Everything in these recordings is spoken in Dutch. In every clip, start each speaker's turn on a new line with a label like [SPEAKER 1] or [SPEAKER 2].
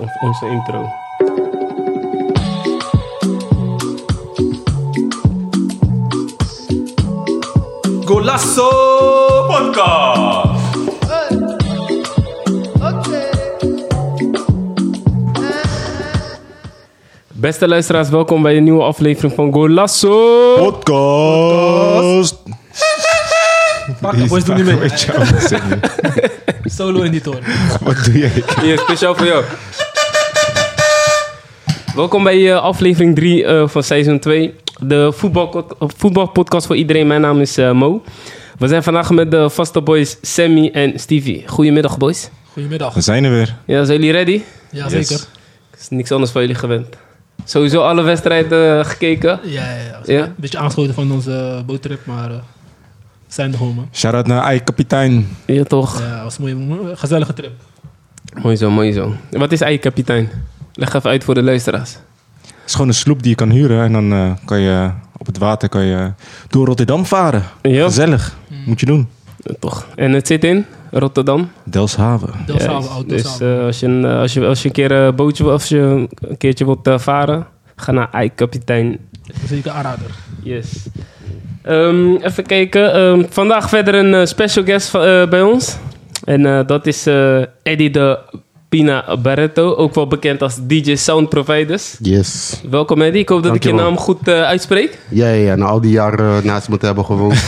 [SPEAKER 1] ons, onze intro.
[SPEAKER 2] Golasso Podcast!
[SPEAKER 1] Beste luisteraars, welkom bij een nieuwe aflevering van Golasso.
[SPEAKER 3] Podcast.
[SPEAKER 4] Pak, boys, doe niet mee.
[SPEAKER 3] Weet je wel, wat zeg je?
[SPEAKER 4] Solo in die toren.
[SPEAKER 3] Wat doe jij?
[SPEAKER 1] Hier, speciaal voor jou. Welkom bij eh, aflevering 3 van seizoen 2. De voetbalko- eh, voetbalpodcast voor iedereen. Mijn naam is eh, Mo. We zijn vandaag met de vaste boys Sammy en Stevie. Goedemiddag, boys.
[SPEAKER 4] Goedemiddag.
[SPEAKER 3] We zijn er weer.
[SPEAKER 1] Ja, zijn jullie ready?
[SPEAKER 4] Ja, zeker.
[SPEAKER 1] is niks anders van jullie gewend. Sowieso alle wedstrijden eh, gekeken.
[SPEAKER 4] Ja, ja, ja.
[SPEAKER 1] Ja?
[SPEAKER 4] Een beetje aangeschoten van onze boottrip, maar eh, we zijn er gewoon, man.
[SPEAKER 3] Shout-out naar Ai Kapitein.
[SPEAKER 1] Ja, toch?
[SPEAKER 4] Ja, het was een mooie, gezellige trip.
[SPEAKER 1] Mooi zo, mooi zo. Wat is ei, kapitein? Leg even uit voor de luisteraars.
[SPEAKER 3] Het is gewoon een sloep die je kan huren. En dan eh, kan je op het water kan je door Rotterdam varen.
[SPEAKER 1] Ja,
[SPEAKER 3] Gezellig.
[SPEAKER 4] Mm.
[SPEAKER 3] Moet je doen.
[SPEAKER 1] toch. En het zit in Rotterdam.
[SPEAKER 3] Delshaven.
[SPEAKER 4] Dat
[SPEAKER 1] Ja,
[SPEAKER 4] zouden we oud dat
[SPEAKER 1] Dus
[SPEAKER 4] zouden we.
[SPEAKER 1] eh, als, je een, eh, als, je, als je een keer een bootje wil- als je een keertje wilt eh, varen, ga naar ei, kapitein.
[SPEAKER 4] Zeker aanrader.
[SPEAKER 1] Yes. Ehm, even kijken. Ehm, vandaag verder een eh, special guest va- eh, bij ons. En eh, dat is eh Eddie de Pina Barretto, ook wel bekend als DJ Sound Providers.
[SPEAKER 5] Yes.
[SPEAKER 1] Welkom Eddie, ik hoop dat ik je
[SPEAKER 5] Dankjewel.
[SPEAKER 1] naam goed eh, uitspreek.
[SPEAKER 5] Ja, ja, ja. Na al die jaren eh, naast me te hebben gewoond,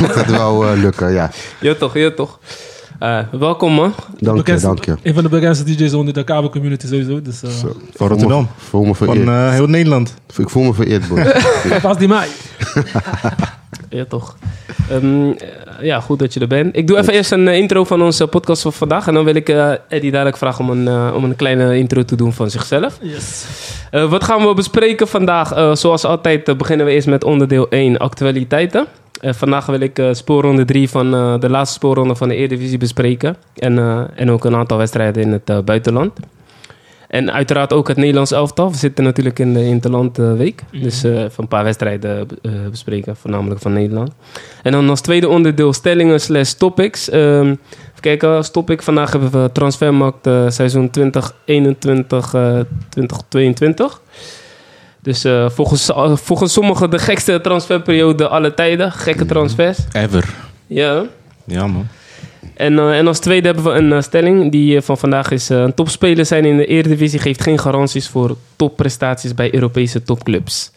[SPEAKER 5] moet het wel eh, lukken, ja.
[SPEAKER 1] Ja toch, ja toch. Eh, welkom man.
[SPEAKER 5] Dank je,
[SPEAKER 4] Bekendste-
[SPEAKER 5] dank je.
[SPEAKER 4] Een van de bekendste DJ's onder de kabelcommunity sowieso. Dus eh
[SPEAKER 3] Van Rotterdam.
[SPEAKER 5] Ik voel me
[SPEAKER 3] Van
[SPEAKER 5] vereerd.
[SPEAKER 3] eh, heel Nederland.
[SPEAKER 5] Ik voel me vereerd, boy.
[SPEAKER 4] pas die mij.
[SPEAKER 1] Ja toch. Ehm, eh, ja, goed dat je er bent. Ik doe even eerst een eh, intro van onze podcast van vandaag. En dan wil ik eh, Eddie dadelijk vragen om een, eh, om een kleine intro te doen van zichzelf.
[SPEAKER 4] Yes.
[SPEAKER 1] Eh, wat gaan we bespreken vandaag? Eh, zoals altijd eh, beginnen we eerst met onderdeel 1, actualiteiten. Eh, vandaag wil ik eh, spoorronde 3 van eh, de laatste spoorronde van de Eredivisie bespreken. En, eh, en ook een aantal wedstrijden in het eh, buitenland. En uiteraard ook het Nederlands elftal. We zitten natuurlijk in de Interlandweek. Dus eh, even een paar wedstrijden eh, bespreken, voornamelijk van Nederland. En dan als tweede onderdeel stellingen slash topics. Ehm even kijken, als topic vandaag hebben we transfermarkt eh, seizoen 2021, eh 2022. Dus eh, volgens, eh, volgens sommigen de gekste transferperiode aller tijden. Gekke transfers.
[SPEAKER 3] Ever.
[SPEAKER 1] Ja.
[SPEAKER 3] Ja, man.
[SPEAKER 1] En, eh, en als tweede hebben we een eh, stelling die eh, van vandaag is... eh, een topspeler zijn in de Eredivisie geeft geen garanties voor topprestaties bij Europese topclubs.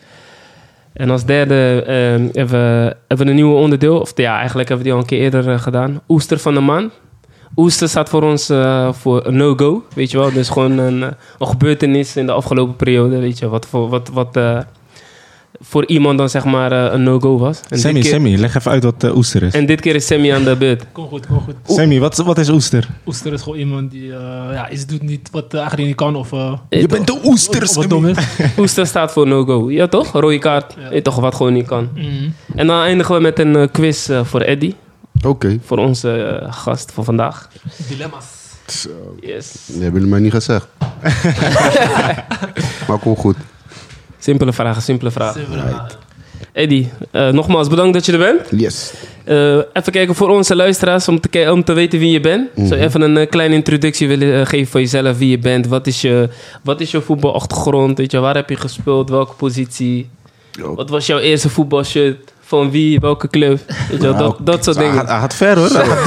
[SPEAKER 1] En als derde eh, hebben, we, hebben we een nieuwe onderdeel. Of ja, eigenlijk hebben we die al een keer eerder eh, gedaan. Oester van de Maan. Oester staat voor ons eh, voor no-go, weet je wel. Dus gewoon een, eh, een gebeurtenis in de afgelopen periode, weet je. Wat voor, wat, wat, eh, voor iemand dan zeg maar eh, een no-go was. En
[SPEAKER 3] Sammy,
[SPEAKER 1] dit keer,
[SPEAKER 3] Sammy, leg even uit wat eh, oester is.
[SPEAKER 1] En dit keer is Sammy aan de beurt.
[SPEAKER 4] Kom goed, kom goed.
[SPEAKER 3] Sammy, wat, wat is oester?
[SPEAKER 4] Oester is gewoon iemand die eh, ja, iets doet niet wat eh, eigenlijk niet kan of eh,
[SPEAKER 1] Eh,
[SPEAKER 3] bent de oester,
[SPEAKER 4] wat dom is.
[SPEAKER 1] Oester staat voor no-go. Ja, toch? Rode kaart.
[SPEAKER 4] Ja.
[SPEAKER 1] Eh, toch, wat gewoon niet kan.
[SPEAKER 4] Mhm.
[SPEAKER 1] En dan eindigen we met een eh, quiz eh, voor Eddy.
[SPEAKER 5] Oké.
[SPEAKER 1] Voor onze eh, gast van vandaag.
[SPEAKER 4] Dilemma's.
[SPEAKER 1] Yes.
[SPEAKER 5] Dat hebben jullie mij niet gezegd. maar kom goed.
[SPEAKER 1] Simpele vragen, simpele vragen.
[SPEAKER 4] Zeven, eh,
[SPEAKER 1] Eddy, eh, nogmaals bedankt dat je er bent.
[SPEAKER 5] Yes.
[SPEAKER 1] Eh, even kijken voor onze luisteraars om te, ke- om te weten wie je bent. Zou je even een eh, kleine introductie willen eh, geven van jezelf, wie je bent? Wat is je, wat is je voetbalachtergrond? Weet je, waar heb je gespeeld? Welke positie?
[SPEAKER 5] Yo.
[SPEAKER 1] Wat was jouw eerste voetbalshirt? Van wie? Welke club? Weet je, wel, dat, dat soort
[SPEAKER 3] Ah, Hij
[SPEAKER 1] dingen.
[SPEAKER 3] gaat, hij gaat ver, hoor. Hij gaat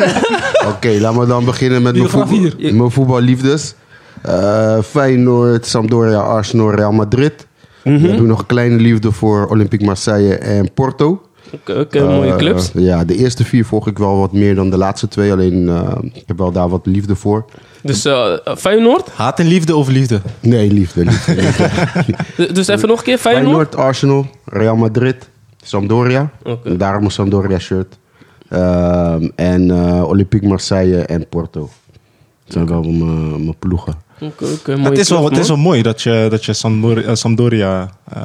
[SPEAKER 3] diep.
[SPEAKER 5] Oké, laten we dan beginnen met mijn,
[SPEAKER 4] Biografie
[SPEAKER 5] voetbal, mijn voetballiefdes. Eh, Feyenoord, Sampdoria, Arsenal, Real Madrid. Ik doe nog een kleine liefde voor Olympique Marseille en Porto.
[SPEAKER 1] Oké, oké, mooie
[SPEAKER 5] Eh,
[SPEAKER 1] clubs.
[SPEAKER 5] ja, de eerste vier volg ik wel wat meer dan de laatste twee. Alleen eh, ik heb wel daar wat liefde voor.
[SPEAKER 1] Dus eh, Feyenoord?
[SPEAKER 3] Haat en liefde of liefde?
[SPEAKER 5] Nee, liefde. liefde, liefde.
[SPEAKER 1] D- Dus even nog een keer Feyenoord?
[SPEAKER 5] Feyenoord, Arsenal, Real Madrid, Sampdoria.
[SPEAKER 1] Oké.
[SPEAKER 5] Daarom een Sampdoria shirt. Ehm, en eh, Olympique Marseille en Porto. Dat zijn wel mijn, eh, mijn ploegen.
[SPEAKER 1] Oké, oké, mooie
[SPEAKER 3] Het is, wel,
[SPEAKER 1] club,
[SPEAKER 3] het is
[SPEAKER 1] man.
[SPEAKER 3] wel mooi dat je, dat je Sampdoria, eh, Sampdoria eh,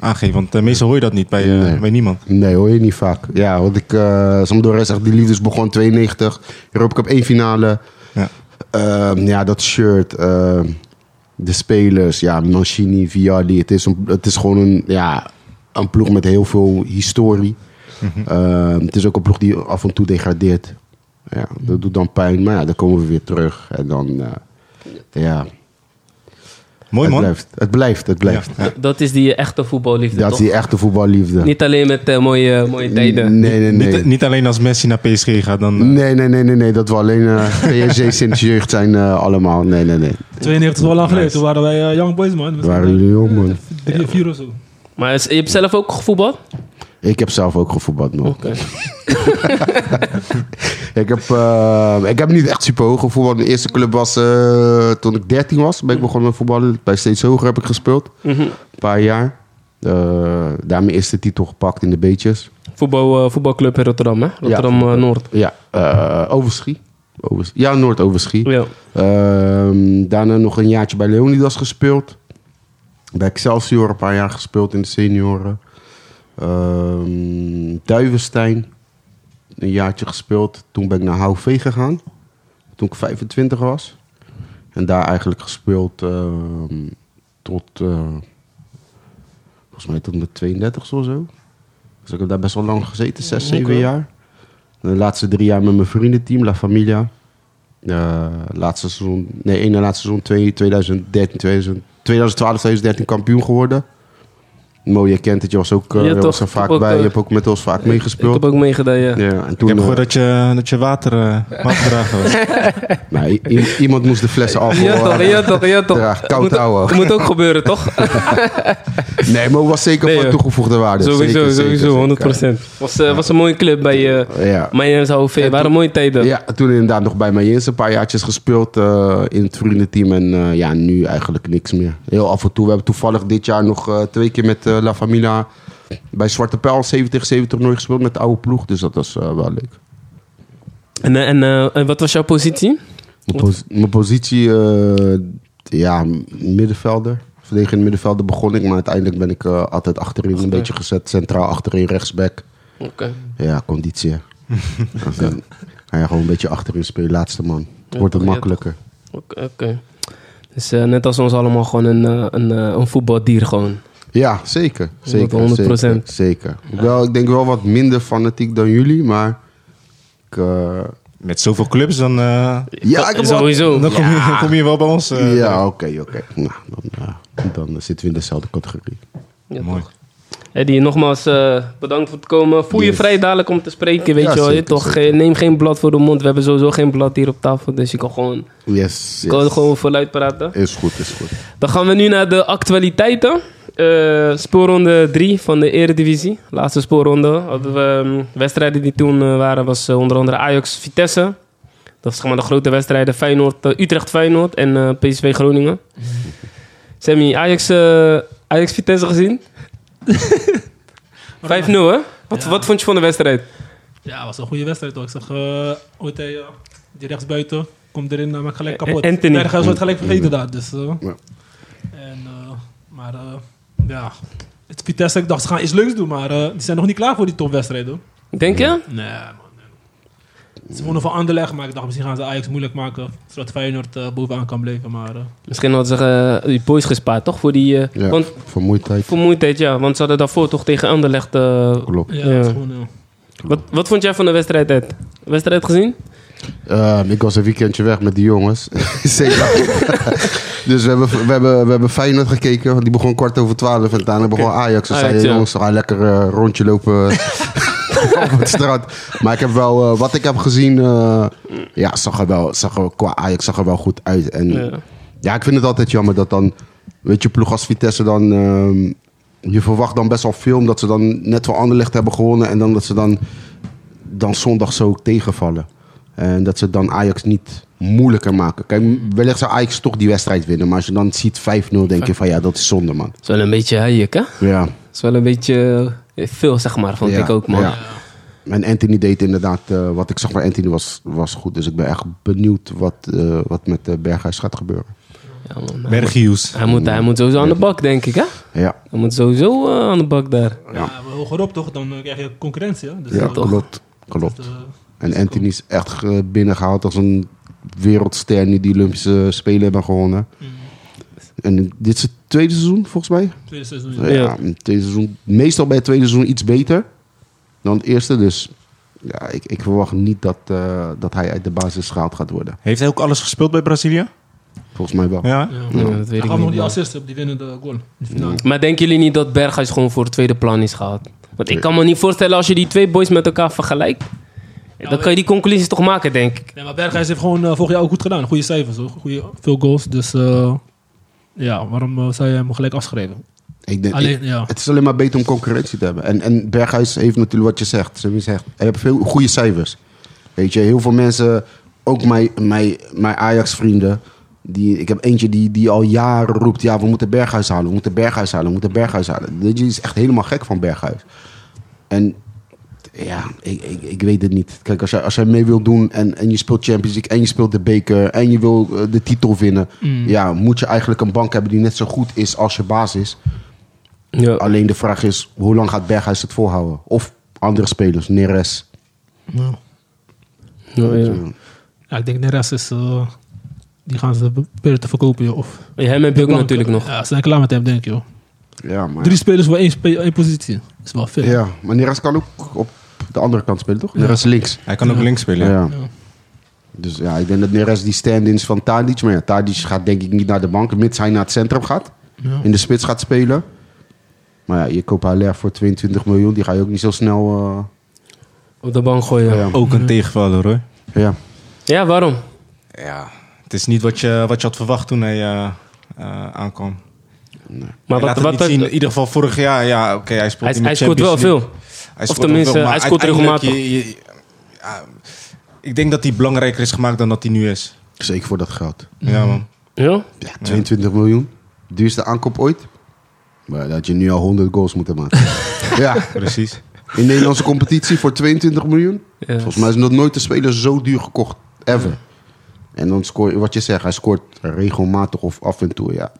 [SPEAKER 3] aangeeft. Want eh, meestal hoor je dat niet bij, eh,
[SPEAKER 5] Nee.
[SPEAKER 3] bij niemand.
[SPEAKER 5] Nee, hoor je niet vaak. Ja, want ik, eh Sampdoria is echt die liefdes begon 92. Europa Cup één finale.
[SPEAKER 3] Ja.
[SPEAKER 5] Ehm, ja, dat shirt. ehm, de spelers. Ja, Mancini, Vialli. Het is, een, het is gewoon een, ja, een ploeg met heel veel historie.
[SPEAKER 3] Mhm.
[SPEAKER 5] Ehm, het is ook een ploeg die af en toe degradeert. Ja, dat doet dan pijn. Maar ja, dan komen we weer terug. En dan eh, ja,
[SPEAKER 3] Mooi
[SPEAKER 5] het
[SPEAKER 3] man.
[SPEAKER 5] blijft. Het blijft, het blijft.
[SPEAKER 3] Ja.
[SPEAKER 1] D- Dat is die echte voetballiefde,
[SPEAKER 5] Dat is
[SPEAKER 1] toch?
[SPEAKER 5] die echte voetballiefde.
[SPEAKER 1] Niet alleen met eh, mooie, mooie tijden.
[SPEAKER 5] Nee, nee, nee.
[SPEAKER 3] Niet, niet alleen als Messi naar PSG gaat, dan... eh,
[SPEAKER 5] Nee, nee, nee, nee, nee. Dat we alleen eh, PSG sinds jeugd zijn eh, allemaal. Nee, nee, nee.
[SPEAKER 4] 92 is wel lang geleden.
[SPEAKER 3] Nice.
[SPEAKER 4] Toen waren wij eh, Young Boys, man.
[SPEAKER 5] Waar waren jullie jong, man.
[SPEAKER 4] Drie of vier of zo.
[SPEAKER 1] Maar is- je hebt zelf ook gevoetbald?
[SPEAKER 5] Ik heb zelf ook gevoetbald, man.
[SPEAKER 1] Oké.
[SPEAKER 5] Ik heb, eh, ik heb niet echt super hoog gevoetbald. Mijn eerste club was eh, toen ik 13 was. Ben ik begonnen met voetballen. Bij Steeds Hoger heb ik gespeeld.
[SPEAKER 1] Mhm.
[SPEAKER 5] Een paar jaar. Eh, daar mijn eerste titel gepakt in de beetjes.
[SPEAKER 1] Voetbal, eh, voetbalclub in Rotterdam, hè? Rotterdam eh, Noord.
[SPEAKER 5] Ja, eh Overschie. Overs- ja, Noord-Overschie.
[SPEAKER 1] Ja.
[SPEAKER 5] Ehm, daarna nog een jaartje bij Leonidas gespeeld. Bij Excelsior een paar jaar gespeeld in de senioren. Ehm Duivenstein een jaartje gespeeld. Toen ben ik naar HOV gegaan. Toen ik 25 was. En daar eigenlijk gespeeld ehm, tot... eh, volgens mij tot mijn 32 of zo. Dus ik heb daar best wel lang gezeten. 6, 7 jaar. De laatste drie jaar met mijn vriendenteam, La Familia. Eh, laatste seizoen, nee, één na laatste seizoen, twee- 2013, 2000 2012, 2013 kampioen geworden. Mooi, je kent het, je was ook, eh,
[SPEAKER 1] Ja,
[SPEAKER 5] je
[SPEAKER 1] toch,
[SPEAKER 5] was er
[SPEAKER 1] ik
[SPEAKER 5] vaak
[SPEAKER 1] heb ook,
[SPEAKER 5] bij, je
[SPEAKER 1] eh,
[SPEAKER 5] hebt ook met ons vaak
[SPEAKER 1] Ik
[SPEAKER 5] meegespeeld.
[SPEAKER 1] heb ook meegedaan, ja.
[SPEAKER 5] ja, en
[SPEAKER 3] Ik
[SPEAKER 5] toen,
[SPEAKER 3] heb
[SPEAKER 5] eh,
[SPEAKER 3] gehoord dat je, dat je water, eh waterdrager was.
[SPEAKER 5] nou, i- i- iemand moest de flessen alcohol
[SPEAKER 1] Ja toch,
[SPEAKER 5] eh,
[SPEAKER 1] ja toch, ja toch.
[SPEAKER 5] dragen, koud
[SPEAKER 1] Moet-
[SPEAKER 5] houden.
[SPEAKER 1] Moet ook gebeuren, toch?
[SPEAKER 5] Nee, maar het was zeker
[SPEAKER 1] Nee,
[SPEAKER 5] van
[SPEAKER 1] joh.
[SPEAKER 5] toegevoegde waarde.
[SPEAKER 1] sowieso,
[SPEAKER 5] Zeker, zeker,
[SPEAKER 1] sowieso,
[SPEAKER 5] zeker.
[SPEAKER 1] 100%. Was, eh, was een mooie club bij eh
[SPEAKER 5] Ja.
[SPEAKER 1] Mayans HOV. Waren mooie tijden.
[SPEAKER 5] Ja, toen inderdaad nog bij Mayens een paar jaartjes gespeeld eh, in het vriendenteam. En eh, ja, nu eigenlijk niks meer. Heel af en toe. We hebben toevallig dit jaar nog eh, twee keer met eh, La Familia bij Zwarte Pijl 70-70 nooit gespeeld met de oude ploeg. Dus dat was eh, wel leuk.
[SPEAKER 1] En, eh, en, eh, en wat was jouw positie?
[SPEAKER 5] Mijn, pos- mijn positie, eh, ja, middenvelder. Verdedigend middenvelder begon ik, maar uiteindelijk ben ik eh, altijd achterin een beetje gezet. Centraal achterin, rechtsback.
[SPEAKER 1] Oké.
[SPEAKER 5] Ja, conditie. hè. Dan kan- Ga je gewoon een beetje achterin spelen, laatste man.
[SPEAKER 1] Ja,
[SPEAKER 5] Wordt het
[SPEAKER 1] toch, ja,
[SPEAKER 5] makkelijker.
[SPEAKER 1] Oké. oké. Dus eh, net als ons allemaal gewoon een, eh, een, eh, een voetbaldier gewoon.
[SPEAKER 5] Ja, zeker. zeker
[SPEAKER 1] 100%.
[SPEAKER 5] Zeker. zeker. Wel, ik denk wel wat minder fanatiek dan jullie, maar... Ik, eh,
[SPEAKER 3] Met zoveel clubs, dan, eh,
[SPEAKER 5] ja, ik heb wel-
[SPEAKER 1] Sowieso.
[SPEAKER 3] dan kom, je, dan kom je wel bij ons. eh,
[SPEAKER 5] Ja, oké, oké. Nou, dan, eh, dan zitten we in dezelfde categorie.
[SPEAKER 1] Ja,
[SPEAKER 3] Mooi.
[SPEAKER 1] toch. Eddie, nogmaals eh, bedankt voor het komen. Voel je
[SPEAKER 5] Yes.
[SPEAKER 1] vrij dadelijk om te spreken, weet
[SPEAKER 5] Ja,
[SPEAKER 1] je wel. je
[SPEAKER 5] zeker,
[SPEAKER 1] toch,
[SPEAKER 5] zeker.
[SPEAKER 1] eh, neem geen blad voor de mond. We hebben sowieso geen blad hier op tafel, dus je kan gewoon,
[SPEAKER 5] Yes,
[SPEAKER 1] je kan
[SPEAKER 5] yes.
[SPEAKER 1] gewoon voluit praten.
[SPEAKER 5] Is goed, is goed.
[SPEAKER 1] Dan gaan we nu naar de actualiteiten. Eh, spoorronde 3 van de Eredivisie. Laatste spoorronde. Hadden we, ehm, wedstrijden die toen eh, waren, was eh, onder andere Ajax-Vitesse. Dat was zeg maar de grote wedstrijden. Feyenoord, eh, Utrecht-Feyenoord en eh, PSV Groningen. Sammy, Ajax, eh, Ajax-Vitesse gezien? 5-0 hè? Wat,
[SPEAKER 4] Ja.
[SPEAKER 1] wat vond je van de wedstrijd?
[SPEAKER 4] Ja, was een goede wedstrijd toch. Ik zag eh ooit hij, eh, die rechtsbuiten komt erin, eh, maakt gelijk
[SPEAKER 1] Eh,
[SPEAKER 4] kapot.
[SPEAKER 1] Anthony.
[SPEAKER 4] Berghuis wordt gelijk vergeten daar. Dus, eh.
[SPEAKER 5] Ja.
[SPEAKER 4] en, eh, maar eh, ja, het Vitesse, ik dacht ze gaan iets leuks doen, maar eh, die zijn nog niet klaar voor die topwedstrijd hoor.
[SPEAKER 1] Denk je?
[SPEAKER 4] Nee man. nee. Ze wonnen van Anderlecht, maar ik dacht misschien gaan ze Ajax moeilijk maken. Zodat Feyenoord eh, bovenaan kan blijven. Maar eh,
[SPEAKER 1] Misschien hadden ze eh, die boys gespaard, toch? Voor die... eh,
[SPEAKER 5] Ja,
[SPEAKER 1] Want,
[SPEAKER 5] vermoeidheid.
[SPEAKER 1] vermoeidheid, ja. Want ze hadden daarvoor toch tegen Anderlecht... eh,
[SPEAKER 5] Klopt.
[SPEAKER 4] ja,
[SPEAKER 1] Ja.
[SPEAKER 4] het is gewoon, eh,
[SPEAKER 1] Wat, wat vond jij van de wedstrijd, Ed? Wedstrijd gezien?
[SPEAKER 5] Ehm, ik was een weekendje weg met die jongens. Zeker. dus we hebben, we, hebben, we hebben Feyenoord gekeken. want Die begon kwart over twaalf. En daarna begon Ajax. Dus
[SPEAKER 1] Ajax,
[SPEAKER 5] zeiden
[SPEAKER 1] Ah, ja.
[SPEAKER 5] jongens, we gaan lekker eh, rondje lopen eh, op het strand. Maar ik heb wel, eh, wat ik heb gezien... eh, ja, zag er wel, zag er, qua Ajax zag er wel goed uit. En
[SPEAKER 1] Ja.
[SPEAKER 5] ja. ik vind het altijd jammer dat dan... Weet je, ploeg als Vitesse dan... ehm, je verwacht dan best wel veel. Omdat ze dan net voor Anderlecht hebben gewonnen. En dan dat ze dan dan zondag zo tegenvallen. En dat ze dan Ajax niet moeilijker maken. Kijk, wellicht zou Ajax toch die wedstrijd winnen. Maar als je dan ziet 5-0, denk je van ja, dat is zonde, man.
[SPEAKER 1] is wel een beetje hajuk, hè?
[SPEAKER 5] Ja.
[SPEAKER 1] is wel een beetje eh, veel, zeg maar, vond
[SPEAKER 5] ja,
[SPEAKER 1] ik ook, man.
[SPEAKER 5] ja. En Anthony deed inderdaad, eh, wat ik zag van Anthony was, was goed. Dus ik ben echt benieuwd wat, eh, wat met eh, Berghuis gaat gebeuren.
[SPEAKER 1] Ja, man. Hij moet-
[SPEAKER 3] Berghuis.
[SPEAKER 1] Hij moet, hij moet sowieso aan de bak, denk ik, hè?
[SPEAKER 5] Ja,
[SPEAKER 1] Hij moet sowieso eh, aan de bak daar.
[SPEAKER 4] ja. maar hogerop toch, dan eh, krijg je concurrentie. Hè? Dus,
[SPEAKER 5] ja
[SPEAKER 4] eh,
[SPEAKER 1] toch.
[SPEAKER 5] klopt. klopt.
[SPEAKER 4] dat, eh,
[SPEAKER 5] En Anthony is echt ge- binnengehaald als een wereldster nu die Olympische Spelen hebben gewonnen.
[SPEAKER 4] mm,
[SPEAKER 5] En dit is het tweede seizoen, volgens mij.
[SPEAKER 4] tweede seizoen. ja.
[SPEAKER 5] Ja, het tweede seizoen, meestal bij het tweede seizoen iets beter dan het eerste. Dus ja, ik, ik verwacht niet dat, eh, dat hij uit de basis gehaald gaat worden.
[SPEAKER 3] Heeft hij ook alles gespeeld bij Brazilië?
[SPEAKER 5] Volgens mij wel.
[SPEAKER 3] Ja?
[SPEAKER 1] Ja, dat weet
[SPEAKER 4] Hij
[SPEAKER 1] ik
[SPEAKER 4] gaf
[SPEAKER 1] niet.
[SPEAKER 4] nog die
[SPEAKER 1] maar-
[SPEAKER 4] assist op, die winnen de goal. Die finale.
[SPEAKER 1] Maar denken jullie niet dat Berghuis gewoon voor het tweede plan is gehaald? Want ik kan me niet voorstellen als je die twee boys met elkaar vergelijkt. dan kan je die conclusies toch maken, denk ik.
[SPEAKER 4] Nee, maar Berghuis heeft gewoon eh, vorig jaar ook goed gedaan. Goede cijfers, hoor. Goeie, veel goals. Dus eh, ja, waarom eh, zou je hem gelijk afschrijven?
[SPEAKER 5] Ik denk,
[SPEAKER 4] Alleen,
[SPEAKER 5] ik-
[SPEAKER 4] ja.
[SPEAKER 5] Het is alleen maar beter om concurrentie te hebben. En, en Berghuis heeft natuurlijk wat je zegt. Sammy zegt hij heeft veel goede cijfers. Weet je, heel veel mensen, ook mijn, mijn, mijn Ajax-vrienden. Die, ik heb eentje die, die al jaren roept: ja, we moeten Berghuis halen, we moeten Berghuis halen, we moeten Berghuis halen. Weet je, die is echt helemaal gek van Berghuis. En ja, ik, ik, ik weet het niet. Kijk, als jij, als jij mee wilt doen en, en je speelt Champions League en je speelt de beker en je wil eh, de titel winnen,
[SPEAKER 4] Mm.
[SPEAKER 5] ja, moet je eigenlijk een bank hebben die net zo goed is als je baas is.
[SPEAKER 1] Ja.
[SPEAKER 5] Alleen de vraag is, hoe lang gaat Berghuis het volhouden? Of andere spelers, Neres.
[SPEAKER 1] Ja, ja.
[SPEAKER 4] Ja, ik denk de rest is... eh, die gaan ze proberen te verkopen, joh. Of,
[SPEAKER 1] Hem heb je ook natuurlijk nog.
[SPEAKER 4] Ja, ze zijn klaar met hem, denk ik, joh.
[SPEAKER 5] Ja, maar,
[SPEAKER 4] Drie spelers voor één, spe- één positie. Dat is wel veel.
[SPEAKER 5] ja, maar Neres kan ook op de andere kant spelen, toch? Neres links.
[SPEAKER 3] Hij kan ook links spelen.
[SPEAKER 5] Ja.
[SPEAKER 3] ja.
[SPEAKER 5] Dus ja, ik denk dat Neres die stand-ins van Tadic... Maar ja, Tadic gaat denk ik niet naar de bank, mits hij naar het centrum gaat.
[SPEAKER 4] Ja.
[SPEAKER 5] In de spits gaat spelen. Maar ja, je koopt Haller voor 22 miljoen. Die ga je ook niet zo snel... eh,
[SPEAKER 1] Op de bank gooien. Ja,
[SPEAKER 5] ja.
[SPEAKER 3] Ook een tegenvaller hoor.
[SPEAKER 5] ja.
[SPEAKER 1] waarom?
[SPEAKER 3] Ja. Het is niet wat je, wat je had verwacht toen hij eh, eh, aankwam.
[SPEAKER 1] Maar
[SPEAKER 3] Hij
[SPEAKER 1] wat,
[SPEAKER 3] laat het
[SPEAKER 1] wat,
[SPEAKER 3] niet zien. In
[SPEAKER 1] hij,
[SPEAKER 3] ieder geval vorig jaar, ja, oké, hij speelt niet
[SPEAKER 1] hij
[SPEAKER 3] met
[SPEAKER 1] scoort wel
[SPEAKER 3] Champions League.
[SPEAKER 1] veel.
[SPEAKER 3] Hij
[SPEAKER 1] Of
[SPEAKER 3] scoort wel
[SPEAKER 1] tenminste,
[SPEAKER 3] veel, maar
[SPEAKER 1] hij scoort
[SPEAKER 3] uiteindelijk
[SPEAKER 1] regelmatig.
[SPEAKER 3] je- je- ja, ik denk dat hij belangrijker is gemaakt dan dat hij nu is.
[SPEAKER 5] Zeker voor dat geld.
[SPEAKER 3] Ja,
[SPEAKER 1] Mm.
[SPEAKER 3] man.
[SPEAKER 1] Ja?
[SPEAKER 5] Ja, 22 miljoen. Duurste aankoop ooit. Maar dat had je nu al 100 goals moeten maken. ja,
[SPEAKER 3] Precies.
[SPEAKER 5] In de Nederlandse competitie voor 22 miljoen.
[SPEAKER 1] Ja.
[SPEAKER 5] Volgens mij is nog nooit een speler zo duur gekocht. Ever. En dan scoort, wat je zegt, hij scoort regelmatig of af en toe, ja.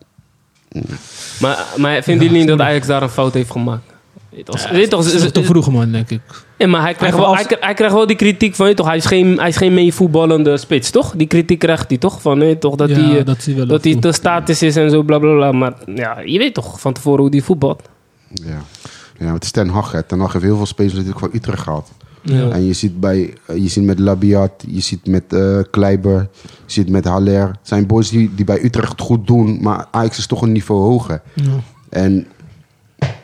[SPEAKER 1] Maar, maar vinden jullie niet dat Ajax daar een fout heeft gemaakt? Weet toch- weet toch,
[SPEAKER 4] Dat is
[SPEAKER 1] is-
[SPEAKER 4] nog te vroeg, man, denk ik.
[SPEAKER 1] Ja, maar hij krijgt,
[SPEAKER 4] Hij
[SPEAKER 1] wel,
[SPEAKER 4] als-
[SPEAKER 1] hij, krijgt- hij krijgt wel die kritiek van, weet toch, hij is geen, hij is geen meevoetballende spits, toch? Die kritiek krijgt hij toch? Van, weet toch, dat
[SPEAKER 4] Ja,
[SPEAKER 1] hij, eh,
[SPEAKER 4] dat hij wel
[SPEAKER 1] dat hij
[SPEAKER 4] voelt.
[SPEAKER 1] te statisch is en zo, bla bla bla. Maar ja, je weet toch van tevoren hoe die voetbalt.
[SPEAKER 5] Ja, ja maar het is Ten Hag. hè. Ten Hag heeft heel veel spelers natuurlijk van Utrecht gehad.
[SPEAKER 1] Ja.
[SPEAKER 5] En je ziet, bij, eh, je ziet met Labiat, je ziet met eh, Kleiber, je ziet met Haller. Het zijn boys die, die bij Utrecht het goed doen, maar Ajax is toch een niveau hoger. En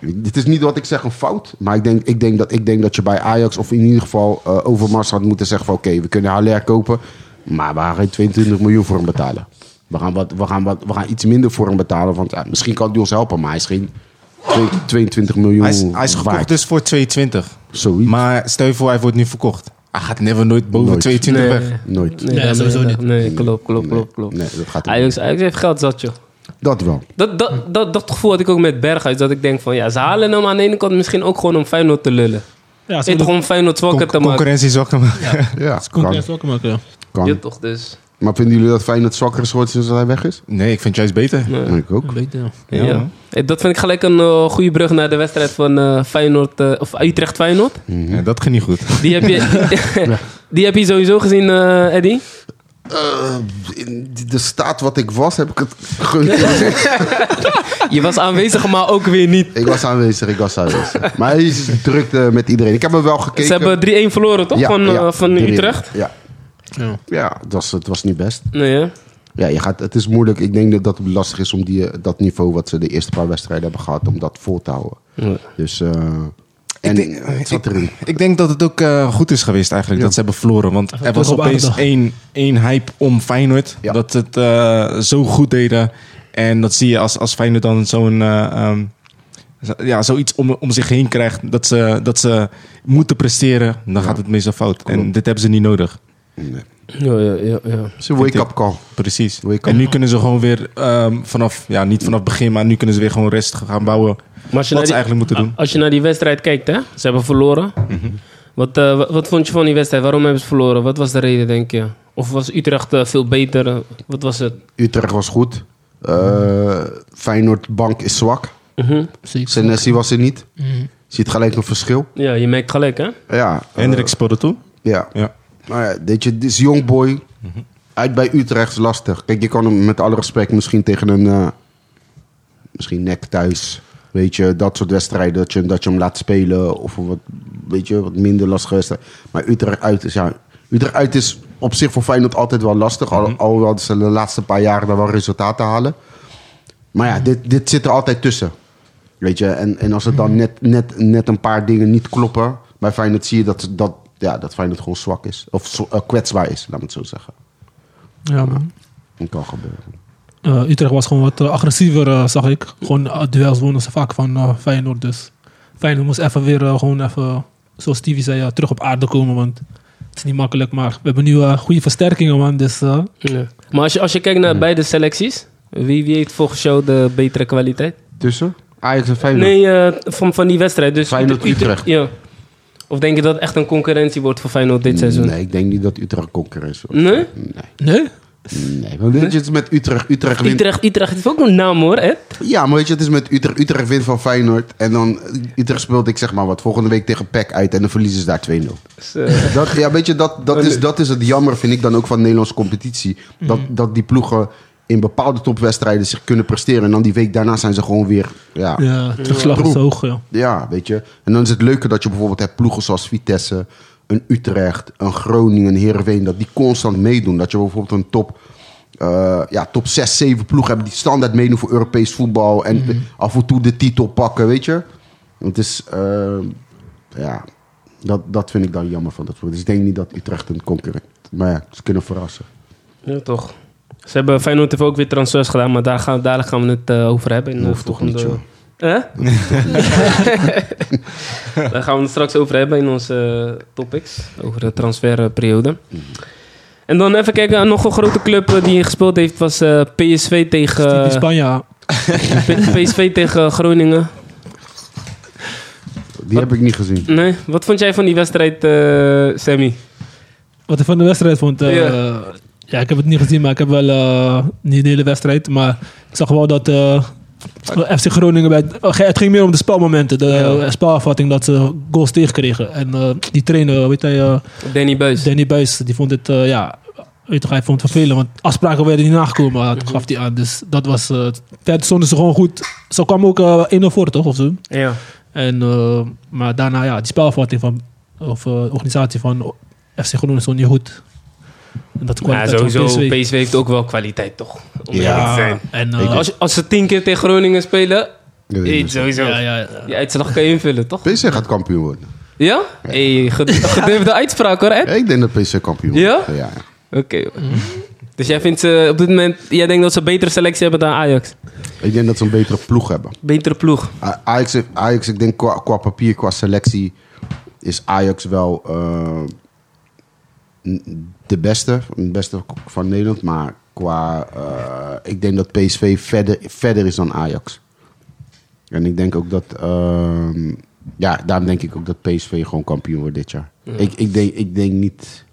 [SPEAKER 5] dit is niet wat ik zeg een fout, maar ik denk, ik denk, dat, ik denk dat je bij Ajax of in ieder geval eh, Overmars had moeten zeggen van oké, we kunnen Haller kopen, maar we gaan geen 22 miljoen voor hem betalen. We gaan, wat, we, gaan wat, we gaan iets minder voor hem betalen, want ja, misschien kan hij ons helpen, maar hij is geen twee- 22 miljoen
[SPEAKER 3] Hij is, hij is gekocht
[SPEAKER 5] waard.
[SPEAKER 3] dus voor 22.
[SPEAKER 5] Zoiets.
[SPEAKER 3] Maar stel je voor, hij wordt nu verkocht. Hij gaat never nooit boven
[SPEAKER 5] Nooit.
[SPEAKER 3] 22
[SPEAKER 1] Nee.
[SPEAKER 3] weg.
[SPEAKER 5] Nooit.
[SPEAKER 1] Nee,
[SPEAKER 4] Nee, sowieso
[SPEAKER 1] nee,
[SPEAKER 4] niet.
[SPEAKER 1] Nee, klopt, klopt, klopt. klopt. Ah,
[SPEAKER 5] Nee, dat gaat ook
[SPEAKER 1] Ajax, Ajax heeft geld zat, joh.
[SPEAKER 5] Dat wel.
[SPEAKER 1] Dat, dat, dat, dat gevoel had ik ook met Berghuis. Dat ik denk van, ja, ze halen hem aan de ene kant misschien ook gewoon om Feyenoord te lullen.
[SPEAKER 4] Ja, ze
[SPEAKER 1] Zit toch om Feyenoord zwakker
[SPEAKER 3] Con-
[SPEAKER 1] te maken.
[SPEAKER 3] concurrentie zwakker maken.
[SPEAKER 5] Ja, kan.
[SPEAKER 4] concurrent ook maken, ja.
[SPEAKER 5] kan.
[SPEAKER 1] Ja, toch, dus.
[SPEAKER 5] Maar vinden jullie dat Feyenoord zwakker is geworden sinds dat hij weg is?
[SPEAKER 3] Nee, ik vind het juist beter.
[SPEAKER 1] Ja.
[SPEAKER 5] Ik ook.
[SPEAKER 4] Beter, ja.
[SPEAKER 1] Ja.
[SPEAKER 3] Ja, man.
[SPEAKER 1] Hey, Dat vind ik gelijk een eh, goede brug naar de wedstrijd van eh, Feyenoord, eh, of Utrecht-Feyenoord.
[SPEAKER 5] Mhm.
[SPEAKER 3] Ja, dat ging niet goed.
[SPEAKER 1] Die heb je, die heb je sowieso gezien, eh Eddie.
[SPEAKER 5] Eh, in de staat wat ik was, heb ik het gekund.
[SPEAKER 1] Je was aanwezig, maar ook weer niet.
[SPEAKER 5] ik was aanwezig, ik was aanwezig. Maar hij is druk eh, met iedereen. Ik heb hem wel gekeken.
[SPEAKER 1] Ze hebben 3-1 verloren, toch?
[SPEAKER 5] Ja,
[SPEAKER 1] van eh,
[SPEAKER 5] ja,
[SPEAKER 1] van
[SPEAKER 5] drie-
[SPEAKER 1] Utrecht. Nou
[SPEAKER 5] Ja,
[SPEAKER 4] ja.
[SPEAKER 5] ja het, was, het was niet best.
[SPEAKER 1] Nee, hè?
[SPEAKER 5] Ja, je gaat, het is moeilijk. Ik denk dat het lastig is om die, eh, dat niveau wat ze de eerste paar wedstrijden hebben gehad, om dat vol te houden.
[SPEAKER 1] Ja.
[SPEAKER 5] Dus, eh, en het zat erin.
[SPEAKER 3] Ik denk dat het ook eh, goed is geweest eigenlijk dat ze hebben verloren. Want er was
[SPEAKER 4] terug op
[SPEAKER 3] opeens
[SPEAKER 4] aandacht.
[SPEAKER 3] één, één hype om Feyenoord.
[SPEAKER 5] Ja.
[SPEAKER 3] Dat ze het eh, zo goed deden. En dat zie je als, als Feyenoord dan zo'n... eh, ehm, zo- ja, zoiets om, om zich heen krijgt. Dat ze, dat ze moeten presteren. Dan gaat het meestal fout. En dit hebben ze niet nodig.
[SPEAKER 1] Ja, ja, ja, ja.
[SPEAKER 5] Het is een wake-up call.
[SPEAKER 3] Precies.
[SPEAKER 5] Hoe je kan-
[SPEAKER 3] En nu kunnen ze gewoon weer ehm, vanaf... Ja, niet vanaf het begin. Maar nu kunnen ze weer gewoon rest gaan bouwen.
[SPEAKER 1] Maar als je,
[SPEAKER 3] Wat
[SPEAKER 1] naar
[SPEAKER 3] ze
[SPEAKER 1] die, Ah.
[SPEAKER 3] eigenlijk moeten doen.
[SPEAKER 1] als je naar die wedstrijd kijkt, hè? Ze hebben verloren. wat, eh, wat, wat vond je van die wedstrijd? Waarom hebben ze verloren? Wat was de reden, denk je? Of was Utrecht eh, veel beter? Eh, Wat was het?
[SPEAKER 5] Utrecht was goed. Eh, Feyenoord bank is zwak.
[SPEAKER 1] Mhm.
[SPEAKER 4] Precies.
[SPEAKER 5] Senesi was er niet. Ziet gelijk een verschil.
[SPEAKER 1] Ja, je merkt gelijk, hè?
[SPEAKER 5] Ja, eh,
[SPEAKER 3] Hendrik speelde toe.
[SPEAKER 5] ja.
[SPEAKER 3] Ja.
[SPEAKER 5] Maar Nou ja, weet je, dit is jong boy. Uit bij Utrecht is lastig. Kijk, je kan hem met alle respect misschien tegen een... eh, misschien nek thuis. Weet je, dat soort wedstrijden. Dat je, hem- dat je hem laat spelen. Of een wat, weet je, wat minder lastige wedstrijd. Maar Utrecht uit is... Ja, Utrecht uit is op zich voor Feyenoord altijd wel lastig. al- Alhoewel ze de laatste paar jaren daar wel resultaten halen. Maar ja, dit, dit zit er altijd tussen. Weet je, en, en als er dan net, net, net een paar dingen niet kloppen... bij Feyenoord zie je dat, dat, ja, dat Feyenoord gewoon zwak is. Of zwa- eh, kwetsbaar is, laat me het zo zeggen.
[SPEAKER 4] Ja, man.
[SPEAKER 5] Dat kan gebeuren.
[SPEAKER 4] Eh, Utrecht was gewoon wat eh, agressiever, eh, zag ik. Gewoon eh, duels wonnen ze vaak van eh, Feyenoord. Dus Feyenoord moest even weer eh, gewoon even, zoals Stevie zei, ja, terug op aarde komen. Want het is niet makkelijk, maar we hebben nu eh, goede versterkingen, man. Dus eh,
[SPEAKER 1] Ja. Maar als je, als je kijkt naar beide selecties, wie, wie heeft volgens jou de betere kwaliteit?
[SPEAKER 5] Tussen? Ajax en Feyenoord.
[SPEAKER 1] Nee, eh, van, van die wedstrijd. Dus
[SPEAKER 5] Feyenoord, Utrecht.
[SPEAKER 1] Ja. Of denk je dat het echt een concurrentie wordt voor Feyenoord dit seizoen?
[SPEAKER 5] Nee, ik denk niet dat Utrecht concurrent is. hoor.
[SPEAKER 1] Nee?
[SPEAKER 5] Nee,
[SPEAKER 4] nee,
[SPEAKER 5] nee. Want weet je, het is met Utrecht. Utrecht wint.
[SPEAKER 1] Utrecht, Utrecht heeft ook een naam hoor, Ed.
[SPEAKER 5] Ja, maar weet je, het is met Utrecht. Utrecht wint van Feyenoord. En dan eh, Utrecht speelt, ik zeg maar wat, volgende week tegen PEC uit. En dan verliezen ze daar 2-0.
[SPEAKER 1] Dus, eh,
[SPEAKER 5] Dat, ja, weet je, dat, dat, is, dat is het jammer, vind ik dan ook van Nederlandse competitie. Dat,
[SPEAKER 1] Mhm.
[SPEAKER 5] dat die ploegen in bepaalde topwedstrijden zich kunnen presteren. En dan die week daarna zijn ze gewoon weer, ja, ja.
[SPEAKER 4] ja, terugslag is
[SPEAKER 5] Troep.
[SPEAKER 4] hoog. Ja.
[SPEAKER 5] weet je. En dan is het leuke dat je bijvoorbeeld hebt ploegen zoals Vitesse, een Utrecht, een Groningen, een Heerenveen. Dat die constant meedoen. Dat je bijvoorbeeld een top, eh, ja, top 6, 7 ploegen hebt die standaard meedoen voor Europees voetbal. En af en toe de titel pakken, weet je. Het is, eh, ja, dat, dat vind ik dan jammer van dat voetbal. Dus ik denk niet dat Utrecht een concurrent. Maar ja, ze kunnen verrassen.
[SPEAKER 1] ja, toch. Ze hebben Feyenoord heeft ook weer transfers gedaan, maar daar gaan, daar gaan we het eh, over hebben. In de
[SPEAKER 5] Hoeft toch niet,
[SPEAKER 1] volgende... Hè? daar gaan we het straks over hebben in onze eh, topics. Over de transferperiode. En dan even kijken aan nog een grote club eh, die gespeeld heeft. Was eh, PSV tegen...
[SPEAKER 4] Typisch Spanje. ja.
[SPEAKER 1] P- PSV tegen Groningen.
[SPEAKER 5] Die heb ik niet gezien.
[SPEAKER 1] Nee, wat vond jij van die wedstrijd, eh, Sammy?
[SPEAKER 4] Wat ik van de wedstrijd vond. eh,
[SPEAKER 1] Ja.
[SPEAKER 4] Ja, ik heb het niet gezien, maar ik heb wel eh, niet de hele wedstrijd. Maar ik zag wel dat eh, FC Groningen. Bij, het- eh, het ging meer om de spelmomenten, de eh, spelafvatting dat ze goals tegenkregen. En eh, die trainer, weet hij, eh,
[SPEAKER 1] Danny Buis.
[SPEAKER 4] Danny Buis, die vond het, eh, ja, weet je, hij vond het vervelend. Want afspraken werden niet nagekomen, eh, gaf hij aan. Dus dat was. eh verder stonden ze gewoon goed. Ze kwam ook eh 1-0 voor, toch? Of zo.
[SPEAKER 1] Ja.
[SPEAKER 4] En, eh, maar daarna, ja, die spelafvatting van, of eh, organisatie van FC Groningen stond niet goed. En dat kwam
[SPEAKER 1] Ja, sowieso. PSV. heeft ook wel kwaliteit, toch? Om
[SPEAKER 5] Ja.
[SPEAKER 1] eerlijk te zijn.
[SPEAKER 4] en eh,
[SPEAKER 1] Als, je- als ze tien keer tegen Groningen spelen,
[SPEAKER 5] Dat weet ik
[SPEAKER 1] eh,
[SPEAKER 5] niet.
[SPEAKER 1] sowieso.
[SPEAKER 4] ja, ja, ja.
[SPEAKER 1] Die uitslag kan je invullen, toch?
[SPEAKER 5] PSV gaat kampioen worden.
[SPEAKER 1] Ja? hey, ged- gedurfde uitspraak hoor, Ed.
[SPEAKER 5] Ik denk dat PSV kampioen
[SPEAKER 1] Ja?
[SPEAKER 5] wordt. Ja? ja.
[SPEAKER 1] Oké. hoor. Dus jij vindt ze op dit moment... Jij denkt dat ze een betere selectie hebben dan Ajax?
[SPEAKER 5] Ik denk dat ze een betere ploeg hebben.
[SPEAKER 1] Betere ploeg.
[SPEAKER 5] A- Ajax, heeft- Ajax ik denk qua, qua papier, qua selectie, is Ajax wel eh, n- de beste, de beste van Nederland. Maar qua, eh, ik denk dat PSV verder, verder is dan Ajax. En ik denk ook dat, ehm, ja, daarom denk ik ook dat PSV gewoon kampioen wordt dit jaar. Ik, ik, denk, ik denk niet.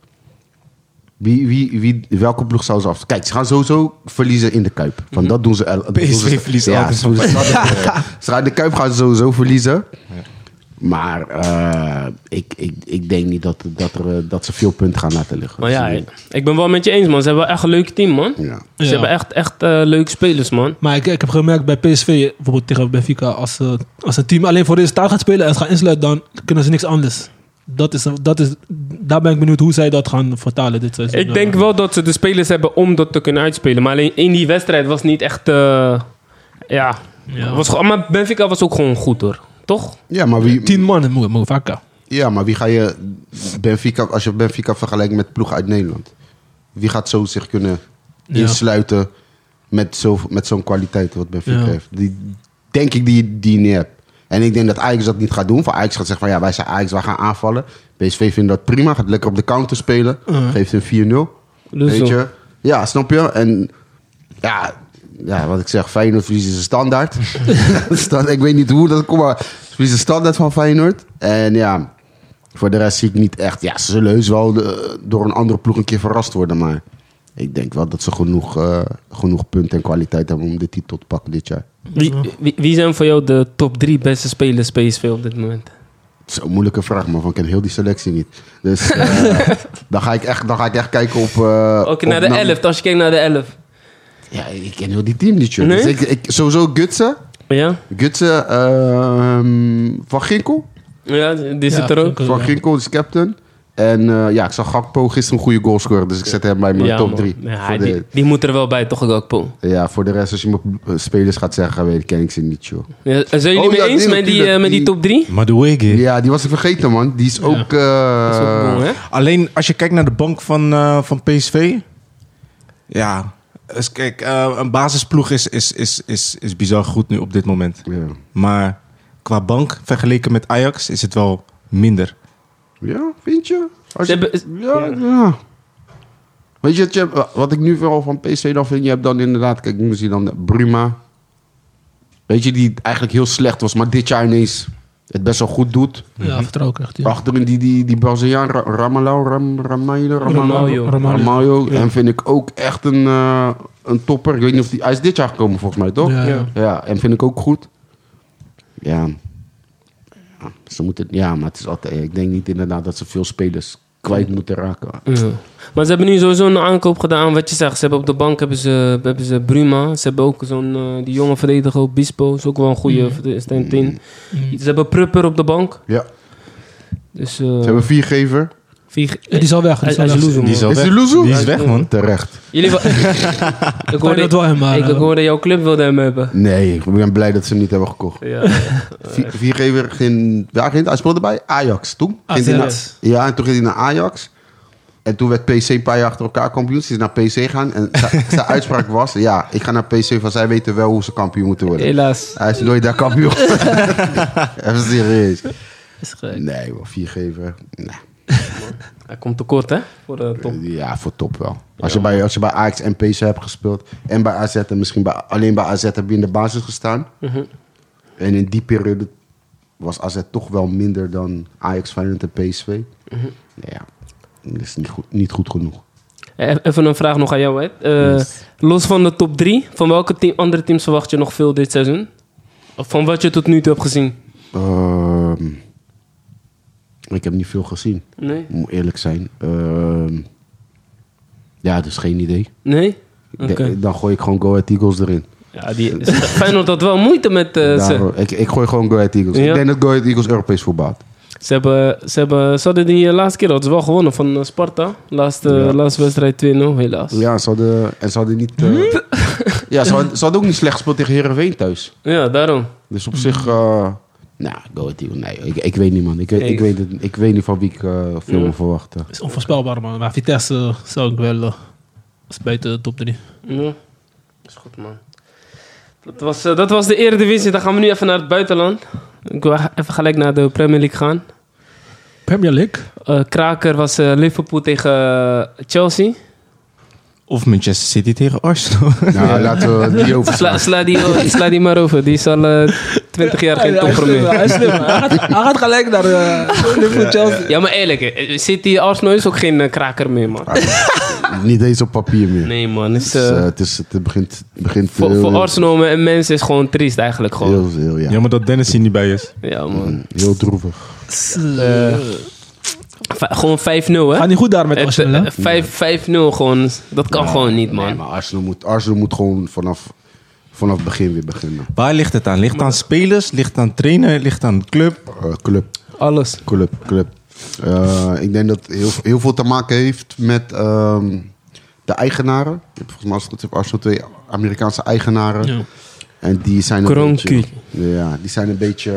[SPEAKER 5] Wie, wie, wie, welke ploeg zou ze af? Kijk, ze gaan sowieso verliezen in de Kuip. Want dat doen ze... el- dat doen
[SPEAKER 3] PSV
[SPEAKER 5] ze-
[SPEAKER 3] verliest
[SPEAKER 5] ja,
[SPEAKER 3] altijd
[SPEAKER 5] ze doen ze altijd, eh, ze gaan in de Kuip gaan ze sowieso verliezen. Maar eh, ik, ik, ik denk niet dat, dat, er, eh, dat ze veel punten gaan laten liggen.
[SPEAKER 1] Maar ja,
[SPEAKER 5] Dus,
[SPEAKER 1] ik ben wel met je eens, man. Ze hebben wel echt een leuk team, man.
[SPEAKER 5] eh, ja.
[SPEAKER 1] Ze
[SPEAKER 4] Ja.
[SPEAKER 1] hebben echt, echt eh, leuke spelers, man.
[SPEAKER 4] Maar ik, ik heb gemerkt bij PSV, bijvoorbeeld tegen Benfica, als, eh, als een team alleen voor resultaat gaat spelen en het gaat insluiten, dan kunnen ze niks anders. Dat is, dat is, daar ben ik benieuwd hoe zij dat gaan vertalen dit seizoen.
[SPEAKER 1] Ik denk wel dat ze de spelers hebben om dat te kunnen uitspelen. Maar alleen in die wedstrijd was niet echt... eh, ja.
[SPEAKER 4] Ja.
[SPEAKER 1] Was gewoon, maar Benfica was ook gewoon goed, hoor. Toch?
[SPEAKER 5] Ja, maar wie,
[SPEAKER 4] Tien mannen, moe, moe, vaker.
[SPEAKER 5] ja, maar wie ga je Benfica, als je Benfica vergelijkt met ploegen uit Nederland? Wie gaat zo zich kunnen
[SPEAKER 4] Ja.
[SPEAKER 5] insluiten met, zo, met zo'n kwaliteit wat Benfica
[SPEAKER 4] Ja.
[SPEAKER 5] heeft? Die, denk ik die, die je niet hebt. En ik denk dat Ajax dat niet gaat doen. Van Ajax gaat zeggen van ja, wij zijn Ajax, wij gaan aanvallen. PSV vindt dat prima, gaat lekker op de counter spelen. Geeft een 4-0.
[SPEAKER 1] Dus
[SPEAKER 5] Weet
[SPEAKER 1] zo.
[SPEAKER 5] je? Ja, snap je? En ja, ja wat ik zeg, Feyenoord verliezen ze standaard. Stand- ik weet niet hoe dat komt, maar ze verliezen standaard van Feyenoord. En ja, voor de rest zie ik niet echt... Ja, ze zullen heus wel de- door een andere ploeg een keer verrast worden, maar... Ik denk wel dat ze genoeg, eh, genoeg punten en kwaliteit hebben om de titel te pakken dit jaar.
[SPEAKER 1] Wie, wie, wie zijn voor jou de top drie beste spelers PSV op dit moment?
[SPEAKER 5] Zo'n moeilijke vraag, man. Want ik ken heel die selectie niet. Dus eh, dan, ga ik echt, dan ga ik echt kijken op... eh,
[SPEAKER 1] Oké,
[SPEAKER 5] op
[SPEAKER 1] naar de
[SPEAKER 5] nam-
[SPEAKER 1] 11. Als je kijkt naar de 11.
[SPEAKER 5] Ja, ik ken heel die team niet, joh.
[SPEAKER 1] Nee?
[SPEAKER 5] Dus ik, ik, sowieso Gutsen.
[SPEAKER 1] Ja?
[SPEAKER 5] Gutsen, ehm, Van Ginkel.
[SPEAKER 1] Ja, die
[SPEAKER 4] Ja,
[SPEAKER 1] zit er ook.
[SPEAKER 4] Ginkel.
[SPEAKER 5] Van Ginkel is captain. En eh, ja, ik zag Gakpo gisteren een goede goal scoren. Dus ik zet hem bij mijn
[SPEAKER 1] Ja,
[SPEAKER 5] top
[SPEAKER 1] man.
[SPEAKER 5] 3.
[SPEAKER 1] Ja,
[SPEAKER 5] voor,
[SPEAKER 1] die,
[SPEAKER 5] de,
[SPEAKER 1] die moet er wel bij, toch, Gakpo?
[SPEAKER 5] ja, voor de rest, als je me eh, spelers gaat zeggen, weet ik, ken ik ze niet, joh.
[SPEAKER 1] Ja, zijn jullie
[SPEAKER 5] Oh,
[SPEAKER 1] mee
[SPEAKER 5] ja,
[SPEAKER 1] eens
[SPEAKER 5] die
[SPEAKER 1] met die,
[SPEAKER 5] natuurlijk,
[SPEAKER 1] eh, met die
[SPEAKER 5] die-
[SPEAKER 1] top 3?
[SPEAKER 3] Madueke.
[SPEAKER 5] Ja, die was ik vergeten, man. Die is ook... eh,
[SPEAKER 3] Alleen als je kijkt naar de bank van, eh, van PSV. Ja. Dus kijk, eh, een basisploeg is, is, is, is, is bizar goed nu op dit moment.
[SPEAKER 5] ja.
[SPEAKER 3] Maar qua bank vergeleken met Ajax is het wel minder.
[SPEAKER 5] ja, vind je? Als
[SPEAKER 1] Ze
[SPEAKER 5] je-
[SPEAKER 1] hebben-
[SPEAKER 5] ja, ja. Weet je, wat je- wat ik nu vooral van PC dan vind? Je hebt dan inderdaad, kijk, nu zie je dan Bruma. Weet je, die eigenlijk heel slecht was, maar dit jaar ineens het best wel goed doet.
[SPEAKER 1] Mhm.
[SPEAKER 4] Ja, vertrouwen krijgt hij.
[SPEAKER 5] Achterin die, die, die Braziliaan, Ra- Ramalho, Ram, Ramalho,
[SPEAKER 1] Ramalho.
[SPEAKER 5] Ramalho. Ramalho. En vind ik ook echt een, eh, een topper. Ik weet niet of die, hij is dit jaar gekomen volgens mij, toch?
[SPEAKER 4] Ja, ja.
[SPEAKER 5] Ja, en vind ik ook goed. Ja. Ja, Ze moeten, ja, maar het is altijd. Ik denk niet inderdaad dat ze veel spelers kwijt moeten raken.
[SPEAKER 1] Ja. Maar ze hebben nu sowieso een aankoop gedaan, wat je zegt. Ze hebben op de bank hebben ze, hebben ze Bruma. Ze hebben ook zo'n eh, die jonge verdediger, Obispo. Is ook wel een goede
[SPEAKER 5] Mm.
[SPEAKER 1] verdediger. Ze hebben Prupper op de bank.
[SPEAKER 5] Ja. Ze
[SPEAKER 1] Dus eh
[SPEAKER 5] hebben viergever.
[SPEAKER 1] vier... Eh,
[SPEAKER 4] Ja, die is al weg. Die
[SPEAKER 1] Hij-
[SPEAKER 4] is al
[SPEAKER 1] hij is
[SPEAKER 4] weg.
[SPEAKER 1] loser, man.
[SPEAKER 3] Die is, al
[SPEAKER 5] Is
[SPEAKER 3] weg.
[SPEAKER 5] die Luzu?
[SPEAKER 3] Die is weg, man.
[SPEAKER 5] Terecht.
[SPEAKER 1] Jullie wa- ik, hoorde,
[SPEAKER 4] dat wel hem, maar,
[SPEAKER 1] ik,
[SPEAKER 4] eh,
[SPEAKER 1] hoorde jouw club wilde hem hebben.
[SPEAKER 5] Nee, ik ben blij dat ze hem niet hebben gekocht.
[SPEAKER 1] Ja. Eh,
[SPEAKER 5] Vier, viergever ging, waar ging hij? Hij speelde bij Ajax toen.
[SPEAKER 1] Ah,
[SPEAKER 4] AZ.
[SPEAKER 5] Ging hij naar- ja, en toen ging hij naar Ajax. En toen werd PC een paar jaar achter elkaar kampioen. Ze is naar PC gaan. En zijn- zijn uitspraak was: Ja, ik ga naar PC van zij weten wel hoe ze kampioen moeten worden.
[SPEAKER 1] Helaas.
[SPEAKER 5] Hij is nooit daar kampioen. Even serieus.
[SPEAKER 1] Is gek.
[SPEAKER 5] Nee, wel viergever. Nee.
[SPEAKER 1] Hij komt tekort, hè? Voor de top.
[SPEAKER 5] Ja, voor top wel. Als, je bij, als je bij Ajax en PC hebt gespeeld en bij AZ en misschien bij, alleen bij AZ heb je in de basis gestaan.
[SPEAKER 1] Mhm.
[SPEAKER 5] En in die periode was AZ toch wel minder dan Ajax, Feyenoord en PSV.
[SPEAKER 1] Mhm.
[SPEAKER 5] Ja, dat is niet goed, niet goed genoeg.
[SPEAKER 1] Eh, Even een vraag nog aan jou, hè? Eh, Los van de top 3, van welke team, andere teams verwacht je nog veel dit seizoen? Of van wat je tot nu toe hebt gezien?
[SPEAKER 5] Ehm, ik heb niet veel gezien,
[SPEAKER 1] Nee?
[SPEAKER 5] moet eerlijk zijn. Ehm, ja, dus geen idee.
[SPEAKER 1] Nee?
[SPEAKER 5] Ik
[SPEAKER 1] Oké.
[SPEAKER 5] denk- Dan gooi ik gewoon Go Ahead Eagles erin.
[SPEAKER 1] Ja, die, Feyenoord had wel moeite met eh, ze.
[SPEAKER 5] Daarom- ik, ik gooi gewoon Go Ahead Eagles.
[SPEAKER 1] Ja.
[SPEAKER 5] Ik denk dat Go Ahead Eagles Europees voetbal had.
[SPEAKER 1] Ze, hebben, ze, hebben, ze hadden die eh, laatste keer hadden ze wel gewonnen van eh, Sparta. Laatste, laatste wedstrijd 2-0, helaas. Ja, Hmm?
[SPEAKER 5] Ja, ze hadden, en ze hadden niet... eh, ja, ze hadden, ze hadden ook niet slecht gespeeld tegen Herenveen thuis.
[SPEAKER 1] daarom.
[SPEAKER 5] Dus op zich... eh, nou, Go Ahead Eagles. Nee, ik, ik weet niet, man. Ik, weet-
[SPEAKER 1] Nee.
[SPEAKER 5] ik, weet, het, ik weet niet van wie ik eh veel
[SPEAKER 1] Ja.
[SPEAKER 5] moet verwachten.
[SPEAKER 4] is onvoorspelbaar, man. Maar Vitesse zou ik wel eh, is buiten de top 3.
[SPEAKER 1] Ja. Is goed, man. Dat was, eh, dat was de Eredivisie. Dan gaan we nu even naar het buitenland. Ik wil e-, even gelijk naar de Premier League gaan.
[SPEAKER 4] Premier League.
[SPEAKER 1] Eh, kraker was eh, Liverpool tegen eh, Chelsea.
[SPEAKER 3] Of Manchester City tegen Arsenal.
[SPEAKER 5] Nou, laten we die over.
[SPEAKER 1] Sla, sla, die, sla die maar over. Die is al twintig jaar geen
[SPEAKER 4] Hij is
[SPEAKER 1] topper
[SPEAKER 4] slim,
[SPEAKER 1] meer.
[SPEAKER 4] hij is slim. Hij gaat- hij gaat gelijk naar eh, Liverpool Chelsea.
[SPEAKER 1] Ja, maar eerlijk. eh, City Arsenal is ook geen eh, kraker meer, man.
[SPEAKER 5] Niet eens op papier meer.
[SPEAKER 1] Nee, man. Het is,
[SPEAKER 5] Dus, eh,
[SPEAKER 1] eh,
[SPEAKER 5] het, is, het begint, het begint
[SPEAKER 1] Voor,
[SPEAKER 5] heel,
[SPEAKER 1] voor Arsenal en mensen is gewoon triest eigenlijk gewoon.
[SPEAKER 5] heel, heel, ja. Mm,
[SPEAKER 3] Jammer dat Dennis hier niet bij is.
[SPEAKER 1] Ja, man.
[SPEAKER 5] heel droevig.
[SPEAKER 1] V- gewoon 5-0, hè?
[SPEAKER 4] Gaat niet goed daar met
[SPEAKER 1] Het,
[SPEAKER 4] Arsenal, hè?
[SPEAKER 1] eh, vijf- 5-0 gewoon. Dat kan gewoon niet, man.
[SPEAKER 5] Nee, maar Arsenal moet, Arsenal moet gewoon vanaf, vanaf het begin weer beginnen.
[SPEAKER 3] Waar ligt het aan? Ligt het aan spelers? Ligt het aan trainer? Ligt het aan de club?
[SPEAKER 5] Eh, club.
[SPEAKER 1] Alles.
[SPEAKER 5] Club, club. Eh, ik denk dat heel, heel veel te maken heeft met ehm, de eigenaren. Je hebt volgens mij als het goed is, Arsenal twee Amerikaanse eigenaren.
[SPEAKER 4] Ja.
[SPEAKER 5] En die zijn een
[SPEAKER 1] Kronky.
[SPEAKER 5] beetje... Ja, die zijn een beetje...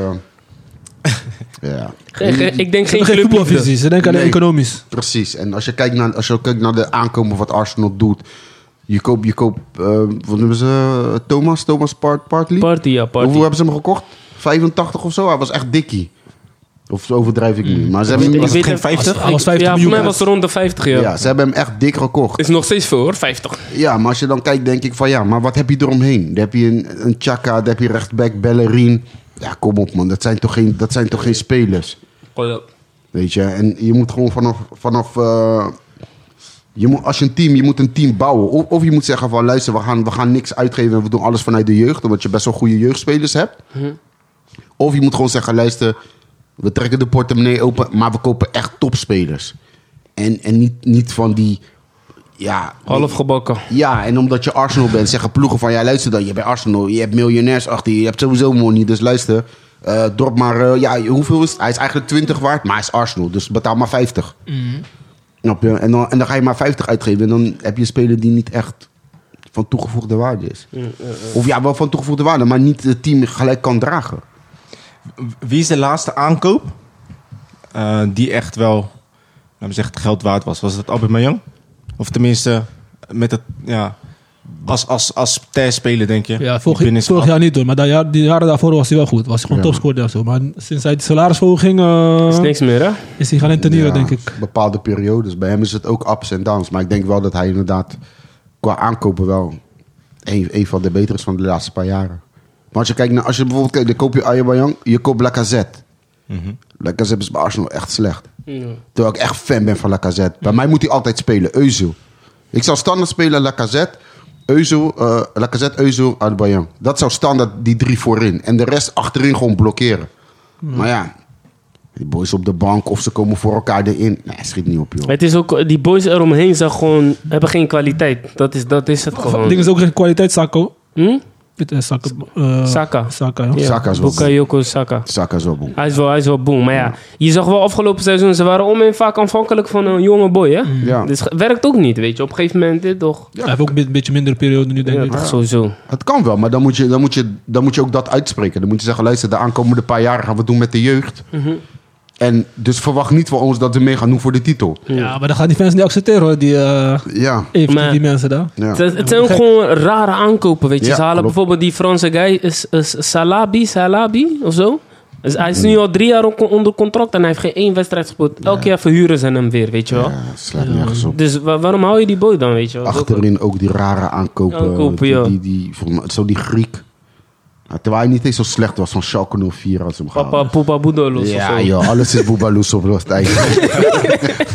[SPEAKER 5] ja,
[SPEAKER 1] Ge- ge- ik denk
[SPEAKER 4] Ze
[SPEAKER 1] geen
[SPEAKER 4] hebben geen
[SPEAKER 1] clubliefde.
[SPEAKER 4] voetbalvisie. Ze denken alleen
[SPEAKER 5] Nee.
[SPEAKER 4] economisch.
[SPEAKER 5] precies. En als je kijkt naar, als je kijkt naar de aankomen wat Arsenal doet... Je koopt, je koopt eh, wat noemen ze, Thomas, Thomas Part, Partley.
[SPEAKER 1] Party, ja, party.
[SPEAKER 5] Hoeveel hebben ze hem gekocht? 85 of zo? Hij was echt dikkie. Of overdrijf ik nu. Maar ze hebben,
[SPEAKER 1] Ik
[SPEAKER 5] hem,
[SPEAKER 3] Was het
[SPEAKER 1] weet
[SPEAKER 3] geen
[SPEAKER 1] het-
[SPEAKER 3] 50?
[SPEAKER 4] Hij was 50
[SPEAKER 1] ja, voor
[SPEAKER 4] miljoen.
[SPEAKER 1] mij was het rond de 50, ja.
[SPEAKER 5] ja, ze hebben hem echt dik gekocht.
[SPEAKER 1] Is nog steeds veel, hoor. 50.
[SPEAKER 5] Ja, maar als je dan kijkt, denk ik van ja, maar wat heb je eromheen? Dan heb je een, een Chaka, dan heb je rechtsback, Bellerin. Ja, kom op man, dat zijn toch geen, dat zijn toch geen spelers? Weet je, en je moet gewoon vanaf. vanaf eh, je moet, als je een team, je moet een team bouwen. Of, of je moet zeggen van luister, we gaan, we gaan niks uitgeven en we doen alles vanuit de jeugd, omdat je best wel goede jeugdspelers hebt. Of je moet gewoon zeggen, luister, we trekken de portemonnee open, maar we kopen echt topspelers. En, en niet, niet van die. Ja,
[SPEAKER 1] Half gebakken.
[SPEAKER 5] ja, en omdat je Arsenal bent, zeggen ploegen van... ja, luister dan, je bent Arsenal, je hebt miljonairs achter je... je hebt sowieso money, dus luister... eh, dorp maar, eh, ja, hoeveel is het? Hij is eigenlijk 20 waard, maar hij is Arsenal, dus betaal maar 50. Snap je? En dan, en dan ga je maar 50 uitgeven en dan heb je een speler die niet echt van toegevoegde waarde is. Of ja, wel van toegevoegde waarde, maar niet het team gelijk kan dragen.
[SPEAKER 3] Wie is de laatste aankoop eh, die echt wel, laten we zeggen, het geld waard was? Was dat Aubameyang? Of tenminste, met het, ja, als, als, als speler denk je.
[SPEAKER 4] Ja,
[SPEAKER 3] Die binnen
[SPEAKER 4] vorig,
[SPEAKER 3] is
[SPEAKER 4] vorig
[SPEAKER 3] af-
[SPEAKER 4] jaar niet hoor. Maar dat jaar, die jaren daarvoor was hij wel goed. Was hij gewoon
[SPEAKER 5] Ja.
[SPEAKER 4] topscorer en zo. Maar sinds hij de salarisverhoging eh,
[SPEAKER 1] Is niks meer, hè?
[SPEAKER 4] is hij gaan interneren, denk ik.
[SPEAKER 5] Bepaalde periodes. Bij hem is het ook ups en downs. Maar ik denk wel dat hij inderdaad qua aankopen wel een, een van de betere is van de laatste paar jaren. Maar als je kijkt naar, als je bijvoorbeeld kijkt, dan koop je Ayebayang, je koopt Lacazette. Lacazette is bij Arsenal echt slecht. Terwijl ik echt fan ben van Lacazette. Bij mij moet hij altijd spelen, Euzel. Ik zou standaard spelen Lacazette, Euzel, eh Lacazette, Euzel, Adebayan. Dat zou standaard die drie voorin. En de rest achterin gewoon blokkeren. Maar ja, die boys op de bank of ze komen voor elkaar erin. Nee, schiet niet op, joh.
[SPEAKER 1] Het is ook, die boys eromheen zijn gewoon, hebben geen kwaliteit. Dat is, dat is het
[SPEAKER 4] Het
[SPEAKER 1] gewoon.
[SPEAKER 4] ding is ook geen kwaliteitszakko.
[SPEAKER 1] Hm?
[SPEAKER 4] Dit is Saka. eh,
[SPEAKER 1] Saka.
[SPEAKER 4] Saka, ja.
[SPEAKER 1] Ja,
[SPEAKER 5] Saka is wel
[SPEAKER 1] Bukayo Saka.
[SPEAKER 5] Saka is wel boem.
[SPEAKER 1] Hij is, wel, hij is wel boom. Maar ja, je zag wel afgelopen seizoen, ze waren om en vaak aanvankelijk van een jonge boy. Hè?
[SPEAKER 5] Ja.
[SPEAKER 1] Dus het werkt ook niet, weet je. Op een gegeven moment, dit toch?
[SPEAKER 4] Hij heeft ook een beetje- beetje mindere periode nu, denk
[SPEAKER 1] Ja,
[SPEAKER 4] ik.
[SPEAKER 1] toch sowieso.
[SPEAKER 5] Het kan wel, maar dan moet, je, dan, moet je, dan moet je ook dat uitspreken. Dan moet je zeggen, luister, de aankomende paar jaren gaan we het doen met de jeugd. En dus verwacht niet van ons dat we mee gaan doen voor de titel.
[SPEAKER 4] Ja, maar dat gaan die fans niet accepteren hoor, die, eh
[SPEAKER 5] Ja,
[SPEAKER 4] even
[SPEAKER 1] Maar-
[SPEAKER 4] die mensen daar.
[SPEAKER 5] ja.
[SPEAKER 1] Het, het zijn ook gewoon rare aankopen, weet je.
[SPEAKER 5] Ja,
[SPEAKER 1] ze halen
[SPEAKER 5] klopt.
[SPEAKER 1] bijvoorbeeld die Franse guy, is, is Salabi, Salabi of zo. Dus hij is nu al drie jaar on- onder contract en hij heeft geen één wedstrijd gespeeld. Elke keer verhuren ze hem weer, weet je wel.
[SPEAKER 5] Ja, Eh, het slaat nergens op.
[SPEAKER 1] Dus wa- waarom hou je die boy dan, weet je wel?
[SPEAKER 5] Achterin ook die rare aankopen.
[SPEAKER 1] Aankopen,
[SPEAKER 5] die,
[SPEAKER 1] ja.
[SPEAKER 5] die, die, volgens mij- zo die Griek. Ja, terwijl hij niet eens zo slecht was van Schalke 04 als hem
[SPEAKER 1] Papa
[SPEAKER 5] gehaald.
[SPEAKER 1] Poepa Boedolos
[SPEAKER 5] Ja,
[SPEAKER 1] of zo.
[SPEAKER 5] joh, alles is Boebaloes op dat eigenlijk.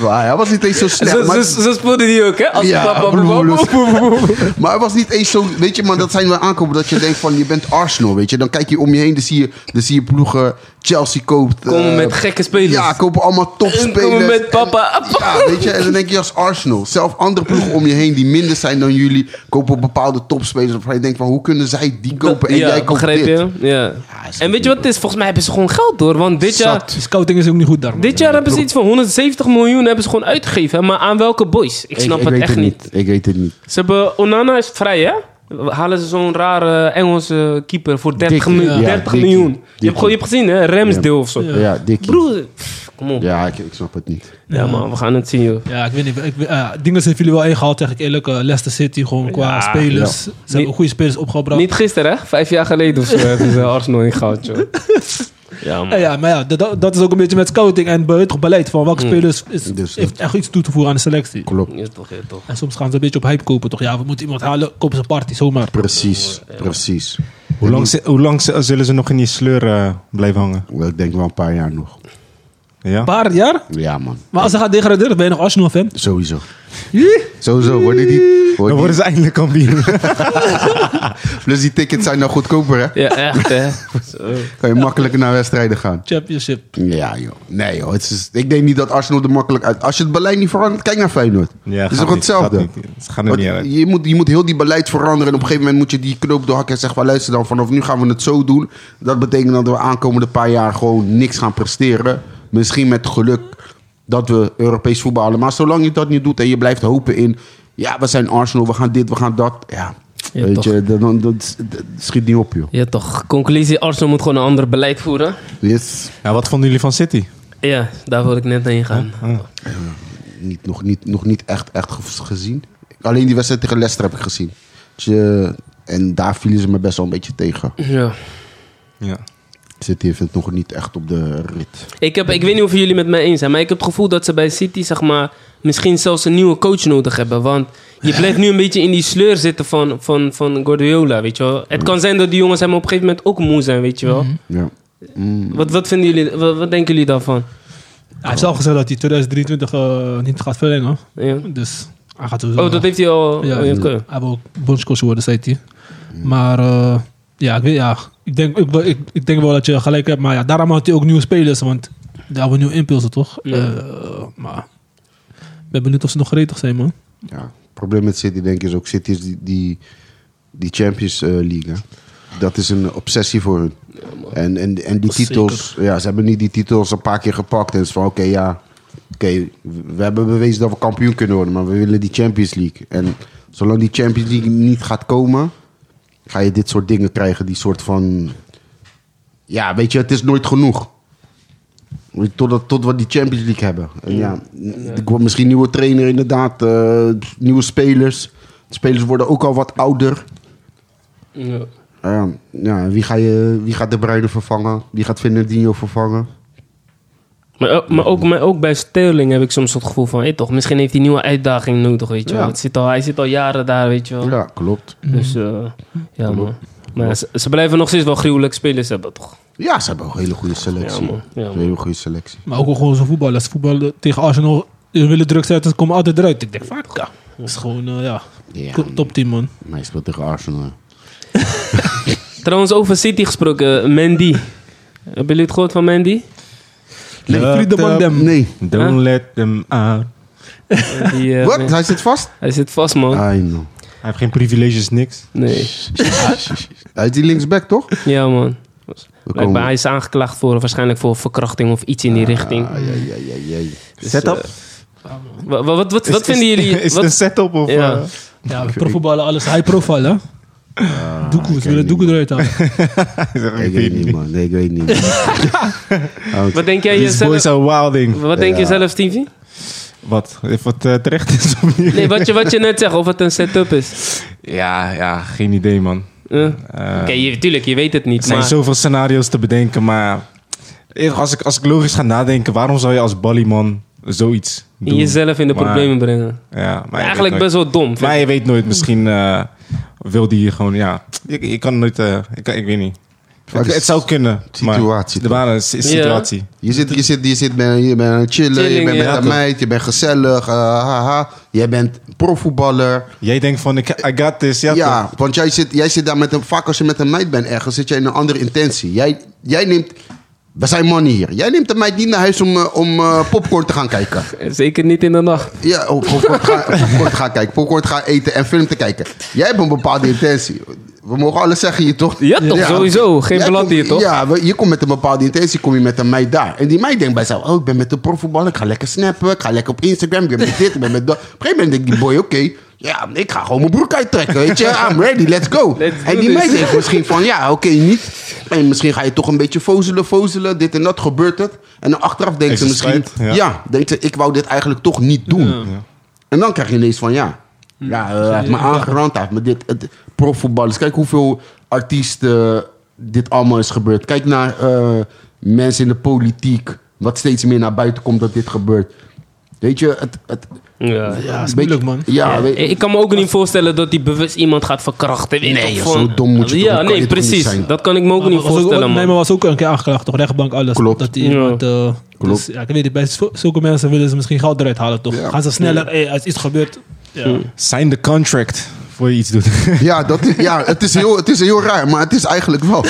[SPEAKER 5] maar hij was niet eens zo slecht.
[SPEAKER 1] Zo,
[SPEAKER 5] maar-
[SPEAKER 1] zo, zo speelde die ook, hè? Als
[SPEAKER 5] Ja,
[SPEAKER 1] papa
[SPEAKER 5] broer,
[SPEAKER 1] Boedolos.
[SPEAKER 5] dat is- Maar het was niet eens zo, weet je, maar dat zijn wel aankopen dat je denkt van je bent Arsenal, weet je. Dan kijk je om je heen, dan zie je, dan zie je ploegen, Chelsea koopt. eh,
[SPEAKER 1] Komen met gekke spelers.
[SPEAKER 5] Ja, kopen allemaal topspelers.
[SPEAKER 1] Komen met papa.
[SPEAKER 5] En- ja, weet je, en dan denk je als Arsenal, zelf andere ploegen om je heen die minder zijn dan jullie, kopen bepaalde topspelers waarvan je denkt van hoe kunnen zij die kopen en
[SPEAKER 1] ja,
[SPEAKER 5] jij koopt
[SPEAKER 1] begrijp
[SPEAKER 5] dit.
[SPEAKER 1] je? Ja.
[SPEAKER 5] is
[SPEAKER 1] en weet je wat het is? Volgens mij hebben ze gewoon geld hoor. Want dit jaar,
[SPEAKER 5] Zat.
[SPEAKER 4] Die scouting is ook niet goed daar. man.
[SPEAKER 1] dit jaar hebben ze iets van 170 miljoen hebben ze gewoon uitgegeven. Maar aan welke boys? Ik snap het echt niet.
[SPEAKER 5] Ik weet het niet.
[SPEAKER 1] Ze hebben, Onana is vrij hè? Halen ze zo'n rare Engelse keeper voor 30,
[SPEAKER 5] Dikkie,
[SPEAKER 1] miljoen-
[SPEAKER 5] ja.
[SPEAKER 1] 30
[SPEAKER 5] Dikkie,
[SPEAKER 1] miljoen. Je,
[SPEAKER 5] Dikkie.
[SPEAKER 1] hebt, gewoon- je hebt gezien hè? Ramsdale of zo.
[SPEAKER 5] Ja, Dikkie.
[SPEAKER 1] Broer, pff, kom op. Ja.
[SPEAKER 5] Ja, ik, ik snap het niet.
[SPEAKER 1] man, we gaan het zien joh.
[SPEAKER 4] Ja, ik weet niet. Ik, weet- eh, dingen zijn jullie wel ingehaald, zeg ik eerlijk. eh, Leicester City, gewoon qua
[SPEAKER 1] Ja,
[SPEAKER 4] spelers. Ze hebben
[SPEAKER 1] Niet-
[SPEAKER 4] goede spelers opgebracht.
[SPEAKER 1] Niet gisteren hè? Vijf jaar geleden of zo hebben ze Arsenal ingehaald joh. Ja
[SPEAKER 4] Ja,
[SPEAKER 1] man.
[SPEAKER 4] ja, maar ja, dat, dat is ook een beetje met scouting en be- toch beleid. Van
[SPEAKER 1] Hm.
[SPEAKER 4] welke spelers is,
[SPEAKER 5] Dus dat-
[SPEAKER 4] heeft echt iets toe te voegen aan de selectie.
[SPEAKER 5] Klopt.
[SPEAKER 1] Ja, toch, ja, toch.
[SPEAKER 4] En soms gaan ze een beetje op hype kopen, toch? Ja, we moeten iemand halen, kopen ze een party, zomaar.
[SPEAKER 5] Precies, precies.
[SPEAKER 3] Hoe lang, zi- hoe lang zi- zullen ze nog in die sleur eh, blijven hangen?
[SPEAKER 5] Wel, Ik denk wel een paar jaar nog.
[SPEAKER 3] Ja?
[SPEAKER 4] Een paar jaar?
[SPEAKER 5] Ja, man.
[SPEAKER 4] Maar als ze gaan degraderen, ben je nog Arsenal-fan?
[SPEAKER 5] Sowieso. Sowieso worden die,
[SPEAKER 3] Dan
[SPEAKER 5] worden
[SPEAKER 3] worden
[SPEAKER 5] die-
[SPEAKER 3] ze eindelijk kampioen.
[SPEAKER 5] Plus die tickets zijn nou goedkoper, hè?
[SPEAKER 1] Ja, echt hè. Zo.
[SPEAKER 5] Kan je makkelijker naar wedstrijden gaan.
[SPEAKER 4] Championship.
[SPEAKER 5] Ja, joh. Nee, joh. Het is, ik denk niet dat Arsenal er makkelijk uit... Als je het beleid niet verandert, kijk naar Feyenoord.
[SPEAKER 3] Ja,
[SPEAKER 5] het is
[SPEAKER 3] gaat
[SPEAKER 5] toch
[SPEAKER 3] niet,
[SPEAKER 5] hetzelfde?
[SPEAKER 3] gaat niet. Ze gaan er
[SPEAKER 5] Want
[SPEAKER 3] niet uit.
[SPEAKER 5] Je moet, je moet heel die beleid veranderen. En op een gegeven moment moet je die knoop doorhakken en zeggen... Van, luister dan, vanaf nu gaan we het zo doen. Dat betekent dat we aankomende paar jaar gewoon niks gaan presteren. Misschien met geluk dat we Europees voetballen. Maar zolang je dat niet doet en je blijft hopen in... Ja, we zijn Arsenal, we gaan dit, we gaan dat. Ja,
[SPEAKER 1] Ja,
[SPEAKER 5] weet
[SPEAKER 1] toch.
[SPEAKER 5] je, dan, dan, dan- dat schiet niet op, joh.
[SPEAKER 1] Ja, toch. Conclusie, Arsenal moet gewoon een ander beleid voeren.
[SPEAKER 5] Yes.
[SPEAKER 3] Ja, wat vonden jullie van City?
[SPEAKER 1] Ja, daar wil ik net heen gaan.
[SPEAKER 5] niet, nog, niet, nog niet echt, echt ge- gezien. Alleen die wedstrijd tegen Leicester heb ik gezien. Tje, en daar vielen ze me best wel een beetje tegen.
[SPEAKER 1] Ja.
[SPEAKER 3] Ja.
[SPEAKER 5] City heeft het nog niet echt op de rit.
[SPEAKER 1] Ik, heb, ik weet niet of jullie het met mij eens zijn, maar ik heb het gevoel dat ze bij City, zeg maar, misschien zelfs een nieuwe coach nodig hebben. Want je blijft nu een beetje in die sleur zitten van, van, van Guardiola, weet je wel. Het kan zijn dat die jongens hem op een gegeven moment ook moe zijn, weet je wel.
[SPEAKER 5] Ja. Mm,
[SPEAKER 1] Wat, wat, vinden jullie, wat, wat denken jullie daarvan?
[SPEAKER 4] Hij heeft al gezegd dat hij 2023 eh, niet gaat verlengen.
[SPEAKER 1] Ja.
[SPEAKER 4] Dus hij gaat sowieso...
[SPEAKER 1] Oh, dat heeft hij al...
[SPEAKER 4] Ja,
[SPEAKER 1] oh, ja, oké.
[SPEAKER 4] hij wil ook bondscoach worden, zei hij. Maar eh, ja, ik, weet, ja ik, denk, ik, ik, ik denk wel dat je gelijk hebt. Maar ja, daarom had hij ook nieuwe spelers. Want daar hebben we nieuwe impulsen, toch?
[SPEAKER 1] Ja.
[SPEAKER 4] Eh, maar ik ben benieuwd of ze nog gretig zijn, man.
[SPEAKER 5] ja. Het probleem met City denk ik is ook... City is die, die, die Champions eh, League. hè. dat is een obsessie voor hun. en, en, en die titels, ja, ze hebben niet die titels een paar keer gepakt. En het is van, oké, ja, oké, we hebben bewezen dat we kampioen kunnen worden, maar we willen die Champions League. En zolang die Champions League niet gaat komen, ga je dit soort dingen krijgen, die soort van, ja, weet je, het is nooit genoeg. Totdat, tot we die Champions League hebben. En ja, er komt misschien nieuwe trainer inderdaad, eh, nieuwe spelers. De spelers worden ook al wat ouder.
[SPEAKER 1] Ja.
[SPEAKER 5] Eh, ja, wie, ga je, wie gaat de Bruyne vervangen? Wie gaat Fernandinho vervangen?
[SPEAKER 1] Maar, ook- maar, ook, maar ook bij Sterling heb ik soms het gevoel van... Hé toch, misschien heeft hij nieuwe uitdaging nodig, weet je wel.
[SPEAKER 5] Ja.
[SPEAKER 1] Het zit al, hij zit al jaren daar, weet je wel.
[SPEAKER 5] Ja, Mhm. klopt.
[SPEAKER 1] Dus eh, ja, man. Maar ja, ze, ze blijven nog steeds wel gruwelijk spelers hebben, toch?
[SPEAKER 5] Ja, ze hebben een hele goede
[SPEAKER 1] Ja,
[SPEAKER 5] selectie.
[SPEAKER 1] man. Ja,
[SPEAKER 5] een
[SPEAKER 1] man.
[SPEAKER 5] hele goede selectie.
[SPEAKER 4] Maar ook wel gewoon zo'n voetballers. Voetballen tegen Arsenal ze willen druk zetten, ze komen altijd eruit. Ik denk, fuck, ja. Dat is gewoon, eh, ja,
[SPEAKER 5] Ja,
[SPEAKER 4] topteam, man.
[SPEAKER 5] maar hij speelt tegen Arsenal.
[SPEAKER 1] Trouwens, over City gesproken, eh, Mandy. Hebben jullie het gehoord van Mandy?
[SPEAKER 3] Nee, Friedemann Dem.
[SPEAKER 5] Ehm, Nee.
[SPEAKER 3] Don't let them out.
[SPEAKER 1] Die, eh,
[SPEAKER 5] Wat? Hij zit vast?
[SPEAKER 1] Hij zit vast, man.
[SPEAKER 3] Ah.
[SPEAKER 5] I know.
[SPEAKER 3] Hij heeft geen privileges, niks.
[SPEAKER 1] Nee.
[SPEAKER 5] Hij is die linksback, toch?
[SPEAKER 1] Ja, man.
[SPEAKER 5] komen-
[SPEAKER 1] Blijkbaar, hij is aangeklaagd voor waarschijnlijk voor verkrachting of iets in die richting.
[SPEAKER 5] Ah, ja, ja, ja, ja.
[SPEAKER 1] Dus,
[SPEAKER 3] Setup?
[SPEAKER 1] eh, wa- wa- wat wat, wat
[SPEAKER 3] Is-
[SPEAKER 1] vinden
[SPEAKER 3] is-
[SPEAKER 1] jullie...
[SPEAKER 3] Is
[SPEAKER 1] wat-
[SPEAKER 3] het een setup of...
[SPEAKER 1] Ja.
[SPEAKER 3] eh,
[SPEAKER 4] Ja, profvoetballen, alles high profile, hè? Doekoe, ze willen
[SPEAKER 5] Ah, niet,
[SPEAKER 4] Doekoe eruit halen.
[SPEAKER 3] hij zegt,
[SPEAKER 5] Ik
[SPEAKER 3] ik
[SPEAKER 5] weet
[SPEAKER 3] weet
[SPEAKER 5] niet,
[SPEAKER 3] niet.
[SPEAKER 5] man. Nee, ik weet niet. man.
[SPEAKER 1] wat denk jij
[SPEAKER 3] These boys
[SPEAKER 1] jezelf...
[SPEAKER 3] are wilding.
[SPEAKER 1] Wat denk je zelf, Stevie?
[SPEAKER 3] Wat? Of het eh, terecht is of niet?
[SPEAKER 1] Nee, wat je, wat je net zegt, of het een setup is.
[SPEAKER 3] Ja, ja, geen idee, man.
[SPEAKER 1] Eh,
[SPEAKER 3] Eh,
[SPEAKER 1] Oké, je tuurlijk, je weet het
[SPEAKER 3] Er
[SPEAKER 1] niet.
[SPEAKER 3] zijn
[SPEAKER 1] Maar,
[SPEAKER 3] zoveel scenario's te bedenken, maar... eh, Als ik, als ik logisch ga nadenken, waarom zou je als ballyman zoiets doen?
[SPEAKER 1] jezelf in de
[SPEAKER 3] Maar-
[SPEAKER 1] problemen brengen.
[SPEAKER 3] Ja, maar je
[SPEAKER 1] Eigenlijk
[SPEAKER 3] weet nooit.
[SPEAKER 1] best wel dom. vind
[SPEAKER 3] Maar
[SPEAKER 1] ik.
[SPEAKER 3] je weet nooit, misschien eh, wil die hier gewoon, ja... Je, je kan nooit, eh, ik, kan- ik weet niet. Het,
[SPEAKER 5] is
[SPEAKER 3] het zou kunnen,
[SPEAKER 5] situatie,
[SPEAKER 3] maar... De baan is, is
[SPEAKER 1] Ja.
[SPEAKER 3] situatie.
[SPEAKER 5] Je zit, je zit, je zit met, je bent aan het chillen, je
[SPEAKER 1] Chilling,
[SPEAKER 5] bent met
[SPEAKER 1] ja,
[SPEAKER 5] een
[SPEAKER 1] toch.
[SPEAKER 5] meid, je bent gezellig, eh, haha. Jij bent profvoetballer.
[SPEAKER 3] Jij denkt van, ik, I got this, ja,
[SPEAKER 5] Ja,
[SPEAKER 3] toch?
[SPEAKER 5] want jij zit, jij zit daar met een... Vaak als je met een meid bent ergens, zit jij in een andere intentie. Jij, jij neemt... We zijn mannen hier. Jij neemt de meid niet naar huis om, eh, om eh, popcorn te gaan kijken.
[SPEAKER 1] Zeker niet in de nacht.
[SPEAKER 5] Ja, oh, popcorn gaan, popcorn gaan kijken, popcorn gaan eten en film te kijken. Jij hebt een bepaalde intentie. We mogen alles zeggen hier, toch?
[SPEAKER 1] Ja, toch? Sowieso. Geen
[SPEAKER 5] Jij
[SPEAKER 1] blad
[SPEAKER 5] komt-
[SPEAKER 1] hier, toch?
[SPEAKER 5] Ja, we- je komt met een bepaalde intentie, kom je met een meid daar. En die meid denkt bij zichzelf, oh, ik ben met de profvoetballer, ik ga lekker snappen, ik ga lekker op Instagram, ik ben met dit, ik ben met dat. Op een gegeven moment denkt die boy, oké, ja, ik ga gewoon mijn broek uittrekken, weet je. I'm ready, let's go.
[SPEAKER 1] Let's
[SPEAKER 5] en
[SPEAKER 1] do
[SPEAKER 5] die
[SPEAKER 1] this.
[SPEAKER 5] meid denkt misschien van, ja, oké, niet. En misschien ga je toch een beetje fozelen, fozelen, dit en dat, gebeurt het. En dan achteraf denkt
[SPEAKER 3] Is
[SPEAKER 5] ze
[SPEAKER 3] het
[SPEAKER 5] misschien,
[SPEAKER 3] spijt? Ja.
[SPEAKER 5] ja, denkt ze, ik wou dit eigenlijk toch niet doen. En dan krijg je ineens van ja.
[SPEAKER 4] Hm.
[SPEAKER 5] Ja, eh, hij heeft me aangerand, hij heeft me dit. Het, profvoetballers, kijk hoeveel artiesten dit allemaal is gebeurd. Kijk naar eh, mensen in de politiek, wat steeds meer naar buiten komt dat dit gebeurt. Weet je, het. het
[SPEAKER 1] Ja.
[SPEAKER 4] Ja,
[SPEAKER 5] een
[SPEAKER 4] is
[SPEAKER 5] beetje-
[SPEAKER 4] moeilijk, man.
[SPEAKER 5] Ja,
[SPEAKER 1] Ja,
[SPEAKER 5] weet-
[SPEAKER 1] ik kan me ook niet voorstellen dat hij bewust iemand gaat verkrachten. Weet
[SPEAKER 5] Nee,
[SPEAKER 1] je,
[SPEAKER 5] joh, zo dom moet je toch-
[SPEAKER 1] Ja,
[SPEAKER 5] kan je
[SPEAKER 1] nee,
[SPEAKER 5] toch niet
[SPEAKER 1] precies.
[SPEAKER 5] zijn?
[SPEAKER 1] Dat kan ik me ook niet
[SPEAKER 4] Maar was
[SPEAKER 1] voorstellen,
[SPEAKER 4] Nee,
[SPEAKER 1] man.
[SPEAKER 4] maar was ook een keer aangeklaagd, toch? Rechtbank, alles.
[SPEAKER 5] Klopt.
[SPEAKER 4] Dat die
[SPEAKER 1] Ja.
[SPEAKER 4] iemand, eh,
[SPEAKER 5] Klopt.
[SPEAKER 4] dus, ja, ik weet het, bij zo- zulke mensen willen ze misschien geld eruit halen, toch?
[SPEAKER 5] Ja.
[SPEAKER 4] Gaan ze sneller, hey, als iets gebeurt.
[SPEAKER 1] Hm.
[SPEAKER 4] Ja.
[SPEAKER 3] Sign the contract voor je iets doet.
[SPEAKER 5] ja, dat is, ja het, is heel, het is heel raar, maar het is eigenlijk wel.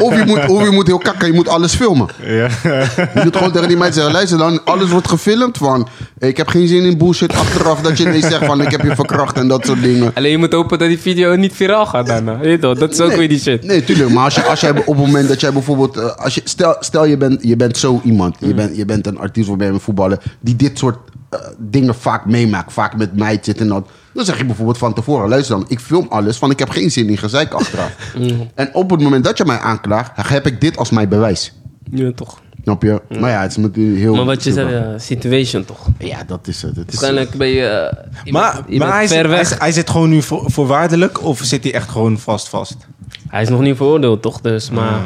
[SPEAKER 5] Of je moet, of je moet heel kakken, je moet alles filmen. Je doet gewoon tegen die meid zeggen, luister dan, alles wordt gefilmd van... Ik heb geen zin in bullshit achteraf dat je ineens zegt van ik heb je verkracht en dat soort dingen.
[SPEAKER 1] Alleen je moet hopen dat die video niet viraal gaat daarna. Weet je toch? Dat is ook weer die shit.
[SPEAKER 5] Nee, tuurlijk. Maar als, je, als jij op het moment dat jij bijvoorbeeld... eh, Als je, stel, stel je, bent, je bent zo iemand.
[SPEAKER 1] Hmm.
[SPEAKER 5] Je, bent, je bent een artiest of ben je een voetballer... die dit soort eh, dingen vaak meemaakt. Vaak met meid zit en dat. Dan zeg je bijvoorbeeld van tevoren... luister dan, ik film alles... van ik heb geen zin in gezeik achteraf.
[SPEAKER 1] Hmm.
[SPEAKER 5] En op het moment dat je mij aanklaagt... heb ik dit als mijn bewijs.
[SPEAKER 1] Ja, toch.
[SPEAKER 5] Snap je?
[SPEAKER 1] Hmm.
[SPEAKER 5] Maar ja, het is natuurlijk heel...
[SPEAKER 1] Maar wat je zei, ja, situation toch.
[SPEAKER 5] Ja, dat is het. het is,
[SPEAKER 1] Waarschijnlijk ben je, eh, je
[SPEAKER 3] maar
[SPEAKER 1] bent- je
[SPEAKER 3] maar
[SPEAKER 1] bent
[SPEAKER 3] hij, zit,
[SPEAKER 1] ver
[SPEAKER 3] hij
[SPEAKER 1] weg.
[SPEAKER 3] zit- hij zit gewoon nu voor, voorwaardelijk of zit hij echt gewoon vast vast?
[SPEAKER 1] Hij is nog niet veroordeeld, toch? Dus, maar...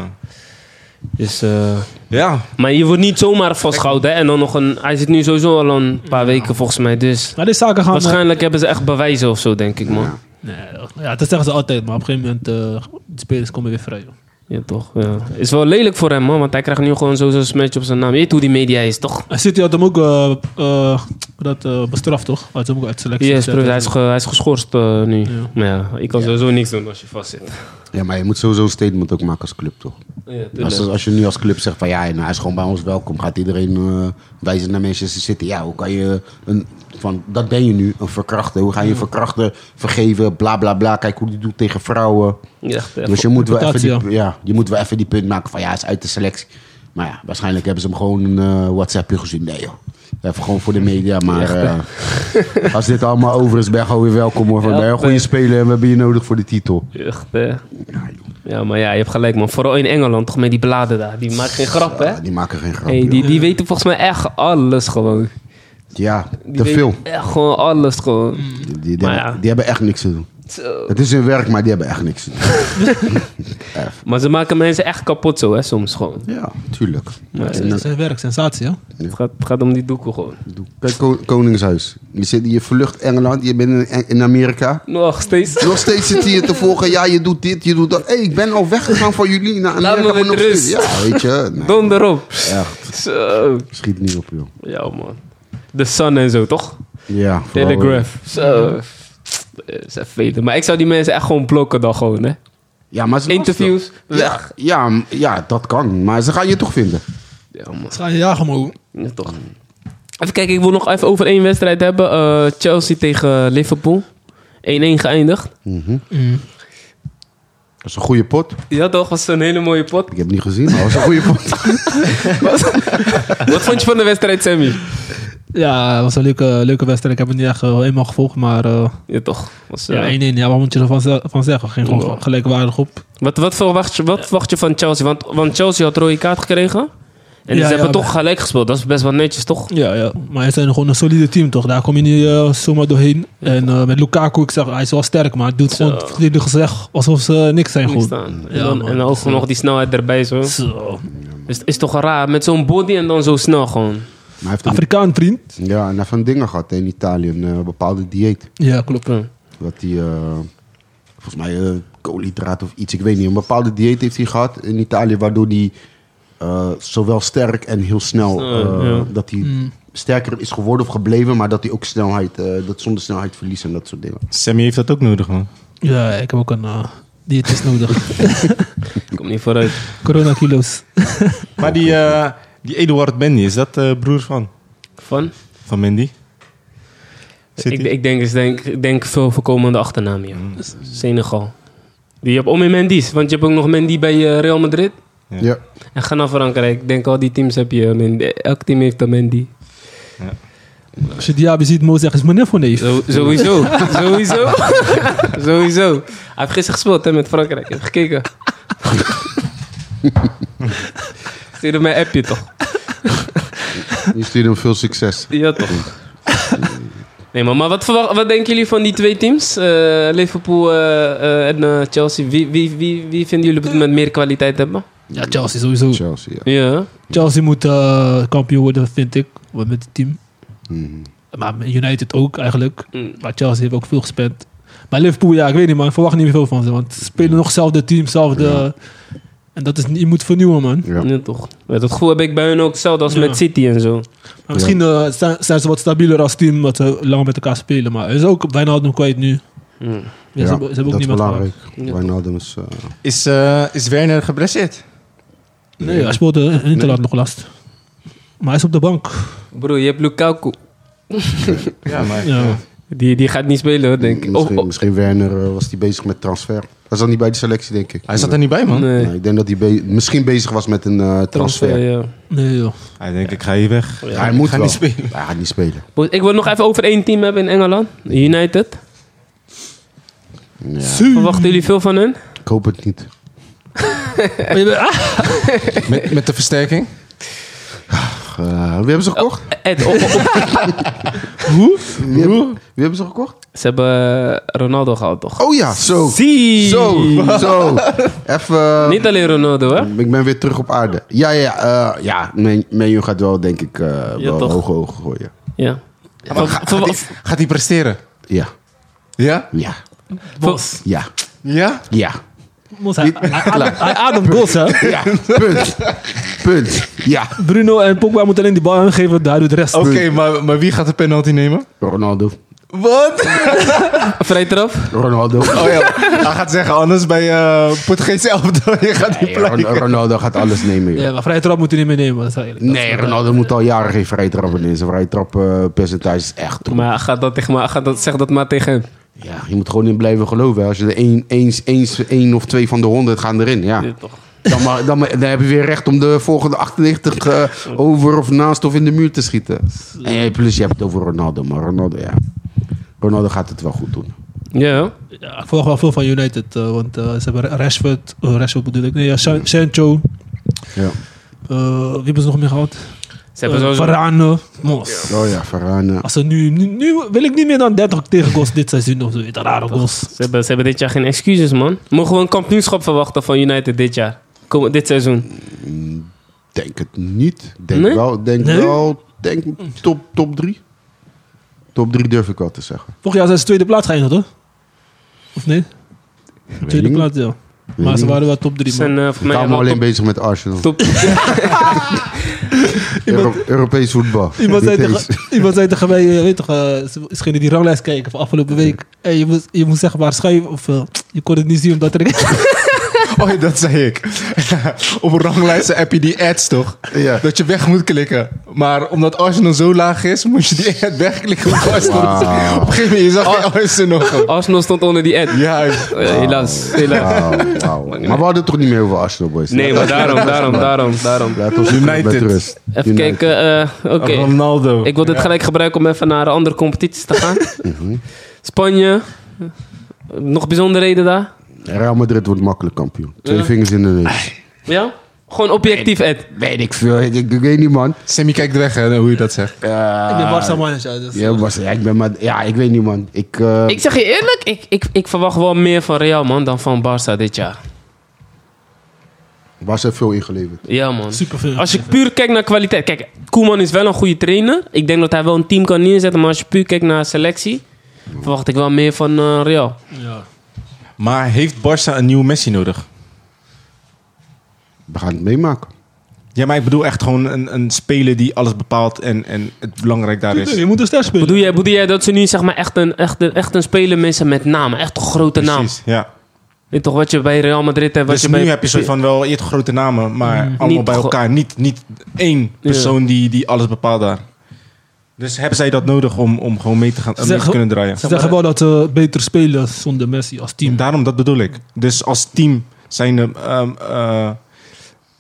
[SPEAKER 1] Dus, eh,
[SPEAKER 3] Ja,
[SPEAKER 1] maar je wordt niet zomaar vastgehouden. Hè? En dan nog een... Hij zit nu sowieso al een paar weken, volgens mij. Dus
[SPEAKER 4] Maar die zaken gaan...
[SPEAKER 1] waarschijnlijk hebben ze echt bewijzen of zo, denk ik, man.
[SPEAKER 4] Nee, ja, dat zeggen ze altijd, maar op een gegeven moment... eh, de spelers komen weer vrij, joh.
[SPEAKER 1] Ja, toch. Ja. Is wel lelijk voor hem, man. Want hij krijgt nu gewoon sowieso een smash op zijn naam. Je weet hoe die media is, toch?
[SPEAKER 4] En City had hem ook eh, eh, dat, eh, bestraft, toch? Had hem ook uit de selectie
[SPEAKER 1] Yes,
[SPEAKER 4] gezet.
[SPEAKER 1] bro, hij, is ge- hij is geschorst eh, nu.
[SPEAKER 4] Ja.
[SPEAKER 1] Maar ja, ik kan sowieso niks doen als je vastzit.
[SPEAKER 5] Ja, maar je moet sowieso een statement ook maken als club, toch? Als, als je nu als club zegt van nou, ja, en hij is gewoon bij ons welkom, gaat iedereen eh, wijzen naar Manchester City. Ja, hoe kan je een Van, dat ben je nu, een verkrachter. Hoe ga je verkrachten, vergeven, bla bla bla. Kijk hoe die doet tegen vrouwen.
[SPEAKER 1] Je dacht, eh,
[SPEAKER 5] Dus je moet, wel even
[SPEAKER 4] reputatie,
[SPEAKER 5] die, ja, je moet wel even die punt maken van ja, hij is uit de selectie. Maar ja, waarschijnlijk hebben ze hem gewoon een eh, WhatsAppje gezien. Nee joh. Even gewoon voor de media, maar eh, als dit allemaal over is, ben je gewoon weer welkom hoor. Van, ben je een
[SPEAKER 1] eh.
[SPEAKER 5] goede speler en we hebben je nodig voor de titel.
[SPEAKER 1] Echt, eh. Ja, maar ja, je hebt gelijk, man. Vooral in Engeland, toch met die bladen daar. Die maken geen grap, hè?
[SPEAKER 5] Ja, Ah, die maken geen grap.
[SPEAKER 1] Hey,
[SPEAKER 5] joh.
[SPEAKER 1] die, die weten volgens mij echt alles gewoon.
[SPEAKER 5] ja,
[SPEAKER 1] Die
[SPEAKER 5] te
[SPEAKER 1] weten
[SPEAKER 5] veel.
[SPEAKER 1] Echt gewoon alles gewoon.
[SPEAKER 5] Die, die,
[SPEAKER 1] Maar
[SPEAKER 5] hebben,
[SPEAKER 1] ja.
[SPEAKER 5] die hebben echt niks te doen.
[SPEAKER 1] Zo.
[SPEAKER 5] Het is hun werk, maar die hebben echt niks te doen.
[SPEAKER 1] Maar ze maken mensen echt kapot zo, hè, soms gewoon.
[SPEAKER 5] Ja, tuurlijk.
[SPEAKER 1] Maar
[SPEAKER 5] En dan-
[SPEAKER 4] Zijn werk, sensatie, hè?
[SPEAKER 1] Het gaat, het gaat om die doeken gewoon.
[SPEAKER 5] Kijk, Ko- Koningshuis. Je, zit, je verlucht Engeland, je bent in, in Amerika.
[SPEAKER 1] Nog steeds.
[SPEAKER 5] Nog steeds zit hij je te volgen. Ja, je doet dit, je doet dat. Hé, ik ben al weggegaan van jullie naar Amerika.
[SPEAKER 1] me
[SPEAKER 5] maar
[SPEAKER 1] met
[SPEAKER 5] nog
[SPEAKER 1] rust.
[SPEAKER 5] steeds- Ja, weet je. Nee,
[SPEAKER 1] Donder op.
[SPEAKER 5] echt.
[SPEAKER 1] Zo.
[SPEAKER 5] Schiet niet op, joh.
[SPEAKER 1] Ja, man. De Sun en zo, toch?
[SPEAKER 5] Ja. vooral-
[SPEAKER 1] Telegraph. Zo. Eh, Ze velen. Maar ik zou die mensen echt gewoon blokken dan gewoon, hè.
[SPEAKER 5] Ja, maar ze
[SPEAKER 1] Interviews.
[SPEAKER 5] Ja, ja, m- ja, dat kan. Maar ze gaan je toch vinden.
[SPEAKER 1] Ja, man.
[SPEAKER 4] Ze gaan je jagen, man.
[SPEAKER 1] Ja, toch. Even kijken, ik wil nog even over één wedstrijd hebben. Eh, Chelsea tegen Liverpool. 1-1 geëindigd.
[SPEAKER 5] Mhm. Dat is een goede pot.
[SPEAKER 1] Ja toch, was een hele mooie pot.
[SPEAKER 5] Ik heb het niet gezien, maar dat was een goede pot.
[SPEAKER 1] Wat vond je van de wedstrijd, Sammy?
[SPEAKER 4] Ja, het was een leuke, leuke wedstrijd. Ik heb het niet echt eh, helemaal gevolgd, maar eh,
[SPEAKER 1] Ja toch. Was, eh,
[SPEAKER 4] ja, 1-1. Ja, wat moet je ervan ze- van zeggen? Ging gewoon
[SPEAKER 1] Ja.
[SPEAKER 4] gelijkwaardig op.
[SPEAKER 1] wat, wat, verwacht je, wat wacht je van Chelsea? Want, want Chelsea had rode kaart gekregen. En
[SPEAKER 4] Ja,
[SPEAKER 1] ze hebben
[SPEAKER 4] ja,
[SPEAKER 1] toch
[SPEAKER 4] maar-
[SPEAKER 1] gelijk gespeeld. Dat is best wel netjes, toch?
[SPEAKER 4] Ja, ja. Maar ze zijn gewoon een solide team, toch? Daar kom je niet eh, zomaar doorheen. En eh, met Lukaku, ik zeg, hij is wel sterk, maar het doet gewoon volledig gezegd alsof ze eh, niks zijn
[SPEAKER 1] Niks
[SPEAKER 4] goed.
[SPEAKER 1] staan. En
[SPEAKER 4] Ja,
[SPEAKER 1] dan,
[SPEAKER 4] man.
[SPEAKER 1] en dan ook nog die snelheid erbij. Zo. Dus
[SPEAKER 4] Zo.
[SPEAKER 1] het is toch raar, met zo'n body en dan zo snel gewoon.
[SPEAKER 5] Maar hij heeft een,
[SPEAKER 4] Afrikaan vriend.
[SPEAKER 5] ja, en hij heeft een dingen gehad hè, in Italië. Een eh, bepaalde dieet.
[SPEAKER 4] Ja, klopt.
[SPEAKER 5] Dat hij, eh, volgens mij, eh, koolhydraten of iets, ik weet niet. Een bepaalde dieet heeft hij gehad in Italië, waardoor hij eh, zowel sterk en heel snel,
[SPEAKER 1] Snel,
[SPEAKER 5] eh,
[SPEAKER 1] ja.
[SPEAKER 5] dat hij sterker is geworden of gebleven, maar dat hij ook snelheid, eh, dat zonder snelheid verliest en dat soort dingen.
[SPEAKER 3] Sammy heeft dat ook nodig, man.
[SPEAKER 4] Ja, ik heb ook een eh diëtist nodig.
[SPEAKER 1] Komt niet vooruit.
[SPEAKER 4] Corona kilo's.
[SPEAKER 3] Maar die, eh, die Eduard Bendy, is dat eh, broer van,
[SPEAKER 1] Van?
[SPEAKER 3] van Mendy? Zit
[SPEAKER 1] Ik,
[SPEAKER 3] die-
[SPEAKER 1] ik denk, ik denk, ik denk veel voorkomende achternaam, ja.
[SPEAKER 4] Mm.
[SPEAKER 1] Senegal. Die heb om in Mendy's, want je hebt ook nog Mendy bij eh, Real Madrid.
[SPEAKER 3] Ja.
[SPEAKER 5] Ja.
[SPEAKER 1] En ga naar Frankrijk. Ik denk al die teams heb je. eh, Mendy. Elk team heeft een Mendy.
[SPEAKER 4] Als je Diaby ziet, Mo zegt, is mijn nef of neef?
[SPEAKER 1] Zo, sowieso. sowieso. sowieso. Hij heeft gisteren gespeeld hè, met Frankrijk. Ik heb gekeken. Stuurde mij een appje toch?
[SPEAKER 5] Je stuurt hem veel succes.
[SPEAKER 1] Ja, toch. Nee, maar, maar wat, verwacht, wat denken jullie van die twee teams? Eh, Liverpool eh, eh, en eh, Chelsea. Wie, wie, wie, wie vinden jullie op dit moment meer kwaliteit hebben?
[SPEAKER 4] Ja, Chelsea sowieso.
[SPEAKER 5] Chelsea, ja.
[SPEAKER 1] Ja.
[SPEAKER 4] Chelsea moet eh, kampioen worden, vind ik. want Met het team.
[SPEAKER 5] Mhm.
[SPEAKER 4] Maar United ook eigenlijk.
[SPEAKER 1] Mm.
[SPEAKER 4] Maar Chelsea heeft ook veel gespend. Maar Liverpool, ja, ik weet niet, man. Ik verwacht niet meer veel van ze. Want ze spelen nog hetzelfde team, hetzelfde... En dat is, niet- je moet vernieuwen, man.
[SPEAKER 5] Ja.
[SPEAKER 1] Ja, toch. Ja, dat gevoel heb ik bij hun ook hetzelfde als
[SPEAKER 4] Ja.
[SPEAKER 1] met City en zo.
[SPEAKER 4] Maar misschien eh, zijn, zijn ze wat stabieler als team, omdat ze lang met elkaar spelen. Maar er is ook Wijnaldum kwijt nu. Ja,
[SPEAKER 1] Hm.
[SPEAKER 4] ze, hebben- ze hebben ook
[SPEAKER 5] dat
[SPEAKER 4] niemand
[SPEAKER 5] is belangrijk.
[SPEAKER 1] Ja.
[SPEAKER 5] Wijnaldum is... eh,
[SPEAKER 3] Is, eh, is Werner geblesseerd?
[SPEAKER 4] gehad. Nee, hij speelde in Interland nog last. Maar hij is op de bank.
[SPEAKER 1] Bro, je hebt Lukaku.
[SPEAKER 3] Ja, maar...
[SPEAKER 4] Ja.
[SPEAKER 1] Die, die gaat niet spelen, hoor, denk ik. Oh,
[SPEAKER 5] misschien,
[SPEAKER 1] oh.
[SPEAKER 5] misschien Werner eh, was die bezig met transfer. Hij zat niet bij de selectie, denk ik.
[SPEAKER 3] Hij zat er niet bij, man.
[SPEAKER 1] Nee,
[SPEAKER 5] Nee, Nou, ik denk dat hij be- misschien bezig was met een eh, transfer.
[SPEAKER 1] transfer, ja.
[SPEAKER 4] Nee, joh.
[SPEAKER 3] Hij denkt, ik ga hier weg.
[SPEAKER 5] Ja, hij moet
[SPEAKER 3] ik ga
[SPEAKER 5] wel.
[SPEAKER 3] niet spelen.
[SPEAKER 5] Hij gaat niet spelen.
[SPEAKER 1] Boys, Ik wil nog even over één team hebben in Engeland. United.
[SPEAKER 5] Ja,
[SPEAKER 4] Su-
[SPEAKER 1] Verwachten jullie veel van hun?
[SPEAKER 5] ik hoop het niet.
[SPEAKER 4] Oh, je bent- ah!
[SPEAKER 3] Met, met de versterking?
[SPEAKER 5] Eh, wie
[SPEAKER 1] Oh.
[SPEAKER 5] hebben ze gekocht?
[SPEAKER 1] Ed, op- op-
[SPEAKER 5] Wie, hebben, wie hebben ze gekocht?
[SPEAKER 1] Ze hebben eh, Ronaldo gehaald, toch?
[SPEAKER 5] Oh ja, zo.
[SPEAKER 1] Zie!
[SPEAKER 5] Zo, zo. Even... eh,
[SPEAKER 1] Niet alleen Ronaldo, hè?
[SPEAKER 5] ik ben weer terug op aarde. Ja, ja, ja. eh, ja, Men- Menu gaat wel, denk ik, eh wel
[SPEAKER 1] toch?
[SPEAKER 5] hoge ogen gooien.
[SPEAKER 1] Ja.
[SPEAKER 3] Maar ga- gaat, hij, gaat hij presteren?
[SPEAKER 5] Ja,
[SPEAKER 3] Ja?
[SPEAKER 5] ja,
[SPEAKER 1] Bos.
[SPEAKER 5] ja,
[SPEAKER 3] Ja?
[SPEAKER 5] ja.
[SPEAKER 4] Mos, hij, hij, ademt- hij ademt goals, hè.
[SPEAKER 5] Ja, punt. Punt. Ja.
[SPEAKER 4] Bruno en Pogba moeten alleen die bal aangeven, daar doet de rest.
[SPEAKER 3] Oké, maar, maar wie gaat de penalty nemen?
[SPEAKER 5] Ronaldo.
[SPEAKER 3] Wat?
[SPEAKER 1] Vrij trap?
[SPEAKER 5] Ronaldo.
[SPEAKER 3] Oh ja, hij gaat zeggen anders bij eh Portugees elftal. Je gaat niet
[SPEAKER 5] Nee, Ron-
[SPEAKER 3] blijken.
[SPEAKER 5] Ronaldo gaat alles nemen. joh.
[SPEAKER 4] Ja, maar vrije trap moet hij niet meer nemen. Dat is eigenlijk- dat is eh,
[SPEAKER 5] Nee,
[SPEAKER 4] wel-
[SPEAKER 5] Ronaldo moet al jaren geen vrije trappen nemen. Zijn vrije trappercentage is echt troep.
[SPEAKER 1] Maar gaat dat tegen maar, gaat dat, zeg dat maar tegen hem.
[SPEAKER 5] Ja, je moet gewoon in blijven geloven. hè. Als je er één, eens, eens, één of twee van de honderd gaan erin, ja.
[SPEAKER 1] Ja, toch.
[SPEAKER 5] Dan, maar, dan, maar- dan heb je weer recht om de volgende 98 eh, over of naast of in de muur te schieten. En je- plus je hebt het over Ronaldo, maar Ronaldo, ja. Ronaldo gaat het wel goed doen.
[SPEAKER 1] Ja,
[SPEAKER 4] Ja, ik volg wel veel van United. eh, want eh, ze hebben Rashford, eh, Rashford bedoel ik. Nee, ja,
[SPEAKER 1] Hmm.
[SPEAKER 4] San- Sancho.
[SPEAKER 5] Ja.
[SPEAKER 4] eh, wie hebben ze nog meer gehad?
[SPEAKER 1] ze hebben
[SPEAKER 4] Eh,
[SPEAKER 1] sowieso...
[SPEAKER 4] Varane. Mos.
[SPEAKER 5] Oh ja, Varane.
[SPEAKER 4] Als ze nu, nu, nu wil ik niet meer dan 30 tegengoals dit seizoen of zo. weet je, Rare goals.
[SPEAKER 1] Ze hebben, ze hebben dit jaar geen excuses, man. Mogen we een kampioenschap verwachten van United dit jaar? Kom, dit seizoen.
[SPEAKER 5] Denk het niet. Denk
[SPEAKER 1] Nee?
[SPEAKER 5] wel, denk
[SPEAKER 4] Nee?
[SPEAKER 5] wel, denk top, top drie. Top drie durf ik wel te zeggen.
[SPEAKER 4] Vorig jaar zijn ze tweede plaats geëindigd, hoor. Of nee? Tweede
[SPEAKER 5] niet.
[SPEAKER 4] plaats, ja. Maar
[SPEAKER 5] niet.
[SPEAKER 4] ze waren wel top
[SPEAKER 1] Ze
[SPEAKER 4] 3, man.
[SPEAKER 1] zijn eh, voor
[SPEAKER 5] Ik
[SPEAKER 1] mij
[SPEAKER 5] hou me
[SPEAKER 1] wel
[SPEAKER 5] alleen
[SPEAKER 1] top-
[SPEAKER 5] bezig met Arsenal.
[SPEAKER 1] top,
[SPEAKER 5] Euro- Europees voetbal.
[SPEAKER 4] Iemand zei,
[SPEAKER 5] Niet eens.
[SPEAKER 4] tegen, iemand zei tegen mij, eh, weet toch, eh, ze is degene die ranglijst kijken van afgelopen week. Hey, je, moet, je moet zeg maar schuiven, of eh, je kon het niet zien omdat er...
[SPEAKER 3] Oh ja, dat zei ik. Op ranglijsten heb je die ads toch?
[SPEAKER 5] Ja.
[SPEAKER 3] Dat je weg moet klikken. Maar omdat Arsenal zo laag is, moet je die ad wegklikken. Op, Arsenal.
[SPEAKER 5] Wauw.
[SPEAKER 3] op een gegeven moment je zag je Arsenal nog.
[SPEAKER 1] Arsenal stond onder die ad.
[SPEAKER 3] Juist.
[SPEAKER 1] Eh, helaas, helaas.
[SPEAKER 5] Wauw, wauw. Maar we hadden het toch niet meer over Arsenal, boys?
[SPEAKER 1] Nee, maar daarom, daarom, daarom, daarom.
[SPEAKER 5] Laat ons
[SPEAKER 3] United.
[SPEAKER 5] met rust.
[SPEAKER 1] Even
[SPEAKER 5] United.
[SPEAKER 1] kijken, eh, oké.
[SPEAKER 3] Ronaldo.
[SPEAKER 1] Ik wil dit gelijk gebruiken om even naar andere competities te gaan. Spanje. Nog bijzonderheden daar?
[SPEAKER 5] Real Madrid wordt makkelijk kampioen. Twee vingers in de neus.
[SPEAKER 1] Ja? Gewoon objectief, Ed.
[SPEAKER 5] Weet ik veel. Ik, ik weet niet, man.
[SPEAKER 3] Sammy kijkt weg, hè, hoe je dat zegt.
[SPEAKER 4] ik ben Barca manager, dus...
[SPEAKER 5] Ah. Ja, was, ja, ik ben maar, ja, ik weet niet, man. Ik, eh,
[SPEAKER 1] Ik zeg je eerlijk, ik, ik, ik verwacht wel meer van Real, man, dan van Barça dit jaar.
[SPEAKER 5] was er veel ingeleverd.
[SPEAKER 1] Ja, man.
[SPEAKER 4] Super veel.
[SPEAKER 1] Als je puur kijkt naar kwaliteit. Kijk, Koeman is wel een goede trainer. Ik denk dat hij wel een team kan neerzetten. Maar als je puur kijkt naar selectie, verwacht ik wel meer van eh, Real.
[SPEAKER 4] Ja.
[SPEAKER 3] Maar heeft Barça een nieuwe Messi nodig?
[SPEAKER 5] We gaan het meemaken.
[SPEAKER 3] Ja, maar ik bedoel echt gewoon een, een speler die alles bepaalt en, en het belangrijk daar is.
[SPEAKER 4] Je moet een ster spelen.
[SPEAKER 1] Bedoel jij, bedoel jij dat ze nu zeg maar, echt, een, echt, een, echt een speler missen met naam? Echt een grote naam.
[SPEAKER 3] Precies, ja.
[SPEAKER 1] Weet toch wat je bij Real Madrid hebt? Wat
[SPEAKER 3] Dus
[SPEAKER 1] je
[SPEAKER 3] nu
[SPEAKER 1] bij...
[SPEAKER 3] heb je soort van wel je hebt grote namen, maar allemaal
[SPEAKER 1] Niet
[SPEAKER 3] bij
[SPEAKER 1] gro-
[SPEAKER 3] elkaar. Niet, niet één persoon die, die alles bepaalt daar. Dus hebben zij dat nodig om, om gewoon mee te, gaan, mee te
[SPEAKER 4] Zeggen-
[SPEAKER 3] kunnen draaien?
[SPEAKER 4] Ze zeggen wel dat ze beter spelen zonder Messi als team.
[SPEAKER 3] Daarom, dat bedoel ik. Dus als team zijn... de, ehm, eh,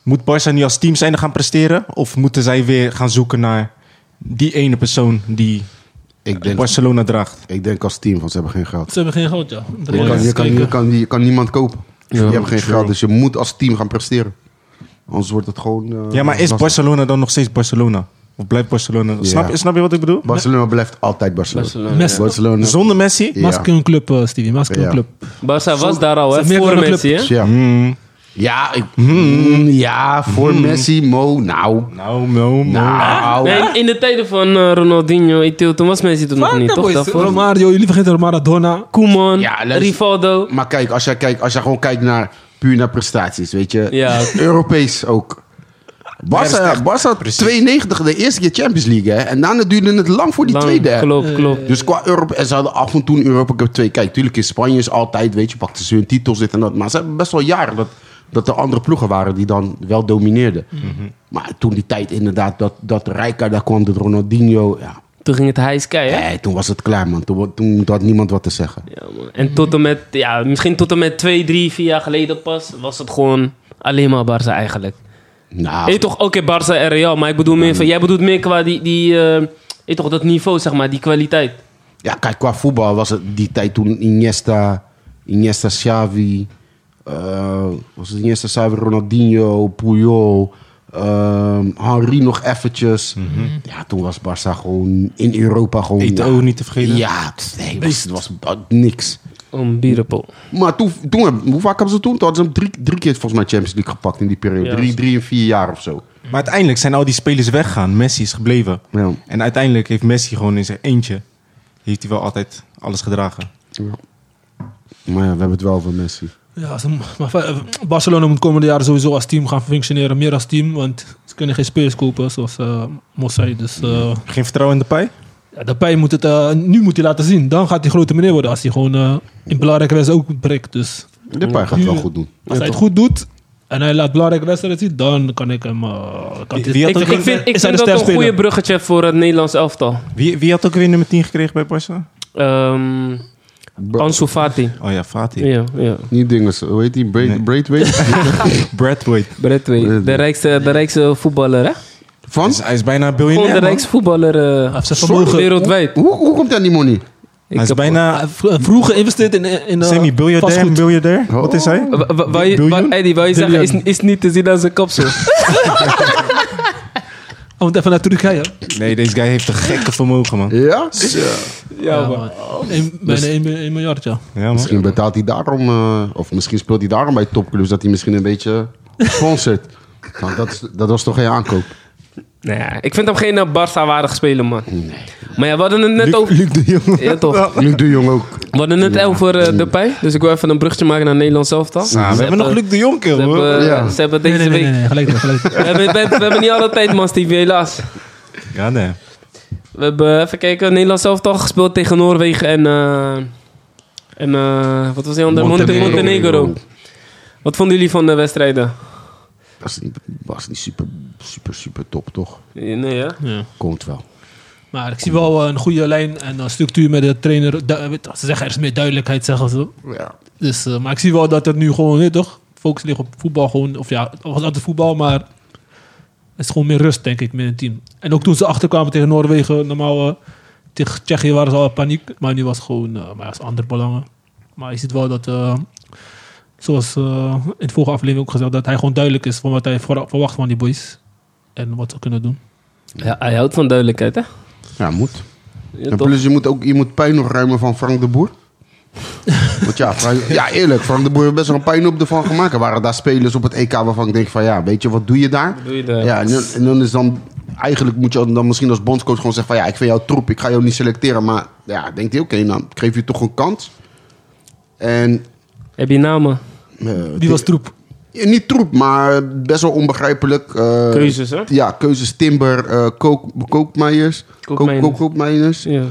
[SPEAKER 3] moet Barca nu als team zijn gaan presteren? Of moeten zij weer gaan zoeken naar die ene persoon die
[SPEAKER 5] Ik denk,
[SPEAKER 3] Barcelona draagt?
[SPEAKER 5] ik denk als team, want ze hebben geen geld.
[SPEAKER 4] Ze hebben geen geld, ja. Om de
[SPEAKER 5] Je kan,
[SPEAKER 4] ranglijst
[SPEAKER 5] je, kan, je,
[SPEAKER 4] kijken.
[SPEAKER 5] kan, je kan niemand kopen.
[SPEAKER 1] Ja,
[SPEAKER 5] je hebt geen geld, dus je moet als team gaan presteren. Anders wordt het gewoon... eh,
[SPEAKER 3] Ja, maar is
[SPEAKER 5] lastig.
[SPEAKER 3] Barcelona dan nog steeds Barcelona? Of blijft Barcelona?
[SPEAKER 5] Ja.
[SPEAKER 3] Snap, je- snap je wat ik bedoel?
[SPEAKER 5] Barcelona blijft altijd Barcelona.
[SPEAKER 1] Barcelona.
[SPEAKER 4] Messi.
[SPEAKER 5] Barcelona.
[SPEAKER 3] Zonder Messi?
[SPEAKER 5] Ja.
[SPEAKER 4] Masculine club, eh, Stevie. Masculine
[SPEAKER 5] Ja.
[SPEAKER 4] club.
[SPEAKER 1] Barça was daar al, hè?
[SPEAKER 4] Ze hebben meer
[SPEAKER 1] Voor
[SPEAKER 4] dan een
[SPEAKER 1] Messi,
[SPEAKER 4] club.
[SPEAKER 1] hè?
[SPEAKER 5] Ja,
[SPEAKER 3] Hmm.
[SPEAKER 5] ja, ik- mm, ja voor Messi, Mo, nou...
[SPEAKER 3] Nou, no,
[SPEAKER 5] Nou,
[SPEAKER 1] Nee, in de tijden van eh, Ronaldinho, Eto'o, toen was Messi toen nog niet, toch? Daarvoor.
[SPEAKER 4] Romario, jullie vergeten Maradona.
[SPEAKER 1] Koeman,
[SPEAKER 5] Ja, luister.
[SPEAKER 1] Rivaldo.
[SPEAKER 5] Maar kijk, als jij, kijkt, als jij gewoon kijkt naar puur naar prestaties, weet je.
[SPEAKER 1] Ja.
[SPEAKER 5] Europees ook.
[SPEAKER 3] Ja, dat is
[SPEAKER 5] Barça,
[SPEAKER 3] echt-
[SPEAKER 5] Barça 92, de eerste keer Champions League, hè. En daarna duurde het lang voor die
[SPEAKER 1] Lang,
[SPEAKER 5] tweede, hè.
[SPEAKER 1] Klopt, klopt.
[SPEAKER 5] Dus qua Europa, en ze hadden af en toe een Europa Cup 2. Kijk, tuurlijk in Spanje is altijd, weet je, pakten ze hun titels, dit en dat. Maar ze hebben best wel jaren dat, dat er andere ploegen waren die dan wel domineerden.
[SPEAKER 1] Mhm.
[SPEAKER 5] Maar toen die tijd inderdaad, dat, dat Rijka daar kwam, dat Ronaldinho, ja.
[SPEAKER 1] Toen ging het hijskei, hè?
[SPEAKER 5] Hé, toen was het klaar, man. Toen, toen had niemand wat te zeggen.
[SPEAKER 1] Ja, man. En tot en met, ja, misschien tot en met twee, drie, vier jaar geleden pas, was het gewoon alleen maar Barça eigenlijk.
[SPEAKER 5] Nou,
[SPEAKER 1] Weet je toch, oké, Barça en Real, maar ik bedoel meer van, jij bedoelt meer qua die, die eh, weet je toch, dat niveau, zeg maar, die kwaliteit.
[SPEAKER 5] Ja, kijk, qua voetbal was het die tijd toen Iniesta, Iniesta Xavi, eh, was het Iniesta Xavi, Ronaldinho, Puyol, ehm Henri nog eventjes. Ja, toen was Barça gewoon in Europa gewoon...
[SPEAKER 3] Mhm. Eto'o
[SPEAKER 5] ja,
[SPEAKER 3] niet te vergeten.
[SPEAKER 5] Ja, het- nee, het was, het was ba- niks.
[SPEAKER 1] Om Bierepol.
[SPEAKER 5] Maar toen, toen hebben- hoe vaak hebben ze toen? Toen hadden ze hem drie, drie keer volgens mij Champions League gepakt in die periode.
[SPEAKER 1] Ja.
[SPEAKER 5] Drie, drie en vier jaar of zo.
[SPEAKER 3] Maar uiteindelijk zijn al die spelers weggegaan. Messi is gebleven.
[SPEAKER 5] Ja.
[SPEAKER 3] En uiteindelijk heeft Messi gewoon in zijn eentje... heeft hij wel altijd alles gedragen.
[SPEAKER 5] Maar ja, we hebben het wel van Messi.
[SPEAKER 4] Ja, ze- maar eh, Barcelona moet komende jaren sowieso als team gaan functioneren. Meer als team, want ze kunnen geen spelers kopen, zoals eh Mossai. Dus eh,
[SPEAKER 3] Geen vertrouwen in de pij?
[SPEAKER 4] Ja, Depay moet het, eh, nu moet hij laten zien. Dan gaat hij grote meneer worden als hij gewoon eh, in belangrijke wedstrijden ook breekt. Dus
[SPEAKER 5] Depay gaat het wel goed doen.
[SPEAKER 4] als hij het goed doet en hij laat belangrijke wedstrijden zien, dan kan ik hem... eh, kan hij-
[SPEAKER 3] Wie had
[SPEAKER 1] Ik,
[SPEAKER 3] ook
[SPEAKER 1] ik vind, ik vind
[SPEAKER 4] is hij de
[SPEAKER 1] dat een
[SPEAKER 4] sterspeler?
[SPEAKER 1] goede bruggetje voor het Nederlands elftal.
[SPEAKER 3] Wie, wie had ook weer nummer 10 gekregen bij Barca?
[SPEAKER 1] Ehm
[SPEAKER 5] Bra-
[SPEAKER 1] Ansu Fati.
[SPEAKER 3] Oh ja, Fatih.
[SPEAKER 1] Ja, ja.
[SPEAKER 5] Niet dingen, zo- hoe heet die? Braid,
[SPEAKER 3] Nee.
[SPEAKER 5] Braithwaite?
[SPEAKER 3] Bradwaite.
[SPEAKER 1] Bradway, de rijkste, de rijkste voetballer, hè?
[SPEAKER 5] Van?
[SPEAKER 3] Hij is, hij is bijna
[SPEAKER 1] Gewoon de
[SPEAKER 3] biljonair, man.
[SPEAKER 1] rijkste voetballer eh,
[SPEAKER 4] heeft zijn vermogen-
[SPEAKER 1] wereldwijd.
[SPEAKER 5] Hoe, hoe komt hij aan die money?
[SPEAKER 3] Hij is
[SPEAKER 1] Ah,
[SPEAKER 3] bijna
[SPEAKER 1] eh,
[SPEAKER 4] Hij v- Vroeg geïnvesteerd eh, in... in eh,
[SPEAKER 3] semi-biljardair,
[SPEAKER 4] vastgoed.
[SPEAKER 3] miljardair. Wat is hij?
[SPEAKER 1] Eh, Wa- wa- wa- je-
[SPEAKER 3] Biljoen?
[SPEAKER 1] wa- Eddie, wou je zeggen, is,
[SPEAKER 4] Biljoen.
[SPEAKER 1] is niet te zien aan zijn kapsel.
[SPEAKER 4] Hij moet Oh, even naar Turkije. hè?
[SPEAKER 3] Nee, deze guy heeft een gekke vermogen, man.
[SPEAKER 5] Ja?
[SPEAKER 1] ja, man.
[SPEAKER 4] Eén-
[SPEAKER 1] Dus-
[SPEAKER 4] Bijna 1 miljard, ja.
[SPEAKER 3] Ja, man.
[SPEAKER 5] Misschien betaalt hij daarom, eh, of misschien speelt hij daarom bij topclubs, dat hij misschien een beetje sponsort. Want dat, is- dat was toch geen aankoop?
[SPEAKER 1] Nou ja, ik vind hem geen eh, Barca-waardig speler, man. Maar ja, we hadden het net over...
[SPEAKER 3] Luc de Jong.
[SPEAKER 1] Ja, toch.
[SPEAKER 5] Nu de Jong ook.
[SPEAKER 1] We hadden het over eh, Depay. Dus ik wil even een brugje maken naar Nederlands elftal.
[SPEAKER 3] Ah, we hebben nog Luc de Jong,
[SPEAKER 1] Ze
[SPEAKER 3] kerel, hoor.
[SPEAKER 1] hebben,
[SPEAKER 5] Ja.
[SPEAKER 1] ze hebben
[SPEAKER 4] Nee,
[SPEAKER 1] deze
[SPEAKER 4] nee, nee,
[SPEAKER 1] week...
[SPEAKER 4] nee, nee, gelijk terug, gelijk terug.
[SPEAKER 1] We, hebben, we, hebben- we hebben niet alle tijd, man, Steve, helaas.
[SPEAKER 3] Ja, nee.
[SPEAKER 1] We hebben, eh, even kijken, Nederlands elftal gespeeld tegen Noorwegen en... eh, en eh, wat was die andere? Monte- Montenegro. Wat vonden jullie van de wedstrijden?
[SPEAKER 5] Dat is niet, was niet super, super, super top, toch?
[SPEAKER 1] Nee, ja?
[SPEAKER 4] Ja.
[SPEAKER 5] Komt wel.
[SPEAKER 4] Maar ik zie wel eh, een goede lijn en een structuur met de trainer. Du- eh, weet je, ze zeggen er is meer duidelijkheid, zeggen ze.
[SPEAKER 5] Ja.
[SPEAKER 4] Dus, eh, maar ik zie wel dat het nu gewoon, weet je toch? Focus ligt op voetbal gewoon. Of ja, het was altijd voetbal, maar het is gewoon meer rust, denk ik, met het team. En ook toen ze achterkwamen tegen Noorwegen, normaal eh, tegen Tsjechië waren ze al in paniek. Maar nu was het gewoon, eh, maar ja, het is ander belangen. Maar je ziet wel dat, eh, zoals eh, in de vorige aflevering ook gezegd, dat hij gewoon duidelijk is van wat hij voor- verwacht van die boys. En wat ze kunnen doen.
[SPEAKER 1] ja? Hij houdt van duidelijkheid, hè?
[SPEAKER 5] Ja, moet.
[SPEAKER 1] Ja,
[SPEAKER 5] en
[SPEAKER 1] toch?
[SPEAKER 5] plus, je moet ook je moet pijn nog ruimen van Frank de Boer. Want ja, Frank- ja, eerlijk, Frank de Boer heeft best wel een pijn op ervan gemaakt. Er waren daar spelers op het EK waarvan ik denk van ja, weet je, wat doe je daar?
[SPEAKER 1] doe je daar?
[SPEAKER 5] Ja, en dan, en dan is dan... Eigenlijk moet je dan misschien als bondscoach gewoon zeggen van ja, ik vind jou troep, ik ga jou niet selecteren. Maar ja, denkt hij, oké, nou, ik geef je toch een kans. En...
[SPEAKER 1] Heb je namen?
[SPEAKER 5] eh,
[SPEAKER 4] Die was troep.
[SPEAKER 5] Ja, Niet troep, maar best wel onbegrijpelijk. eh,
[SPEAKER 1] Keuzes, hè?
[SPEAKER 5] Ja, keuzes. Timber, eh kook, kookmeijers.
[SPEAKER 1] Koopmeiners.
[SPEAKER 5] Kook- Koopmeiners.
[SPEAKER 1] Ja.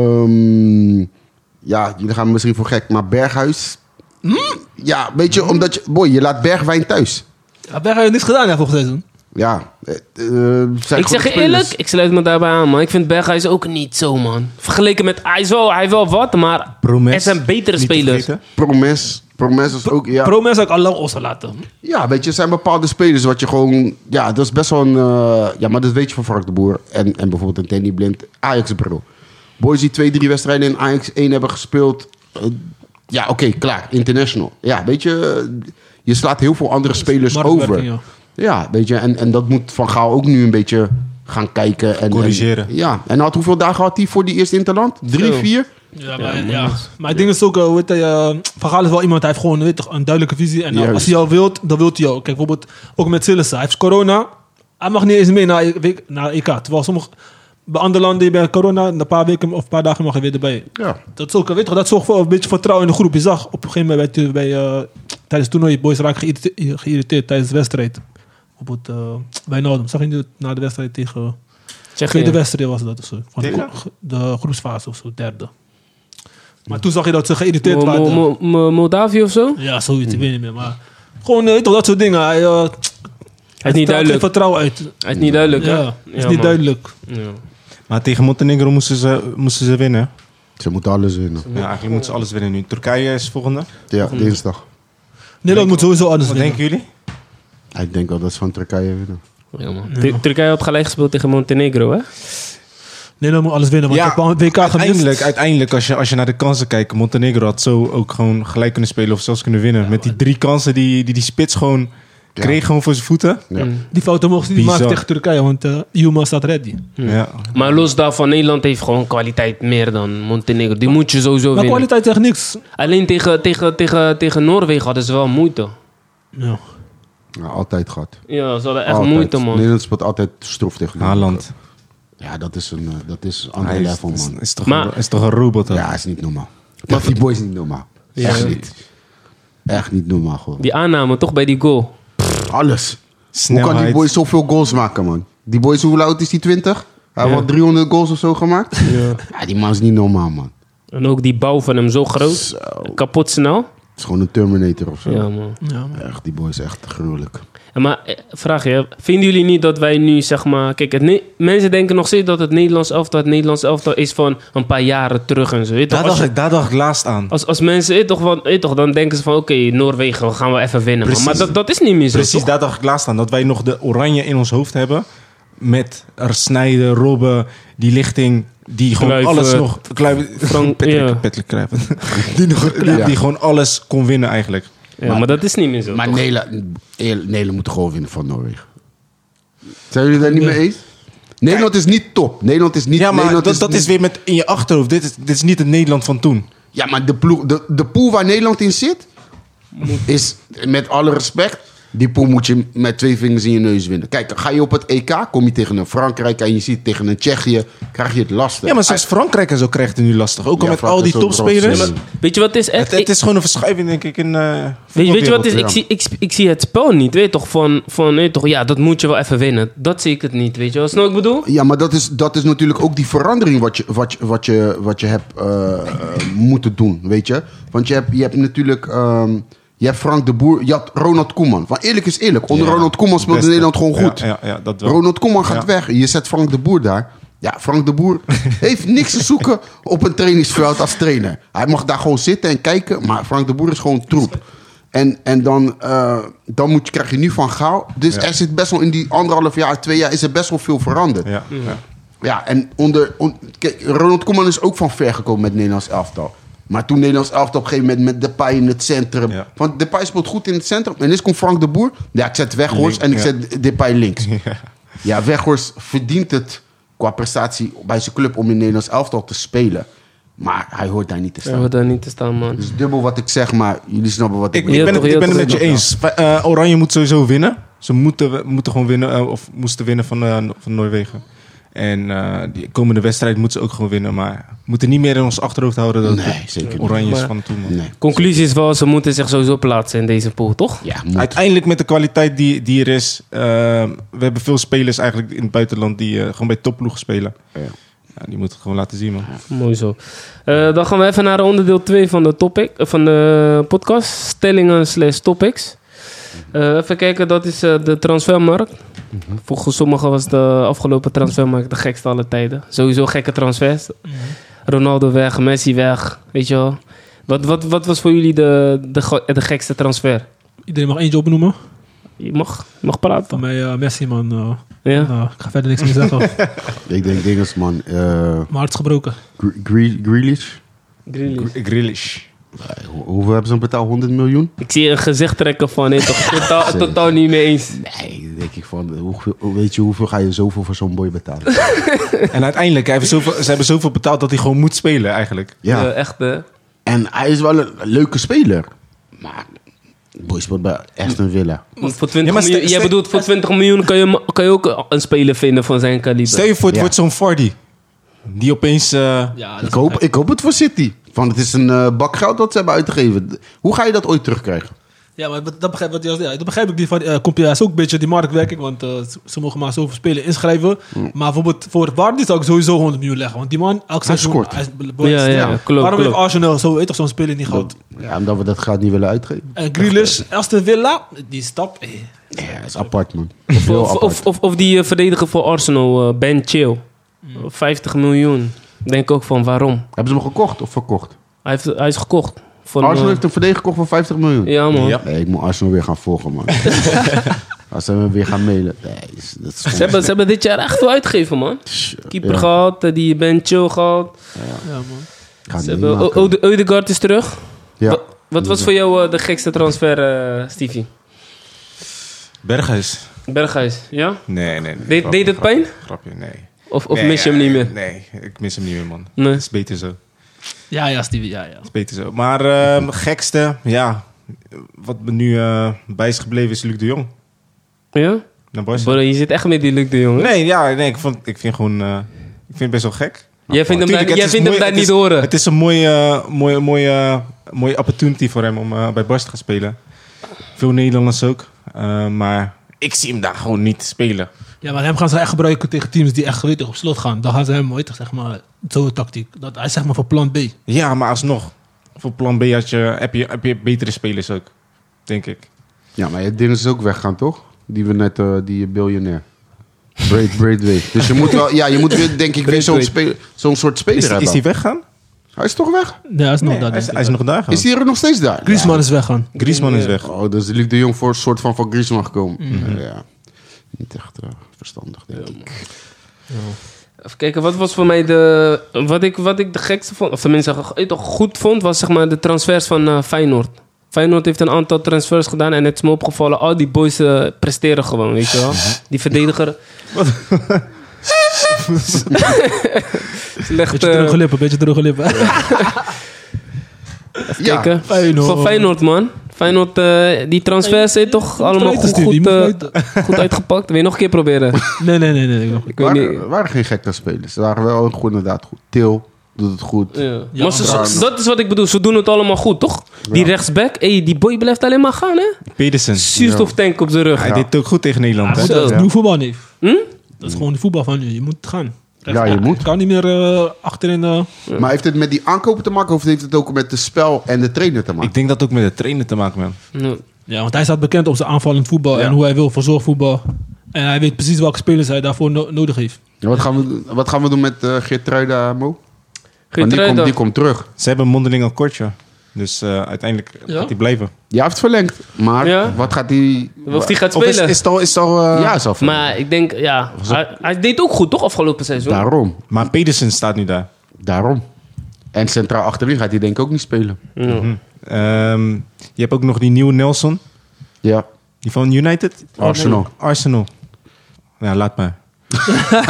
[SPEAKER 5] Ehm, ja, jullie gaan me misschien voor gek, maar Berghuis... Ja, weet
[SPEAKER 1] Hmm?
[SPEAKER 5] je, omdat je... Boy, je laat Bergwijn thuis.
[SPEAKER 4] Ja, wij hebben niks gedaan, hè, volgens seizoen.
[SPEAKER 5] Ja. eh, eh, zijn
[SPEAKER 1] Ik
[SPEAKER 5] goede
[SPEAKER 1] zeg je
[SPEAKER 5] spelers.
[SPEAKER 1] eerlijk, ik sluit me daarbij aan, man. Ik vind Berghuis ook niet zo, man. Vergeleken met... Hij, is wel, hij heeft wel wat, maar
[SPEAKER 3] Promes.
[SPEAKER 1] er zijn betere
[SPEAKER 3] Niet te
[SPEAKER 1] spelers.
[SPEAKER 3] vergeten.
[SPEAKER 5] Promes. Promes is ook... Ja.
[SPEAKER 4] Promes zou ik al lang los laten.
[SPEAKER 5] Ja, weet je, er zijn bepaalde spelers wat je gewoon... Ja, dat is best wel een... eh, ja, maar dat weet je van Frank de Boer. En, en bijvoorbeeld een Danny Blind. Ajax-bril. Boys die twee, drie wedstrijden in Ajax 1 hebben gespeeld. eh, ja, oké, klaar. International. Ja, weet je... eh, Je slaat heel veel andere spelers
[SPEAKER 4] marktwerking,
[SPEAKER 5] over.
[SPEAKER 4] ja.
[SPEAKER 5] Ja. weet je. En, en dat moet Van Gaal ook nu een beetje gaan kijken. En,
[SPEAKER 3] Corrigeren.
[SPEAKER 5] en- ja, en had, hoeveel dagen had hij voor die eerste Interland? Drie,
[SPEAKER 1] Zo.
[SPEAKER 5] vier?
[SPEAKER 4] Ja, maar, ja. maar het ding is ook, eh, weet je, eh, Van Gaal is wel iemand, hij heeft gewoon weet je, een duidelijke visie. En eh,
[SPEAKER 5] Juist.
[SPEAKER 4] als hij jou wilt, dan wilt hij jou. Kijk, bijvoorbeeld ook met Sillissen. Hij heeft corona. Hij mag niet eens mee naar, week- naar EK. Terwijl sommige, bij andere landen bij corona, na een paar weken of een paar dagen mag hij weer erbij.
[SPEAKER 5] Ja.
[SPEAKER 4] Dat, is ook, weet je, wel, dat zorgt voor een beetje vertrouwen in de groep. Je zag op een gegeven moment bij, bij, eh, tijdens het toernooi, boys raken geïrriteerd, geïrriteerd tijdens de wedstrijd. Bijvoorbeeld eh bij Nodem. Zag je niet na de wedstrijd tegen...
[SPEAKER 1] Zeg
[SPEAKER 4] Tweede
[SPEAKER 1] je.
[SPEAKER 4] wedstrijd was dat of zo. Van de
[SPEAKER 3] Tegen?
[SPEAKER 4] gro- de groepsfase of zo, derde. Maar toen zag je dat ze geïrriteerd
[SPEAKER 1] Mo-
[SPEAKER 4] waren.
[SPEAKER 1] Mo- Hm. Mo- Mo- Moldavië of zo?
[SPEAKER 4] ja, zoiets, ik weet niet meer. Maar gewoon eh, weet je toch, dat soort dingen. Hij, eh, hij
[SPEAKER 1] Hij is niet
[SPEAKER 4] straalt geen
[SPEAKER 1] duidelijk.
[SPEAKER 4] vertrouwen uit.
[SPEAKER 1] Hij is niet duidelijk, hè?
[SPEAKER 4] Ja, is niet
[SPEAKER 1] man.
[SPEAKER 4] duidelijk.
[SPEAKER 1] Ja.
[SPEAKER 3] Maar tegen Montenegro moesten ze, moesten ze winnen.
[SPEAKER 5] Ze moeten alles winnen.
[SPEAKER 3] Ja, eigenlijk moeten ze alles winnen nu. Turkije is volgende.
[SPEAKER 5] Ja, dinsdag.
[SPEAKER 4] Nederland moet sowieso anders
[SPEAKER 3] Wat
[SPEAKER 4] winnen.
[SPEAKER 3] denken jullie?
[SPEAKER 5] Ik denk wel dat ze van Turkije winnen.
[SPEAKER 1] Ja, man. Tur- Turkije had gelijk gespeeld tegen Montenegro, hè?
[SPEAKER 4] Nederland moet alles winnen, want ik heb al een WK
[SPEAKER 3] uiteindelijk,
[SPEAKER 4] gemist.
[SPEAKER 3] uiteindelijk als, je, als je naar de kansen kijkt, Montenegro had zo ook gewoon gelijk kunnen spelen of zelfs kunnen winnen. Met die drie kansen die die, die spits gewoon kreeg gewoon voor zijn voeten.
[SPEAKER 1] Mm.
[SPEAKER 4] Die fouten mogen ze niet
[SPEAKER 3] Bizar.
[SPEAKER 4] maken tegen Turkije, want eh Yuma staat ready.
[SPEAKER 3] Ja.
[SPEAKER 1] Maar los daarvan, Nederland heeft gewoon kwaliteit meer dan Montenegro. Die moet je sowieso
[SPEAKER 4] Maar
[SPEAKER 1] winnen.
[SPEAKER 4] kwaliteit tegen niks.
[SPEAKER 1] Alleen tegen, tegen, tegen, tegen Noorwegen hadden ze wel moeite.
[SPEAKER 4] Ja.
[SPEAKER 5] Ja, altijd gehad.
[SPEAKER 1] Ja, ze hadden echt
[SPEAKER 5] Altijd.
[SPEAKER 1] moeite, man.
[SPEAKER 5] Nederland speelt altijd stroef tegen Noorwegen.
[SPEAKER 3] Haaland.
[SPEAKER 5] Ja, dat is een, eh, dat is een
[SPEAKER 3] Hij
[SPEAKER 5] ander
[SPEAKER 3] is,
[SPEAKER 5] level,
[SPEAKER 3] is,
[SPEAKER 5] man.
[SPEAKER 3] is toch
[SPEAKER 1] Maar-
[SPEAKER 3] een, is toch een robot. hè?
[SPEAKER 5] Ja, is niet normaal. Maar die boy is niet normaal. Echt niet. Echt niet normaal, gewoon.
[SPEAKER 1] Die aanname toch bij die goal.
[SPEAKER 5] Alles. Hoe kan die
[SPEAKER 3] Snelheid.
[SPEAKER 5] boy zoveel goals maken, man? Die boy, is- hoe oud is die? 20? Hij heeft
[SPEAKER 1] Ja.
[SPEAKER 5] wel 300 goals of zo gemaakt.
[SPEAKER 1] Ja.
[SPEAKER 5] Ja, die man is niet normaal, man.
[SPEAKER 1] En ook die bouw van hem zo groot.
[SPEAKER 5] Zo.
[SPEAKER 1] Kapot snel.
[SPEAKER 5] Het is gewoon een Terminator of zo.
[SPEAKER 1] Ja, man.
[SPEAKER 4] Ja, man.
[SPEAKER 5] Echt, die boy is echt gruwelijk.
[SPEAKER 1] Ja, Maar eh, vraag je, vinden jullie niet dat wij nu zeg maar... Kijk, het Ne- mensen denken nog steeds dat het Nederlands elftal het Nederlands elftal is van een paar jaren terug en zo. Weet je toch?
[SPEAKER 3] Daar
[SPEAKER 1] Als,
[SPEAKER 3] dacht,
[SPEAKER 1] je-
[SPEAKER 3] ik, daar dacht ik laatst aan.
[SPEAKER 1] als, als mensen, weet je toch, van, weet je toch, dan denken ze van oké, Noorwegen, we gaan wel even winnen. man.
[SPEAKER 3] Precies.
[SPEAKER 1] Maar dat, dat is niet meer zo,
[SPEAKER 3] Precies,
[SPEAKER 1] toch?
[SPEAKER 3] daar dacht ik laatst aan. Dat wij nog de oranje in ons hoofd hebben. Met er snijden, robben, die lichting. Die gewoon
[SPEAKER 1] Kluivert.
[SPEAKER 3] alles nog... Kluivert,
[SPEAKER 1] Frank-
[SPEAKER 3] Patrick,
[SPEAKER 1] ja.
[SPEAKER 3] Patrick Kluivert. die, nog, die,
[SPEAKER 5] Ja.
[SPEAKER 3] die gewoon alles kon winnen eigenlijk.
[SPEAKER 1] Ja, maar, dat is niet meer zo,
[SPEAKER 5] Maar
[SPEAKER 1] toch?
[SPEAKER 5] Nederland, Nederland moet gewoon winnen van Noorwegen. Zijn jullie daar niet mee eens? Nederland is niet top. Nederland is niet...
[SPEAKER 3] Ja, maar
[SPEAKER 5] Nederland
[SPEAKER 3] dat, dat
[SPEAKER 5] niet-
[SPEAKER 3] is weer met in je achterhoofd. Dit is, dit is niet het Nederland van toen.
[SPEAKER 5] Ja, maar de, ploeg, de, de pool waar Nederland in zit, is met alle respect, die pool moet je met twee vingers in je neus winnen. Kijk, ga je op het EK, kom je tegen een Frankrijk en je ziet tegen een Tsjechië, krijg je het lastig.
[SPEAKER 3] Ja, maar zelfs Frankrijk en zo krijgt het nu lastig. Ook al
[SPEAKER 5] Ja,
[SPEAKER 3] met al
[SPEAKER 5] Frankrijk
[SPEAKER 3] die
[SPEAKER 5] is ook rot,
[SPEAKER 3] topspelers.
[SPEAKER 5] zeg.
[SPEAKER 1] Weet je wat het is? Echt,
[SPEAKER 3] Het, het is gewoon een verschuiving, denk ik, in eh
[SPEAKER 1] Weet, weet je wat
[SPEAKER 3] voetbalwereld.
[SPEAKER 1] het is? Ik zie, ik, ik zie het spel niet, weet je toch? Van, van weet je toch, ja, dat moet je wel even winnen. Dat zie ik het niet, weet je wel. Snap je wat ik bedoel?
[SPEAKER 5] Ja, maar dat is, dat is natuurlijk ook die verandering wat je, wat je, wat je, wat je hebt eh, eh, moeten doen, weet je. Want je hebt, je hebt natuurlijk... ehm, je hebt Frank de Boer, je had Ronald Koeman. Van eerlijk is eerlijk, onder
[SPEAKER 3] Ja,
[SPEAKER 5] Ronald Koeman speelde
[SPEAKER 3] beste.
[SPEAKER 5] Nederland gewoon
[SPEAKER 3] Ja,
[SPEAKER 5] goed.
[SPEAKER 3] ja, ja, dat wel.
[SPEAKER 5] Ronald Koeman gaat
[SPEAKER 3] Ja.
[SPEAKER 5] weg. Je zet Frank de Boer daar. Ja, Frank de Boer heeft niks te zoeken op een trainingsveld als trainer. Hij mag daar gewoon zitten en kijken, maar Frank de Boer is gewoon troep. En, en dan, eh, dan moet je, krijg je nu van Gaal. Dus er zit best wel in die anderhalf jaar, twee jaar, is er best wel veel veranderd.
[SPEAKER 3] Ja,
[SPEAKER 1] Mm.
[SPEAKER 3] ja.
[SPEAKER 5] Ja, en onder. on- kijk, Ronald Koeman is ook van ver gekomen met Nederlands elftal. Maar toen Nederlands elftal op een gegeven moment met Depay in het centrum.
[SPEAKER 3] Ja.
[SPEAKER 5] Want Depay speelt goed in het centrum. En is komt Frank de Boer. Ja, ik zet Weghorst
[SPEAKER 3] Link,
[SPEAKER 5] en ik
[SPEAKER 3] ja.
[SPEAKER 5] zet Depay links. Ja. Weghorst verdient het qua prestatie bij zijn club om in Nederlands elftal te spelen. Maar hij hoort daar niet te
[SPEAKER 1] Ja,
[SPEAKER 5] staan.
[SPEAKER 1] wat daar niet te staan, man.
[SPEAKER 5] Dus dubbel wat ik zeg, maar jullie snappen wat ik,
[SPEAKER 3] Ik,
[SPEAKER 5] bedoel.
[SPEAKER 3] ik ben,
[SPEAKER 1] toch,
[SPEAKER 3] het, ik
[SPEAKER 1] heel
[SPEAKER 3] ben het
[SPEAKER 1] toch,
[SPEAKER 3] met
[SPEAKER 1] heel
[SPEAKER 3] je eens. Eh, Oranje moet sowieso winnen. Ze moeten, moeten gewoon winnen, eh, of moesten winnen van, eh, van Noorwegen. En eh die komende wedstrijd moeten ze ook gewoon winnen. Maar we moeten niet meer in ons achterhoofd houden dat
[SPEAKER 5] Nee,
[SPEAKER 3] het
[SPEAKER 5] zeker niet.
[SPEAKER 3] Oranje is
[SPEAKER 1] Maar-
[SPEAKER 3] van toen. man.
[SPEAKER 5] Nee.
[SPEAKER 1] Conclusie is wel, ze moeten zich sowieso plaatsen in deze pool, toch?
[SPEAKER 5] Ja, moet.
[SPEAKER 3] Uiteindelijk met de kwaliteit die, die er is. eh, we hebben veel spelers eigenlijk in het buitenland die eh, gewoon bij topploegen spelen.
[SPEAKER 5] Ja.
[SPEAKER 3] Ja, die moeten het gewoon laten zien, man.
[SPEAKER 1] Mooi zo. Eh, dan gaan we even naar onderdeel 2 van de, topic, eh, van de podcast. Stellingen slash topics. Eh, even kijken, dat is eh, de transfermarkt. Volgens sommigen was de afgelopen transfermarkt de gekste alle tijden. Sowieso gekke transfers. Ronaldo weg, Messi weg, weet je wel. Wat, wat, wat was voor jullie de, de, go- de gekste transfer?
[SPEAKER 4] Iedereen mag eentje opnoemen.
[SPEAKER 1] Je mag, je mag
[SPEAKER 4] Van
[SPEAKER 1] praten.
[SPEAKER 4] mij eh, Messi, man. eh,
[SPEAKER 1] Ja?
[SPEAKER 4] nou, ik ga verder niks meer zeggen. Mijn
[SPEAKER 5] Ik denk Dingelsman, eh
[SPEAKER 4] hart is gebroken.
[SPEAKER 5] Gre- Gre- Grealish.
[SPEAKER 1] Grealish.
[SPEAKER 3] Grillish.
[SPEAKER 5] Eh, hoe- Hoeveel hebben ze hem betaald? 100 miljoen?
[SPEAKER 1] Ik zie een gezicht trekken van, nee, toch, totaal, totaal niet mee eens.
[SPEAKER 5] Nee, dan denk ik van, eh, hoeveel- oh, weet je hoeveel ga je zoveel voor zo'n boy betalen?
[SPEAKER 3] En uiteindelijk, hij heeft zoveel, ze hebben zoveel betaald dat hij gewoon moet spelen eigenlijk.
[SPEAKER 5] Ja,
[SPEAKER 1] Eh, echt, hè?
[SPEAKER 5] en hij is wel een leuke speler. Maar, boy speelt bij Aston Villa.
[SPEAKER 1] Want voor 20
[SPEAKER 3] Ja, maar
[SPEAKER 1] miljoen,
[SPEAKER 3] stel-
[SPEAKER 1] jij
[SPEAKER 3] stel-
[SPEAKER 1] bedoelt, voor 20 miljoen kan je, kan je ook een speler vinden van zijn kaliber.
[SPEAKER 3] Stel je voor, het
[SPEAKER 5] Ja.
[SPEAKER 3] wordt zo'n Vardy. Die opeens... eh,
[SPEAKER 4] Ja,
[SPEAKER 5] Ik hoop, ik hoop het voor City. Van, het is een eh, bak geld dat ze hebben uitgegeven. Hoe ga je dat ooit terugkrijgen?
[SPEAKER 4] Ja, maar dat begrijp, wat, ja, dat begrijp ik. Die van, eh, komt, ja, is ook een beetje die marktwerking. Want eh, ze- ze mogen maar zoveel spelen inschrijven. Maar bijvoorbeeld voor Wardy zou ik seizoen 100 miljoen leggen. Want die man, elk seizoen...
[SPEAKER 5] scoort.
[SPEAKER 4] Hij is belangrijk.
[SPEAKER 1] Ja, ja, klopt,
[SPEAKER 4] Waarom heeft
[SPEAKER 1] klopt.
[SPEAKER 4] Arsenal zo, weet toch, zo'n speler niet gehad?
[SPEAKER 5] Ja, omdat we dat geld niet willen uitgeven.
[SPEAKER 4] En Grealish, Aston Villa, die stap... eh,
[SPEAKER 5] Ja, dat is apart, man.
[SPEAKER 1] of,
[SPEAKER 5] Heel
[SPEAKER 1] of,
[SPEAKER 5] apart.
[SPEAKER 1] of, of, of die eh, verdediger voor Arsenal, eh, Ben Chill. 50 miljoen. Denk ook van waarom.
[SPEAKER 5] hebben ze hem gekocht of verkocht?
[SPEAKER 1] Hij, heeft, hij is gekocht. Van, eh,
[SPEAKER 5] Arsenal heeft een verdediger gekocht voor 50 miljoen.
[SPEAKER 1] Ja, man.
[SPEAKER 3] Ja.
[SPEAKER 5] Nee, ik moet Arsenal weer gaan volgen, man. Als ze hem weer gaan mailen. Nee, is- dat is
[SPEAKER 1] Ze, hebben, ze hebben dit jaar echt wel uitgegeven, man. Keeper
[SPEAKER 5] Ja.
[SPEAKER 1] gehad, eh, die Ben Chill gehad.
[SPEAKER 4] Ja, man.
[SPEAKER 1] Ze hebben, O- Ode- Odegaard is terug.
[SPEAKER 5] Ja.
[SPEAKER 1] Wat, wat was voor jou eh, de gekste transfer, eh, Stevie?
[SPEAKER 3] Berghuis.
[SPEAKER 1] Berghuis, ja?
[SPEAKER 3] Nee, nee. nee.
[SPEAKER 1] Deed-
[SPEAKER 3] Grapje,
[SPEAKER 1] deed het
[SPEAKER 3] grapje,
[SPEAKER 1] pijn?
[SPEAKER 3] Grapje, nee.
[SPEAKER 1] Of, of
[SPEAKER 3] Nee, eh,
[SPEAKER 1] mis je hem
[SPEAKER 3] ja,
[SPEAKER 1] niet meer?
[SPEAKER 3] Nee, ik mis hem niet meer, man.
[SPEAKER 1] Nee.
[SPEAKER 3] Het is beter zo. Het
[SPEAKER 4] Ja, ja, Stevie, ja, ja.
[SPEAKER 3] is beter zo. Maar ehm, gekste, ja. Wat me nu eh, bij is gebleven is Luc de Jong.
[SPEAKER 1] Ja?
[SPEAKER 3] Naar Barca.
[SPEAKER 1] Bro, je zit echt met die Luc de Jong, hè?
[SPEAKER 3] Nee, ja, nee, ik, vond, ik vind gewoon... eh, ik vind het best wel gek.
[SPEAKER 1] Jij vindt hem
[SPEAKER 3] Tuurlijk,
[SPEAKER 1] daar,
[SPEAKER 3] het
[SPEAKER 1] jij
[SPEAKER 3] is
[SPEAKER 1] vindt hem
[SPEAKER 3] mooi-
[SPEAKER 1] daar
[SPEAKER 3] het
[SPEAKER 1] niet
[SPEAKER 3] is-
[SPEAKER 1] horen.
[SPEAKER 3] Het is een mooie, eh, mooie, mooie, eh, mooie opportunity voor hem om eh, bij Barst te gaan spelen. Veel Nederlanders ook. Eh, maar ik zie hem daar gewoon niet spelen.
[SPEAKER 4] Ja, Ja, maar hem gaan ze echt gebruiken tegen teams die echt weet, je, op slot gaan. Dan gaan ze hem, ooit zeg maar, zo'n tactiek. Dat, hij is zeg maar voor plan B.
[SPEAKER 3] Ja, maar alsnog. Voor plan B had je, heb, je, heb je betere spelers ook. Denk ik.
[SPEAKER 5] Ja, maar Dennis is ook weggaan, toch? Die we net, eh, die biljonair. Braid, Braidway. Dus je moet wel, ja, je moet weer, denk ik, weer zo'n
[SPEAKER 3] Braithwaite.
[SPEAKER 5] spe- zo'n soort speler
[SPEAKER 3] Is, die-
[SPEAKER 5] hebben.
[SPEAKER 3] is
[SPEAKER 1] Oh,
[SPEAKER 3] die weggaan?
[SPEAKER 5] Hij is toch weg?
[SPEAKER 4] Nee, hij is nog
[SPEAKER 3] Nee,
[SPEAKER 4] daar.
[SPEAKER 3] hij, is,
[SPEAKER 4] denk
[SPEAKER 3] hij is
[SPEAKER 4] ik.
[SPEAKER 3] nog daar gaan.
[SPEAKER 5] Is hij er nog steeds daar?
[SPEAKER 4] Griezmann is weggaan.
[SPEAKER 3] Griezmann is weg.
[SPEAKER 5] Ja. Oh, dus Luc de Jong voor een soort van van Griezmann gekomen.
[SPEAKER 1] Mhm.
[SPEAKER 5] Ja. Niet echt eh, verstandig, denk ik.
[SPEAKER 1] Even kijken, wat was voor mij de... Wat ik, wat ik de gekste vond, of tenminste eh, toch goed vond, was zeg maar de transfers van eh, Feyenoord. Feyenoord heeft een aantal transfers gedaan en het is me opgevallen. Al die boys eh, presteren gewoon, weet je wel.
[SPEAKER 3] Mhm.
[SPEAKER 1] Die verdediger... Slecht,
[SPEAKER 4] Beetje
[SPEAKER 1] eh,
[SPEAKER 4] droge lippen, beetje droge lippen.
[SPEAKER 5] Ja.
[SPEAKER 1] kijken.
[SPEAKER 4] Feyenoord.
[SPEAKER 1] Van Feyenoord, man. Feyenoord, eh, die transfers zijn toch allemaal
[SPEAKER 4] fluiten,
[SPEAKER 1] goed,
[SPEAKER 4] Steve, je
[SPEAKER 1] goed,
[SPEAKER 4] moet
[SPEAKER 1] eh,
[SPEAKER 4] fluiten.
[SPEAKER 1] goed uitgepakt. Wil je nog een keer proberen?
[SPEAKER 4] Nee, nee, nee, nee. ik nog niet.
[SPEAKER 1] Ik weet niet.
[SPEAKER 5] Waren, waren geen gekke spelers. Er waren wel goed, inderdaad goed. Til doet het goed.
[SPEAKER 1] Ja.
[SPEAKER 4] Ja,
[SPEAKER 1] maar ze- ze-
[SPEAKER 5] Bruin.
[SPEAKER 1] dat is wat ik bedoel. Ze doen het allemaal goed, toch? Die rechtsback, hey, die boy blijft alleen maar gaan, hè?
[SPEAKER 3] Pedersen.
[SPEAKER 1] Zuurstoftank op zijn rug. Hm?
[SPEAKER 3] Hij deed het ook goed tegen Nederland.
[SPEAKER 4] Maar
[SPEAKER 3] hè?
[SPEAKER 4] goed, dat is eh,
[SPEAKER 5] Ja.
[SPEAKER 4] nu voetbal niet. Dat is gewoon de voetbal van nu. Je moet gaan.
[SPEAKER 5] Ja, je moet.
[SPEAKER 4] Je kan niet meer eh, achterin. eh,
[SPEAKER 5] Maar heeft het met die aankopen te maken of heeft het ook met het spel en de trainer te maken?
[SPEAKER 3] Ik denk dat het ook met de trainer te maken, man.
[SPEAKER 1] Ja.
[SPEAKER 4] Ja, want hij staat bekend om zijn aanvallend voetbal
[SPEAKER 5] Ja.
[SPEAKER 4] en hoe hij wil voor voetbal. En hij weet precies welke spelers hij daarvoor no- nodig heeft.
[SPEAKER 5] Wat, gaan we, doen- wat gaan we doen met eh Geertruida Mo? Want die,
[SPEAKER 1] Geertruida.
[SPEAKER 5] komt, die komt terug.
[SPEAKER 3] Ze hebben mondeling al kort, joh. Dus eh, uiteindelijk
[SPEAKER 4] Ja.
[SPEAKER 3] gaat hij blijven.
[SPEAKER 5] Die heeft verlengd. Maar
[SPEAKER 1] Ja.
[SPEAKER 5] wat gaat die...
[SPEAKER 1] Of die gaat
[SPEAKER 3] Of is,
[SPEAKER 1] spelen.
[SPEAKER 3] is het al... Is het al eh,
[SPEAKER 5] ja, zo van.
[SPEAKER 1] Maar ik denk, ja. Hij, hij deed ook goed, toch? Afgelopen seizoen.
[SPEAKER 5] Daarom.
[SPEAKER 3] Maar Pedersen staat nu daar.
[SPEAKER 5] Daarom. En centraal achterin gaat hij denk ik ook niet spelen. Mhm.
[SPEAKER 3] Ehm, je hebt ook nog die nieuwe Nelson.
[SPEAKER 5] Ja.
[SPEAKER 3] Die van United?
[SPEAKER 5] Arsenal.
[SPEAKER 3] Arsenal. Ja, laat maar.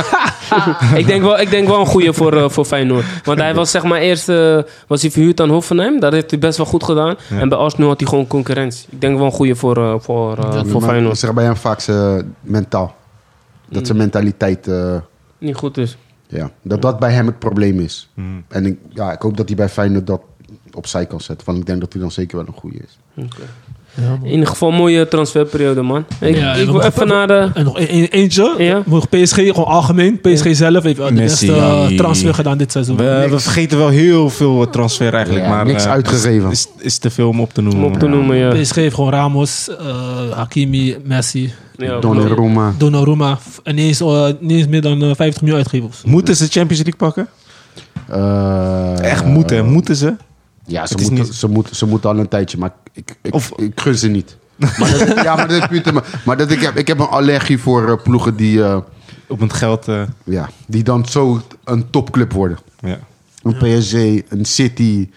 [SPEAKER 1] Ik, denk wel, ik denk wel een goede voor, eh, voor Feyenoord. Want hij was zeg maar eerst eh, was hij verhuurd aan Hoffenheim. Dat heeft hij best wel goed gedaan. En bij Arsenal had hij gewoon concurrentie. Ik denk wel een goede voor, eh, voor, eh, voor
[SPEAKER 5] Maar Ik
[SPEAKER 1] Feyenoord.
[SPEAKER 5] zeg bij hem vaak ze mentaal. Dat zijn mentaliteit... eh,
[SPEAKER 1] Niet goed dus. is.
[SPEAKER 5] ja. Dat dat bij hem het probleem is. En ik, ja, ik hoop dat hij bij Feyenoord dat opzij kan zetten. Want ik denk dat hij dan zeker wel een goede is.
[SPEAKER 1] In ieder geval een mooie transferperiode, man. Ik,
[SPEAKER 4] Ja,
[SPEAKER 1] ik
[SPEAKER 4] we
[SPEAKER 1] wil
[SPEAKER 4] moeten-
[SPEAKER 1] even naar de...
[SPEAKER 4] En nog e- e- eentje.
[SPEAKER 1] Ja.
[SPEAKER 4] Nog PSG, gewoon algemeen. PSG zelf heeft wel de
[SPEAKER 3] Messi.
[SPEAKER 4] beste eh, transfer gedaan dit seizoen.
[SPEAKER 3] We, we vergeten wel heel veel transfer eigenlijk.
[SPEAKER 5] Ja,
[SPEAKER 3] maar,
[SPEAKER 5] niks
[SPEAKER 3] eh,
[SPEAKER 5] uitgegeven.
[SPEAKER 3] Is, is te veel om op te noemen.
[SPEAKER 1] Om op te noemen, ja.
[SPEAKER 4] PSG heeft gewoon Ramos, eh, Hakimi, Messi,
[SPEAKER 1] ja klopt.
[SPEAKER 5] Donnarumma.
[SPEAKER 4] Donnarumma. F- En niet eens, eh, niet eens meer dan eh, 50 miljoen uitgeven. of zo.
[SPEAKER 3] Moeten ze Champions League pakken?
[SPEAKER 5] eh,
[SPEAKER 3] Echt moeten, hè? moeten ze?
[SPEAKER 5] Ja, ze
[SPEAKER 3] Het is
[SPEAKER 5] moeten,
[SPEAKER 3] niet-
[SPEAKER 5] ze, moeten, ze moeten al een tijdje, maar ik, ik,
[SPEAKER 3] Of-
[SPEAKER 5] ik gun ze niet. Maar dat, ja, maar dat is puur te ma- Maar dat ik, heb, ik heb een allergie voor eh, ploegen die, eh,
[SPEAKER 3] Op het geld. eh,
[SPEAKER 5] ja, die dan zo een topclub worden.
[SPEAKER 3] ja.
[SPEAKER 5] Een PSG, een City,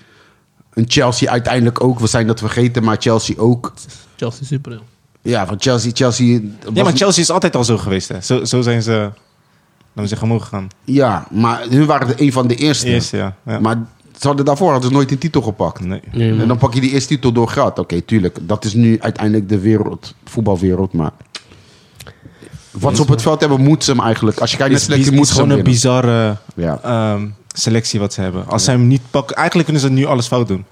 [SPEAKER 5] een Chelsea uiteindelijk ook. We zijn dat vergeten, maar Chelsea ook.
[SPEAKER 4] Chelsea super. joh.
[SPEAKER 5] Ja, van Chelsea, Chelsea... was-
[SPEAKER 3] ja, maar Chelsea is altijd al zo geweest. Hè. Zo, zo zijn ze, laten we zeggen, omhoog gegaan.
[SPEAKER 5] ja, maar hun waren de- een van de eerste.
[SPEAKER 3] Eerst, ja. ja.
[SPEAKER 5] Maar ze hadden daarvoor hadden ze nooit een titel gepakt.
[SPEAKER 3] nee.
[SPEAKER 5] En dan pak je die eerste titel door geld. Oké, tuurlijk. Dat is nu uiteindelijk de wereld, voetbalwereld. Maar wat ze op het veld hebben, moet ze hem eigenlijk. Als je kijkt naar
[SPEAKER 3] Het
[SPEAKER 5] de
[SPEAKER 3] is, het
[SPEAKER 5] selectie,
[SPEAKER 3] is
[SPEAKER 5] moet ze
[SPEAKER 3] gewoon
[SPEAKER 5] hem
[SPEAKER 3] een
[SPEAKER 5] winnen.
[SPEAKER 3] bizarre
[SPEAKER 5] Ja.
[SPEAKER 3] ehm, selectie wat ze hebben. Als zij hem niet pakken... Eigenlijk kunnen ze nu alles fout doen.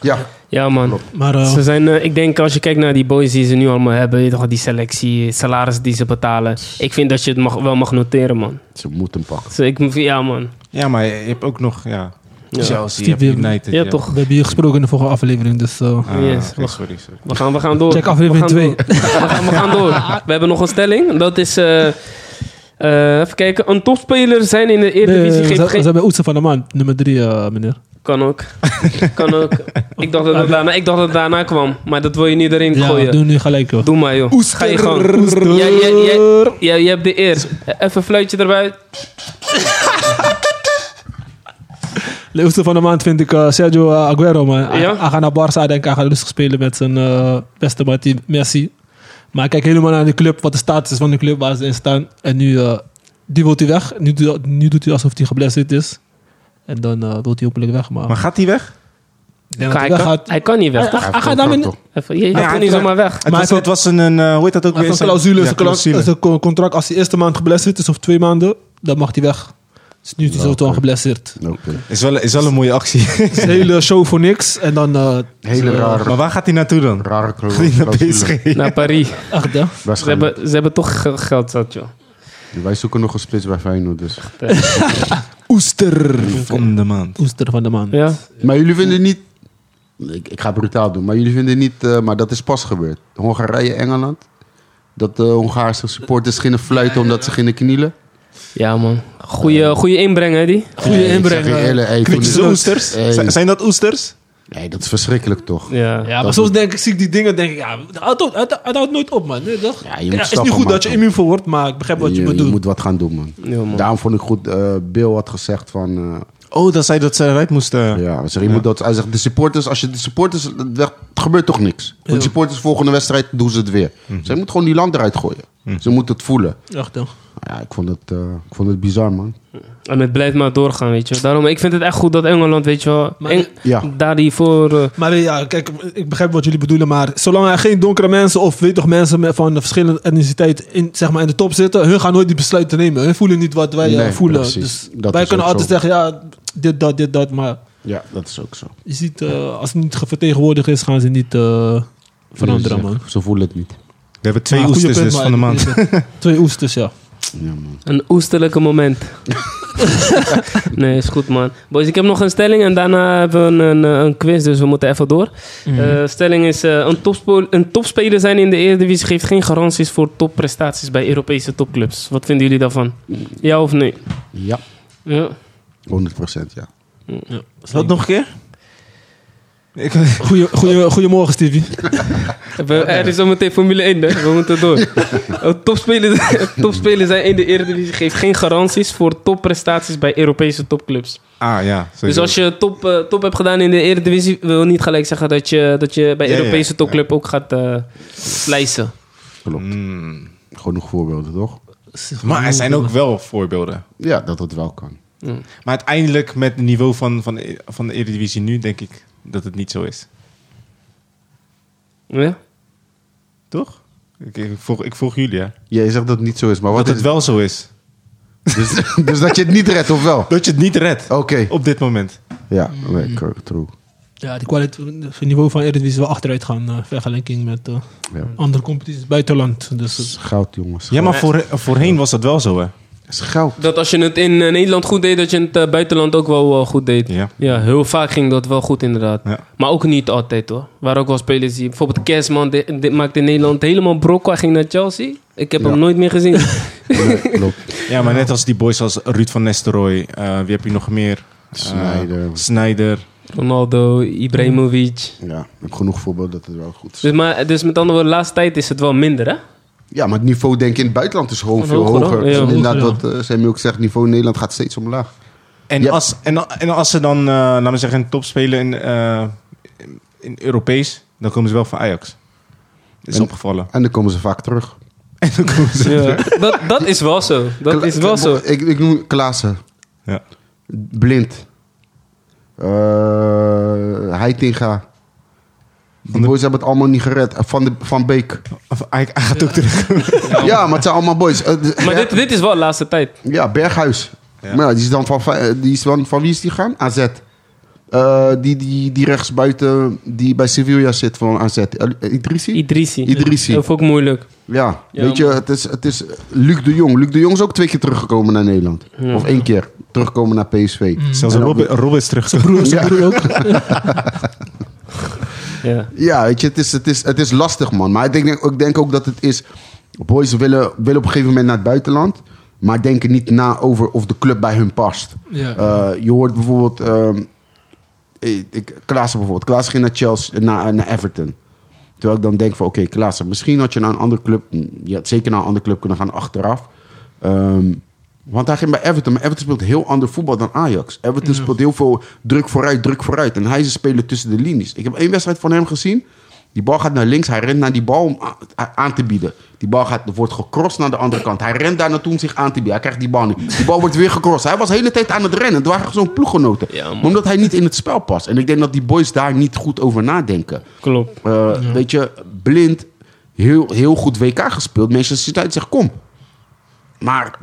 [SPEAKER 5] Ja,
[SPEAKER 1] Ja, man.
[SPEAKER 4] Maar eh,
[SPEAKER 1] Ze zijn, eh, ik denk als je kijkt naar die boys die ze nu allemaal hebben, je toch, die selectie, salaris die ze betalen. Ik vind dat je het mag, wel mag noteren, man.
[SPEAKER 5] ze moeten hem pakken.
[SPEAKER 1] Dus ik, ja, man.
[SPEAKER 3] Ja, maar je hebt ook nog... Ja, Chelsea, je hebt
[SPEAKER 4] Steve
[SPEAKER 3] United.
[SPEAKER 1] Ja,
[SPEAKER 3] je
[SPEAKER 1] toch.
[SPEAKER 4] we hebben hier gesproken in de vorige aflevering. Dus eh,
[SPEAKER 3] hebt- Ah,
[SPEAKER 1] Yes.
[SPEAKER 3] oké, sorry, sorry.
[SPEAKER 1] We gaan, we gaan door.
[SPEAKER 4] Check aflevering
[SPEAKER 1] we gaan door. We gaan, we gaan door. We hebben nog een stelling. Dat is, eh, eh, even kijken, een topspeler zijn in de
[SPEAKER 4] nee,
[SPEAKER 1] Eredivisie
[SPEAKER 4] we zijn-
[SPEAKER 1] geeft
[SPEAKER 4] we
[SPEAKER 1] geen...
[SPEAKER 4] zijn bij Oetsen van de Maan, nummer 3, meneer.
[SPEAKER 1] Kan ook. kan ook. Ik dacht dat het daarna, ik dacht dat het daarna kwam, maar dat wil je niet erin
[SPEAKER 4] Ja,
[SPEAKER 1] gooien.
[SPEAKER 4] doe nu gelijk, joh.
[SPEAKER 1] Doe maar, joh. Ga je gang. Ja, ja, ja, ja, je hebt de eer. Even een fluitje erbij.
[SPEAKER 4] Leeuwste van de maand vind ik eh, Sergio eh, Aguero, man. Hij,
[SPEAKER 1] Ja?
[SPEAKER 4] hij gaat naar Barça, denk ik. Hij gaat rustig spelen met zijn eh, beste maatje Messi. Maar ik kijk helemaal naar de club, wat de status is van de club waar ze in staan. En nu eh die wil hij weg. Nu, doe- nu doet hij alsof hij geblesseerd is. En dan eh wil hij hopelijk weg. Maar,
[SPEAKER 3] Maar eh, gaat hij weg?
[SPEAKER 4] ik denk dat
[SPEAKER 1] Hij
[SPEAKER 4] hij weg
[SPEAKER 1] kan,
[SPEAKER 4] gaat.
[SPEAKER 1] hij kan niet weg,
[SPEAKER 4] Hij-
[SPEAKER 1] toch?
[SPEAKER 4] hij-
[SPEAKER 5] Hij
[SPEAKER 4] hij
[SPEAKER 5] heeft
[SPEAKER 4] gaat daarmee
[SPEAKER 5] contract,
[SPEAKER 1] Even, je je
[SPEAKER 3] hij
[SPEAKER 1] kan
[SPEAKER 3] heeft
[SPEAKER 1] niet zomaar weg.
[SPEAKER 3] Het,
[SPEAKER 4] Maar
[SPEAKER 3] was,
[SPEAKER 4] hij-
[SPEAKER 3] het was een, een, eh, hoe heet dat ook
[SPEAKER 4] Maar
[SPEAKER 3] weer?
[SPEAKER 4] zo'n
[SPEAKER 3] Zo'n-
[SPEAKER 4] clausule is
[SPEAKER 3] ja,
[SPEAKER 4] een cla-
[SPEAKER 3] clausule.
[SPEAKER 4] is een co- contract. Als hij eerste maand geblesseerd is, of twee maanden, dan mag hij weg. Dus nu is hij zo sowieso al geblesseerd.
[SPEAKER 5] Oké.
[SPEAKER 3] Is wel, is wel een mooie actie.
[SPEAKER 4] Het is een hele show voor niks. En dan... eh,
[SPEAKER 5] Hele rare,
[SPEAKER 3] maar waar gaat hij naartoe dan?
[SPEAKER 5] rare
[SPEAKER 3] Gaat hij naar
[SPEAKER 5] clausule.
[SPEAKER 3] PSG?
[SPEAKER 1] Naar Parijs.
[SPEAKER 4] echt, eh, hè?
[SPEAKER 1] Ze
[SPEAKER 5] Waarschijnlijk.
[SPEAKER 1] hebben, ze hebben toch ge- geld zat, joh.
[SPEAKER 5] Wij zoeken nog een spits bij Feyenoord dus.
[SPEAKER 3] Oester van de maand.
[SPEAKER 4] Oester van de man.
[SPEAKER 1] Ja?
[SPEAKER 5] Maar jullie vinden niet... Ik, ik ga brutaal doen. Maar jullie vinden niet... eh, maar dat is pas gebeurd. Hongarije, Engeland. Dat de Hongaarse supporters gingen fluiten omdat ze gingen knielen.
[SPEAKER 1] Ja, man. Goeie, goeie inbreng, hè, die?
[SPEAKER 5] Goede inbreng.
[SPEAKER 4] eh.
[SPEAKER 3] oesters?
[SPEAKER 5] Hey.
[SPEAKER 3] Zijn- Zijn dat oesters?
[SPEAKER 5] Nee, dat is verschrikkelijk toch.
[SPEAKER 1] Ja.
[SPEAKER 4] Ja, maar soms denk, ik- zie ik die dingen denk ik, ja, het houdt, ook- het, het houdt nooit op, man. Nee, toch?
[SPEAKER 5] Ja, je moet
[SPEAKER 4] het is
[SPEAKER 5] stappen
[SPEAKER 4] niet goed dat je
[SPEAKER 5] maken.
[SPEAKER 4] immuun voor wordt, maar ik begrijp wat je,
[SPEAKER 5] Je, je
[SPEAKER 4] bedoelt.
[SPEAKER 5] moet wat gaan doen, man.
[SPEAKER 1] Ja, man.
[SPEAKER 5] Daarom vond ik goed, eh Bill had gezegd van... eh,
[SPEAKER 3] Oh, dat zij dat ze eruit moesten.
[SPEAKER 5] ja, hij zegt, je moet dat, hij zegt, de supporters, als je de supporters... Er gebeurt toch niks. Want de supporters volgende wedstrijd doen ze het weer. Ze moeten gewoon die land eruit gooien. Ze moeten het voelen.
[SPEAKER 4] Echt, hè.
[SPEAKER 5] Ja, ik vond het, eh, ik vond het bizar, man.
[SPEAKER 1] En het blijft maar doorgaan, weet je. wel. Daarom, ik vind het echt goed dat Engeland, weet je wel...
[SPEAKER 4] Maar-
[SPEAKER 1] Eng-
[SPEAKER 5] Ja.
[SPEAKER 1] Daar die voor... eh,
[SPEAKER 4] Maar eh, ja, kijk, ik begrijp wat jullie bedoelen, maar zolang er geen donkere mensen of weet toch mensen met- van verschillende etniciteit in, zeg maar, in de top zitten, hun gaan nooit die besluiten nemen. Hun voelen niet wat wij eh,
[SPEAKER 5] Nee,
[SPEAKER 4] voelen.
[SPEAKER 5] precies.
[SPEAKER 4] Dus
[SPEAKER 5] Dat
[SPEAKER 4] wij
[SPEAKER 5] is
[SPEAKER 4] kunnen
[SPEAKER 5] ook
[SPEAKER 4] altijd
[SPEAKER 5] zo.
[SPEAKER 4] zeggen, ja, dit, dat, dit, dat, maar
[SPEAKER 5] Ja, dat is ook zo.
[SPEAKER 4] je ziet, eh, als het niet vertegenwoordigd is, gaan ze niet eh, veranderen,
[SPEAKER 5] Ze-
[SPEAKER 4] man.
[SPEAKER 5] Ze voelen het niet.
[SPEAKER 3] We hebben twee
[SPEAKER 4] Maar goede
[SPEAKER 3] oesters
[SPEAKER 4] punt,
[SPEAKER 3] dus
[SPEAKER 4] maar-
[SPEAKER 3] van de maand.
[SPEAKER 4] Twee oesters, ja.
[SPEAKER 5] Ja, man.
[SPEAKER 1] Een oesterlijke moment. nee, is goed man. Boys, ik heb nog een stelling en daarna hebben we een, een, een quiz, dus we moeten even door. Eh, stelling is, eh, een, topspo- een topspeler zijn in de Eredivisie geeft geen garanties voor topprestaties bij Europese topclubs. Wat vinden jullie daarvan? Ja of nee?
[SPEAKER 5] Ja,
[SPEAKER 1] Ja.
[SPEAKER 5] 100% ja.
[SPEAKER 4] Wat nog een keer?
[SPEAKER 3] Ik,
[SPEAKER 4] Goeie, goeie, goedemorgen, Stevie.
[SPEAKER 1] We, er is zometeen Formule 1, hè? we moeten door. Een topspeler, topspeler zijn in de Eredivisie geeft geen garanties voor topprestaties bij Europese topclubs.
[SPEAKER 3] ah ja, sowieso.
[SPEAKER 1] Dus als je top, eh, top hebt gedaan in de Eredivisie, wil niet gelijk zeggen dat je, dat je bij
[SPEAKER 3] Ja,
[SPEAKER 1] Europese
[SPEAKER 3] ja,
[SPEAKER 1] topclub ook gaat eh slijzen.
[SPEAKER 5] Klopt.
[SPEAKER 3] Mm.
[SPEAKER 5] Genoeg voorbeelden, toch?
[SPEAKER 3] Maar er zijn ook wel voorbeelden.
[SPEAKER 5] Ja, dat het wel kan.
[SPEAKER 3] Maar uiteindelijk met het niveau van, van, van de Eredivisie nu denk ik dat het niet zo is.
[SPEAKER 1] Ja?
[SPEAKER 3] Toch? Ik, ik, volg, ik volg jullie, hè?
[SPEAKER 5] Jij zegt dat het niet zo is, maar wat
[SPEAKER 3] dat het
[SPEAKER 5] is
[SPEAKER 3] wel zo Oh, is.
[SPEAKER 5] Dus, dus dat je het niet redt, of wel? Oké.
[SPEAKER 3] Dat je het niet redt op dit moment.
[SPEAKER 5] Ja, nee, cor- true.
[SPEAKER 4] Ja, de kwaliteit, het niveau van Eredivisie is wel achteruit gaan, eh, vergelijking met eh,
[SPEAKER 5] Ja.
[SPEAKER 4] andere competities buitenland. Dus
[SPEAKER 5] Het
[SPEAKER 4] het-
[SPEAKER 5] is goud, jongens.
[SPEAKER 3] Ja, maar voor, voorheen was dat wel zo, hè?
[SPEAKER 5] Het is goud.
[SPEAKER 1] Dat als je het in eh, Nederland goed deed, dat je het eh, buitenland ook wel eh, goed deed.
[SPEAKER 3] Ja.
[SPEAKER 1] heel vaak ging dat wel goed inderdaad.
[SPEAKER 3] Ja.
[SPEAKER 1] Maar ook niet altijd hoor. Waar ook wel spelers die... Bijvoorbeeld Kersman de- de- maakte in Nederland helemaal brok. Hij ging naar Chelsea. Ik heb
[SPEAKER 5] Ja.
[SPEAKER 1] hem nooit meer gezien.
[SPEAKER 5] Nee, klopt.
[SPEAKER 3] Ja, maar net als die boys als Ruud van Nestelrooy. eh, wie heb je nog meer? Eh,
[SPEAKER 5] Sneijder.
[SPEAKER 3] Sneijder.
[SPEAKER 1] Ronaldo, Ibrahimovic.
[SPEAKER 5] Ja, ik heb genoeg voorbeelden dat het wel goed is.
[SPEAKER 1] Dus, maar, dus met andere woorden, de laatste tijd is het wel minder hè?
[SPEAKER 5] Ja, maar het niveau denk ik in het buitenland is gewoon
[SPEAKER 1] Van
[SPEAKER 5] veel
[SPEAKER 1] hoger,
[SPEAKER 5] hoger.
[SPEAKER 1] hoor. Ja,
[SPEAKER 5] En inderdaad,
[SPEAKER 4] hoger,
[SPEAKER 5] wat eh Sammy ook zegt, niveau in Nederland gaat steeds omlaag.
[SPEAKER 3] En,
[SPEAKER 5] Ja.
[SPEAKER 3] als, en, en als ze dan, eh laten we zeggen, een top spelen in, eh, in, in Europees, dan komen ze wel van Ajax. Dat is
[SPEAKER 5] En-
[SPEAKER 3] opgevallen.
[SPEAKER 5] En dan komen ze vaak terug.
[SPEAKER 3] En dan komen ze...
[SPEAKER 1] Ja. dat, dat is wel zo. Dat
[SPEAKER 5] Kla-
[SPEAKER 1] is wel zo.
[SPEAKER 5] Ik, ik noem Klaassen.
[SPEAKER 3] Ja.
[SPEAKER 5] Blind. Eh Heitinga. Die boys hebben het allemaal niet gered. Eh, Van, de, van Beek.
[SPEAKER 3] Of Ajax hij gaat ook terug.
[SPEAKER 5] Ja, maar het zijn allemaal boys. Eh, de-
[SPEAKER 1] Maar dit, dit is wel de laatste tijd.
[SPEAKER 5] Ja, Berghuis.
[SPEAKER 3] Ja.
[SPEAKER 5] Maar ja, die is dan van, Fey- die is van, van wie is die gaan? AZ. Eh, die, die, die rechtsbuiten die bij Sevilla zit van AZ. Eh, Idrissi?
[SPEAKER 1] Idrissi.
[SPEAKER 5] Idrissi.
[SPEAKER 1] Dat vond ik moeilijk.
[SPEAKER 5] Ja,
[SPEAKER 1] Ja,
[SPEAKER 5] weet je,
[SPEAKER 1] maar-
[SPEAKER 5] het is, het is Luc de Jong. Luc de Jong is ook twee keer teruggekomen naar Nederland. Of één keer teruggekomen naar PSV.
[SPEAKER 1] Mm.
[SPEAKER 3] Zelfs Rob, Rob is terug.
[SPEAKER 5] Ja.
[SPEAKER 1] Ja.
[SPEAKER 5] Ja, weet je, het is, het is, het is lastig, man. Maar ik denk, ik denk ook dat het is... Boys willen, willen op een gegeven moment naar het buitenland... maar denken niet na over of de club bij hun past.
[SPEAKER 4] ja.
[SPEAKER 5] Eh, je hoort bijvoorbeeld... ehm ik- Eh, ik, Klaassen bijvoorbeeld. Klaassen ging naar, Chelsea, eh, naar, naar Everton. Terwijl ik dan denk van... Oké, Klaassen, misschien had je naar een andere club... Je had zeker naar een andere club kunnen gaan achteraf. Ehm, want hij ging bij Everton. Maar Everton speelt heel ander voetbal dan Ajax. Everton speelt heel veel druk vooruit, druk vooruit. En hij is een speler tussen de linies. Ik heb één wedstrijd van hem gezien. Die bal gaat naar links. Hij rent naar die bal om a- aan te bieden. Die bal gaat, wordt gecrossed naar de andere kant. Hij rent daar naartoe om zich aan te bieden. Hij krijgt die bal niet. Die bal wordt weer gecrossed. Hij was de hele tijd aan het rennen. Het waren zo'n ploeggenoten.
[SPEAKER 1] Ja, man.
[SPEAKER 5] maar omdat hij niet in het spel past. En ik denk dat die boys daar niet goed over nadenken.
[SPEAKER 1] Klopt.
[SPEAKER 5] Eh, Weet je, blind, heel, heel goed WK gespeeld. Manchester United zegt kom. Maar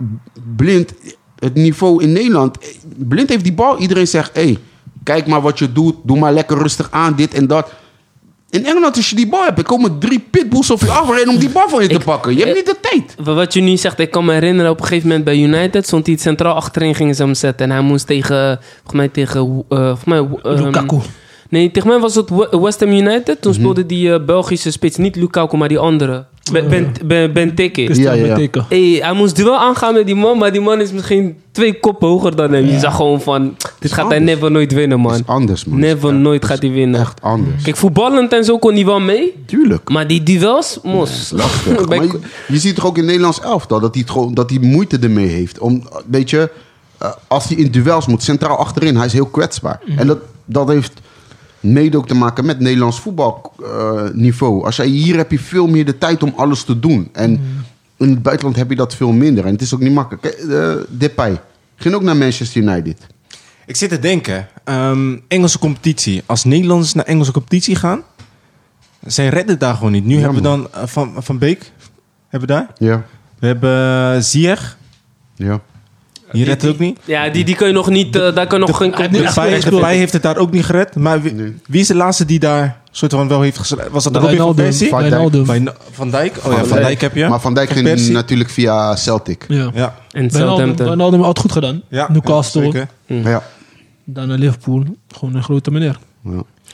[SPEAKER 5] blind, het niveau in Nederland. eh, Blind heeft die bal. Iedereen zegt: hé, hey, kijk maar wat je doet. Doe maar lekker rustig aan, dit en dat. In Engeland, als je die bal hebt, er komen drie pitbulls op je afrijden om die bal van je te pakken.
[SPEAKER 1] eh,
[SPEAKER 5] Je hebt niet de tijd.
[SPEAKER 1] Wa- Wat je nu zegt, ik kan me herinneren op een gegeven moment bij United stond hij centraal achterin, gingen ze hem zetten. En hij moest tegen, volgens mij tegen... eh, volgens mij, eh,
[SPEAKER 4] Lukaku.
[SPEAKER 1] Nee, tegen mij was het We- West Ham United.
[SPEAKER 5] Mhm.
[SPEAKER 1] Toen speelde die eh, Belgische spits, niet Lukaku, maar die andere. Ben, ben, ben, Benteke.
[SPEAKER 4] Christian
[SPEAKER 5] ja, ja.
[SPEAKER 4] Benteke.
[SPEAKER 1] Hey, hij moest duel aangaan met die man, maar die man is misschien twee koppen hoger dan hem. Je zag gewoon van, dit gaat hij
[SPEAKER 5] anders.
[SPEAKER 1] never nooit winnen,
[SPEAKER 5] Dat
[SPEAKER 1] man.
[SPEAKER 5] is anders, man.
[SPEAKER 1] Never nooit gaat hij winnen.
[SPEAKER 5] Echt anders.
[SPEAKER 1] Kijk, voetballend en zo kon hij wel mee,
[SPEAKER 5] Tuurlijk.
[SPEAKER 1] maar die duels, mos.
[SPEAKER 5] Lastig.
[SPEAKER 1] Bij-
[SPEAKER 5] Maar je, je ziet toch ook in het Nederlands elftal dat hij, het gewoon, dat hij moeite ermee heeft. Om, weet je, eh, als hij in duels moet, centraal achterin, hij is heel kwetsbaar. En dat, dat heeft mede ook te maken met Nederlands voetbalniveau. niveau. als jij, hier heb je veel meer de tijd om alles te doen. En in het buitenland heb je dat veel minder. En het is ook niet makkelijk. Kijk, eh, Depay ging ook naar Manchester United.
[SPEAKER 3] Ik zit te denken, ehm, Engelse competitie. Als Nederlanders naar Engelse competitie gaan, zij redden het daar gewoon niet. Nu
[SPEAKER 5] Ja,
[SPEAKER 3] hebben we dan eh, Van, van Beek, hebben we daar.
[SPEAKER 5] Ja,
[SPEAKER 3] We hebben eh, Ziyech,
[SPEAKER 5] ja.
[SPEAKER 3] die redt het ook niet.
[SPEAKER 1] Ja, die, die kun je nog niet, eh, daar kun je nog geen
[SPEAKER 4] nu
[SPEAKER 1] competitie
[SPEAKER 4] echt
[SPEAKER 3] Depay,
[SPEAKER 4] goed
[SPEAKER 3] Depay heeft het daar ook niet gered. Maar wie,
[SPEAKER 5] Nee.
[SPEAKER 3] wie is de laatste die daar soort van wel heeft geschreven? Was dat Robin van
[SPEAKER 4] Wijnaldum.
[SPEAKER 3] Persie?
[SPEAKER 5] Van Dijk.
[SPEAKER 4] Wijnaldum.
[SPEAKER 3] Van, van Dijk? Oh ja,
[SPEAKER 5] Van
[SPEAKER 3] Van
[SPEAKER 5] Dijk.
[SPEAKER 3] Dijk heb je.
[SPEAKER 5] Maar Van Dijk
[SPEAKER 3] Van
[SPEAKER 5] ging
[SPEAKER 3] Persie?
[SPEAKER 5] natuurlijk via Celtic.
[SPEAKER 4] Ja.
[SPEAKER 3] Ja.
[SPEAKER 1] En
[SPEAKER 4] Wijnaldum
[SPEAKER 1] Southampton.
[SPEAKER 4] Wijnaldum had het goed gedaan.
[SPEAKER 3] Ja,
[SPEAKER 4] Newcastle,
[SPEAKER 3] ja, zeker.
[SPEAKER 5] Ja.
[SPEAKER 4] dan naar Liverpool. Gewoon een grote meneer.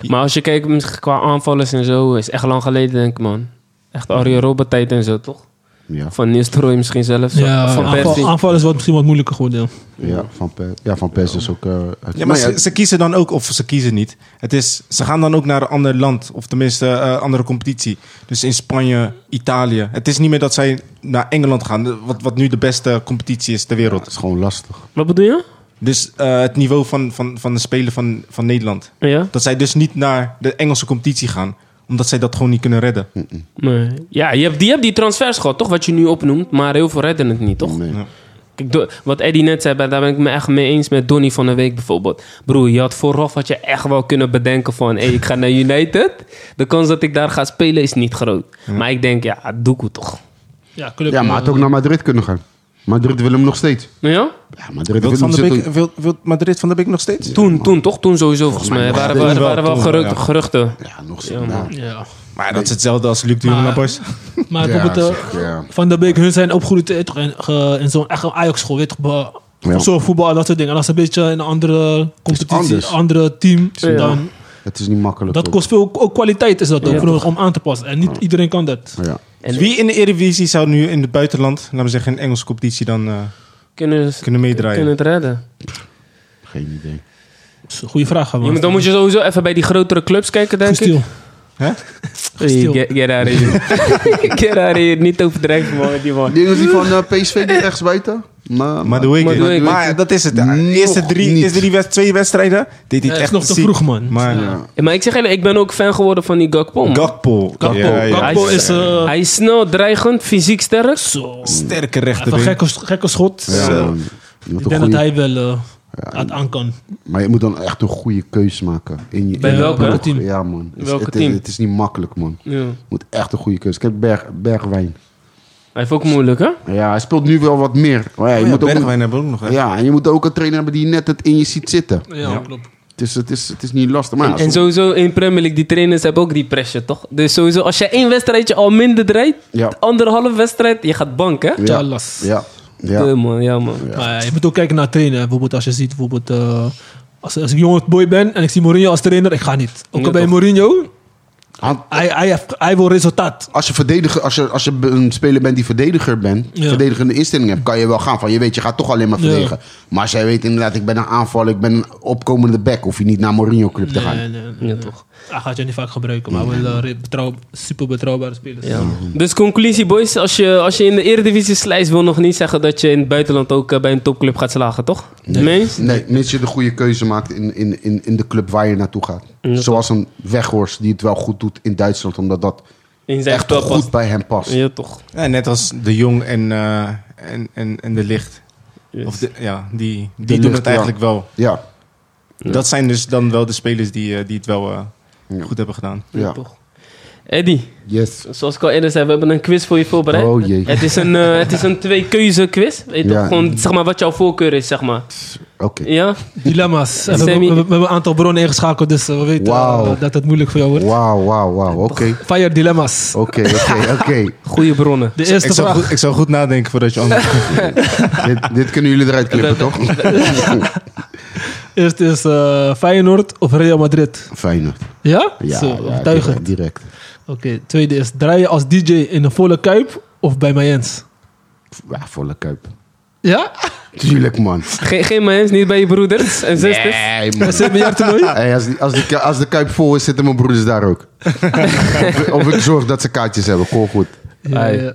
[SPEAKER 1] Maar als je kijkt misschien qua aanvallers en zo, is echt lang geleden, denk ik, man. Echt Arjen Robben tijd en zo, toch?
[SPEAKER 5] Ja.
[SPEAKER 1] Van Niels Trooij misschien zelfs.
[SPEAKER 4] Ja, ah.
[SPEAKER 1] van
[SPEAKER 4] aanval,
[SPEAKER 1] Persie.
[SPEAKER 4] aanval is wat, misschien wat moeilijker geworden. ja.
[SPEAKER 5] Ja, van, Per- ja, van Pers is ook... eh, uit-
[SPEAKER 3] Ja, maar
[SPEAKER 5] Nou
[SPEAKER 3] ze, ze kiezen dan ook, of ze kiezen niet. Het is, ze gaan dan ook naar een ander land, of tenminste eh andere competitie. Dus in Spanje, Italië. Het is niet meer dat zij naar Engeland gaan, de- wat, wat nu de beste competitie is ter
[SPEAKER 5] Het
[SPEAKER 3] wereld.
[SPEAKER 5] is gewoon lastig.
[SPEAKER 1] Wat bedoel je?
[SPEAKER 3] Dus eh, het niveau van, van, van de spelen van, van Nederland.
[SPEAKER 1] Ja?
[SPEAKER 3] Dat zij dus niet naar de Engelse competitie gaan, omdat zij dat gewoon niet kunnen redden.
[SPEAKER 1] Nee. Ja, je hebt, die, je hebt die transfers gehad, toch? Wat je nu opnoemt, maar heel veel redden het niet, toch?
[SPEAKER 5] Nee.
[SPEAKER 1] Kijk, do- wat Eddie net zei, daar ben ik me echt mee eens met Donny van de Week bijvoorbeeld. Broer, je had vooraf had je echt wel kunnen bedenken van... hey, ik ga naar United. De kans dat ik daar ga spelen is niet groot. Maar ik denk, ja, Doekoe toch?
[SPEAKER 4] Ja, club,
[SPEAKER 5] Ja, maar hij had ook naar Madrid kunnen gaan. Madrid wil hem nog steeds.
[SPEAKER 1] Ja?
[SPEAKER 5] Ja, Madrid wil
[SPEAKER 3] Wilt, van
[SPEAKER 5] hem
[SPEAKER 3] de Beek,
[SPEAKER 5] zitten.
[SPEAKER 3] wilt, wilt Madrid van de Beek nog steeds?
[SPEAKER 1] Toen, toen toch? Toen sowieso, volgens mij. Er waren,
[SPEAKER 3] wel.
[SPEAKER 1] waren, waren wel
[SPEAKER 3] Toen,
[SPEAKER 1] gerucht-
[SPEAKER 3] ja.
[SPEAKER 1] geruchten.
[SPEAKER 5] Ja, nog steeds. Ja,
[SPEAKER 4] Ja.
[SPEAKER 3] Maar dat is hetzelfde als Luc de Jong
[SPEAKER 4] Maar-
[SPEAKER 3] naar Boys.
[SPEAKER 4] Maar
[SPEAKER 5] Ja,
[SPEAKER 4] bijvoorbeeld eh,
[SPEAKER 5] zeg, ja.
[SPEAKER 4] Van der Beek, hun zijn opgegroeid eh, toch, in, ge- in zo'n echt Ajax-school. weet je toch, be-
[SPEAKER 5] Ja.
[SPEAKER 4] Zo'n voetbal en dat soort dingen. En als een beetje in een andere competitie,
[SPEAKER 5] anders.
[SPEAKER 4] een andere team,
[SPEAKER 1] Ja.
[SPEAKER 4] dan,
[SPEAKER 5] Het is niet makkelijk.
[SPEAKER 4] dat
[SPEAKER 5] ook.
[SPEAKER 4] kost veel ook kwaliteit is dat ook,
[SPEAKER 1] Ja,
[SPEAKER 4] voor- om aan te passen. En niet iedereen kan dat.
[SPEAKER 5] Ja.
[SPEAKER 1] En-
[SPEAKER 3] Wie in de Eredivisie zou nu in het buitenland, laten we zeggen in de Engelse competitie, dan eh,
[SPEAKER 1] Kunnen,
[SPEAKER 3] kunnen meedraaien?
[SPEAKER 1] kunnen het redden.
[SPEAKER 5] Geen idee.
[SPEAKER 4] Dat is een goede vraag.
[SPEAKER 1] Ja, maar dan moet je sowieso even bij die grotere clubs kijken, denk ik.
[SPEAKER 4] Gestiel.
[SPEAKER 3] Hè?
[SPEAKER 1] Hey,
[SPEAKER 4] Stil.
[SPEAKER 1] get, get out of here. get out of here. Niet overdrijven, man. met Die man.
[SPEAKER 5] Die jongens die van eh, PSV die rechts buiten. Maar,
[SPEAKER 3] Maar de week.
[SPEAKER 1] Maar
[SPEAKER 3] Maar,
[SPEAKER 1] de week-
[SPEAKER 3] dat is het. De eerste
[SPEAKER 5] Nog
[SPEAKER 3] drie,
[SPEAKER 5] niet.
[SPEAKER 3] eerste drie wedst- twee wedstrijden deed hij
[SPEAKER 4] Ja,
[SPEAKER 3] het
[SPEAKER 4] is
[SPEAKER 3] echt
[SPEAKER 4] nog te
[SPEAKER 3] ziek.
[SPEAKER 4] vroeg, man.
[SPEAKER 3] Maar
[SPEAKER 5] Ja.
[SPEAKER 1] Maar ik zeg eerlijk, ik ben ook fan geworden van die Gakpo. man.
[SPEAKER 3] Gakpo.
[SPEAKER 4] Gakpo,
[SPEAKER 3] Ja, ja.
[SPEAKER 4] Gakpo
[SPEAKER 1] Hij
[SPEAKER 4] is eh,
[SPEAKER 1] Hij is snel, dreigend, fysiek sterk.
[SPEAKER 4] zo.
[SPEAKER 3] Sterke
[SPEAKER 4] Echt een
[SPEAKER 3] rechterbeen.
[SPEAKER 4] gekke, gekke schot.
[SPEAKER 5] Ja,
[SPEAKER 4] Zo.
[SPEAKER 5] man. Je moet
[SPEAKER 4] Ik
[SPEAKER 5] een
[SPEAKER 4] denk dat
[SPEAKER 5] goeie-
[SPEAKER 4] hij wel eh, het aan kan.
[SPEAKER 5] Maar je moet dan echt een goede keus maken. In je,
[SPEAKER 1] Bij
[SPEAKER 5] in je
[SPEAKER 1] welke?
[SPEAKER 5] ploeg.
[SPEAKER 1] Welk
[SPEAKER 4] team?
[SPEAKER 5] Ja, man. Het is-
[SPEAKER 1] Welke
[SPEAKER 5] het,
[SPEAKER 1] team?
[SPEAKER 5] Is, het is niet makkelijk, man.
[SPEAKER 1] Ja.
[SPEAKER 5] Je moet echt een goede keus. Kijk, Berg, Bergwijn.
[SPEAKER 1] Hij heeft ook moeilijk, hè?
[SPEAKER 5] Ja, hij speelt nu wel wat meer. Maar ja, je
[SPEAKER 3] Oh ja,
[SPEAKER 5] moet ook,
[SPEAKER 3] Bergwijn hebben we ook nog. hè.
[SPEAKER 5] ja, en je moet ook een trainer hebben die net het in je ziet zitten.
[SPEAKER 4] Ja, klopt.
[SPEAKER 5] Het is, het is, het is niet lastig. Maar ja,
[SPEAKER 1] En
[SPEAKER 5] soms-
[SPEAKER 1] sowieso in Premier League, die trainers hebben ook die pressure, toch? Dus sowieso, als je één wedstrijdje al minder draait,
[SPEAKER 5] Ja.
[SPEAKER 1] anderhalf wedstrijd, je gaat bank, hè?
[SPEAKER 5] Ja.
[SPEAKER 4] Chalas.
[SPEAKER 5] Ja. Ja.
[SPEAKER 1] Ja, man. Ja, man.
[SPEAKER 4] Maar je moet ook kijken naar trainen. Bijvoorbeeld als je ziet, bijvoorbeeld, eh, als, als ik jong boy ben en ik zie Mourinho als trainer, ik ga niet. Ook
[SPEAKER 1] Ja,
[SPEAKER 4] al bij
[SPEAKER 1] toch.
[SPEAKER 4] Mourinho,
[SPEAKER 5] Hand-
[SPEAKER 4] hij, hij, heeft- hij wil resultaat.
[SPEAKER 5] als je, verdediger, als, je, als je een speler bent die verdediger bent,
[SPEAKER 4] Ja.
[SPEAKER 5] verdedigende instelling hebt, kan je wel gaan. Van je weet, je gaat toch alleen maar
[SPEAKER 4] Ja.
[SPEAKER 5] verdedigen. Maar als jij weet inderdaad, ik ben een aanvaller, ik ben een opkomende back, hoef je niet naar Mourinho Club te gaan.
[SPEAKER 4] Nee, nee, nee.
[SPEAKER 1] Ja, toch.
[SPEAKER 4] Hij gaat je niet vaak gebruiken, maar wel eh, re- betrouw- super betrouwbare spelers.
[SPEAKER 1] Ja.
[SPEAKER 5] Mhm.
[SPEAKER 1] Dus conclusie, boys. Als je, als je in de Eredivisie slijst, wil nog niet zeggen dat je in het buitenland ook eh, bij een topclub gaat slagen, toch? Nee.
[SPEAKER 5] Nee, mits je de goede keuze maakt in, in, in, in de club waar je naartoe gaat. Zoals een Weghorst die het wel goed doet in Duitsland, omdat dat
[SPEAKER 1] In zijn
[SPEAKER 5] echt
[SPEAKER 1] spel
[SPEAKER 5] goed
[SPEAKER 1] past.
[SPEAKER 5] bij hem past.
[SPEAKER 1] Ja, toch.
[SPEAKER 3] Ja, net als de Jong en, eh, en, en, en de Licht.
[SPEAKER 1] Yes.
[SPEAKER 3] Of de, ja, die, die
[SPEAKER 5] De
[SPEAKER 3] doen
[SPEAKER 5] Ligt,
[SPEAKER 3] het eigenlijk wel.
[SPEAKER 5] Ja,
[SPEAKER 3] Dat zijn dus dan wel de spelers die, eh, die het wel eh, goed hebben gedaan.
[SPEAKER 1] Ja,
[SPEAKER 5] ja.
[SPEAKER 1] toch. Eddie,
[SPEAKER 5] Yes.
[SPEAKER 1] zoals ik al eerder zei, we hebben een quiz voor je voorbereid.
[SPEAKER 5] Oh, jee.
[SPEAKER 1] Het is een, eh, het is een twee-keuze quiz. Weet je
[SPEAKER 5] Ja.
[SPEAKER 1] toch? Gewoon zeg maar wat jouw voorkeur is, zeg maar.
[SPEAKER 5] Oké.
[SPEAKER 1] Ja?
[SPEAKER 4] Dilemma's. En we,
[SPEAKER 1] Sammy-
[SPEAKER 4] hebben- we hebben een aantal bronnen ingeschakeld, dus eh, we weten
[SPEAKER 5] Wauw.
[SPEAKER 4] eh, dat het moeilijk voor jou wordt.
[SPEAKER 5] Wauw, wauw, wauw. Oké.
[SPEAKER 4] Fire dilemma's.
[SPEAKER 5] Oké, oké, oké.
[SPEAKER 1] Goede bronnen.
[SPEAKER 4] De
[SPEAKER 3] Ik
[SPEAKER 4] eerste
[SPEAKER 3] zou,
[SPEAKER 4] vraag.
[SPEAKER 3] goed, ik zou goed nadenken voordat je antwoordt.
[SPEAKER 5] Dit- Dit kunnen jullie eruit knippen, toch?
[SPEAKER 4] Eerst is eh, Feyenoord of Real Madrid?
[SPEAKER 5] Feyenoord.
[SPEAKER 4] Ja?
[SPEAKER 5] Ja,
[SPEAKER 4] Zo,
[SPEAKER 5] ja,
[SPEAKER 4] overtuigend.
[SPEAKER 5] direct, direct.
[SPEAKER 4] Oké, tweede is draaien als DJ in een volle kuip of bij Mayens?
[SPEAKER 5] Ja, volle kuip.
[SPEAKER 4] Ja?
[SPEAKER 5] Tuurlijk, man.
[SPEAKER 1] Geen, geen mens, niet bij je broeders en zusters.
[SPEAKER 5] Nee, man.
[SPEAKER 4] Ze hebben jaar toernooi?
[SPEAKER 5] Hey, als, die, als, die, ku- als de kuip vol is, zitten mijn broeders daar ook. of, of ik zorg dat ze kaartjes hebben. Gewoon goed.
[SPEAKER 4] Ja,
[SPEAKER 1] Ai.
[SPEAKER 4] ja.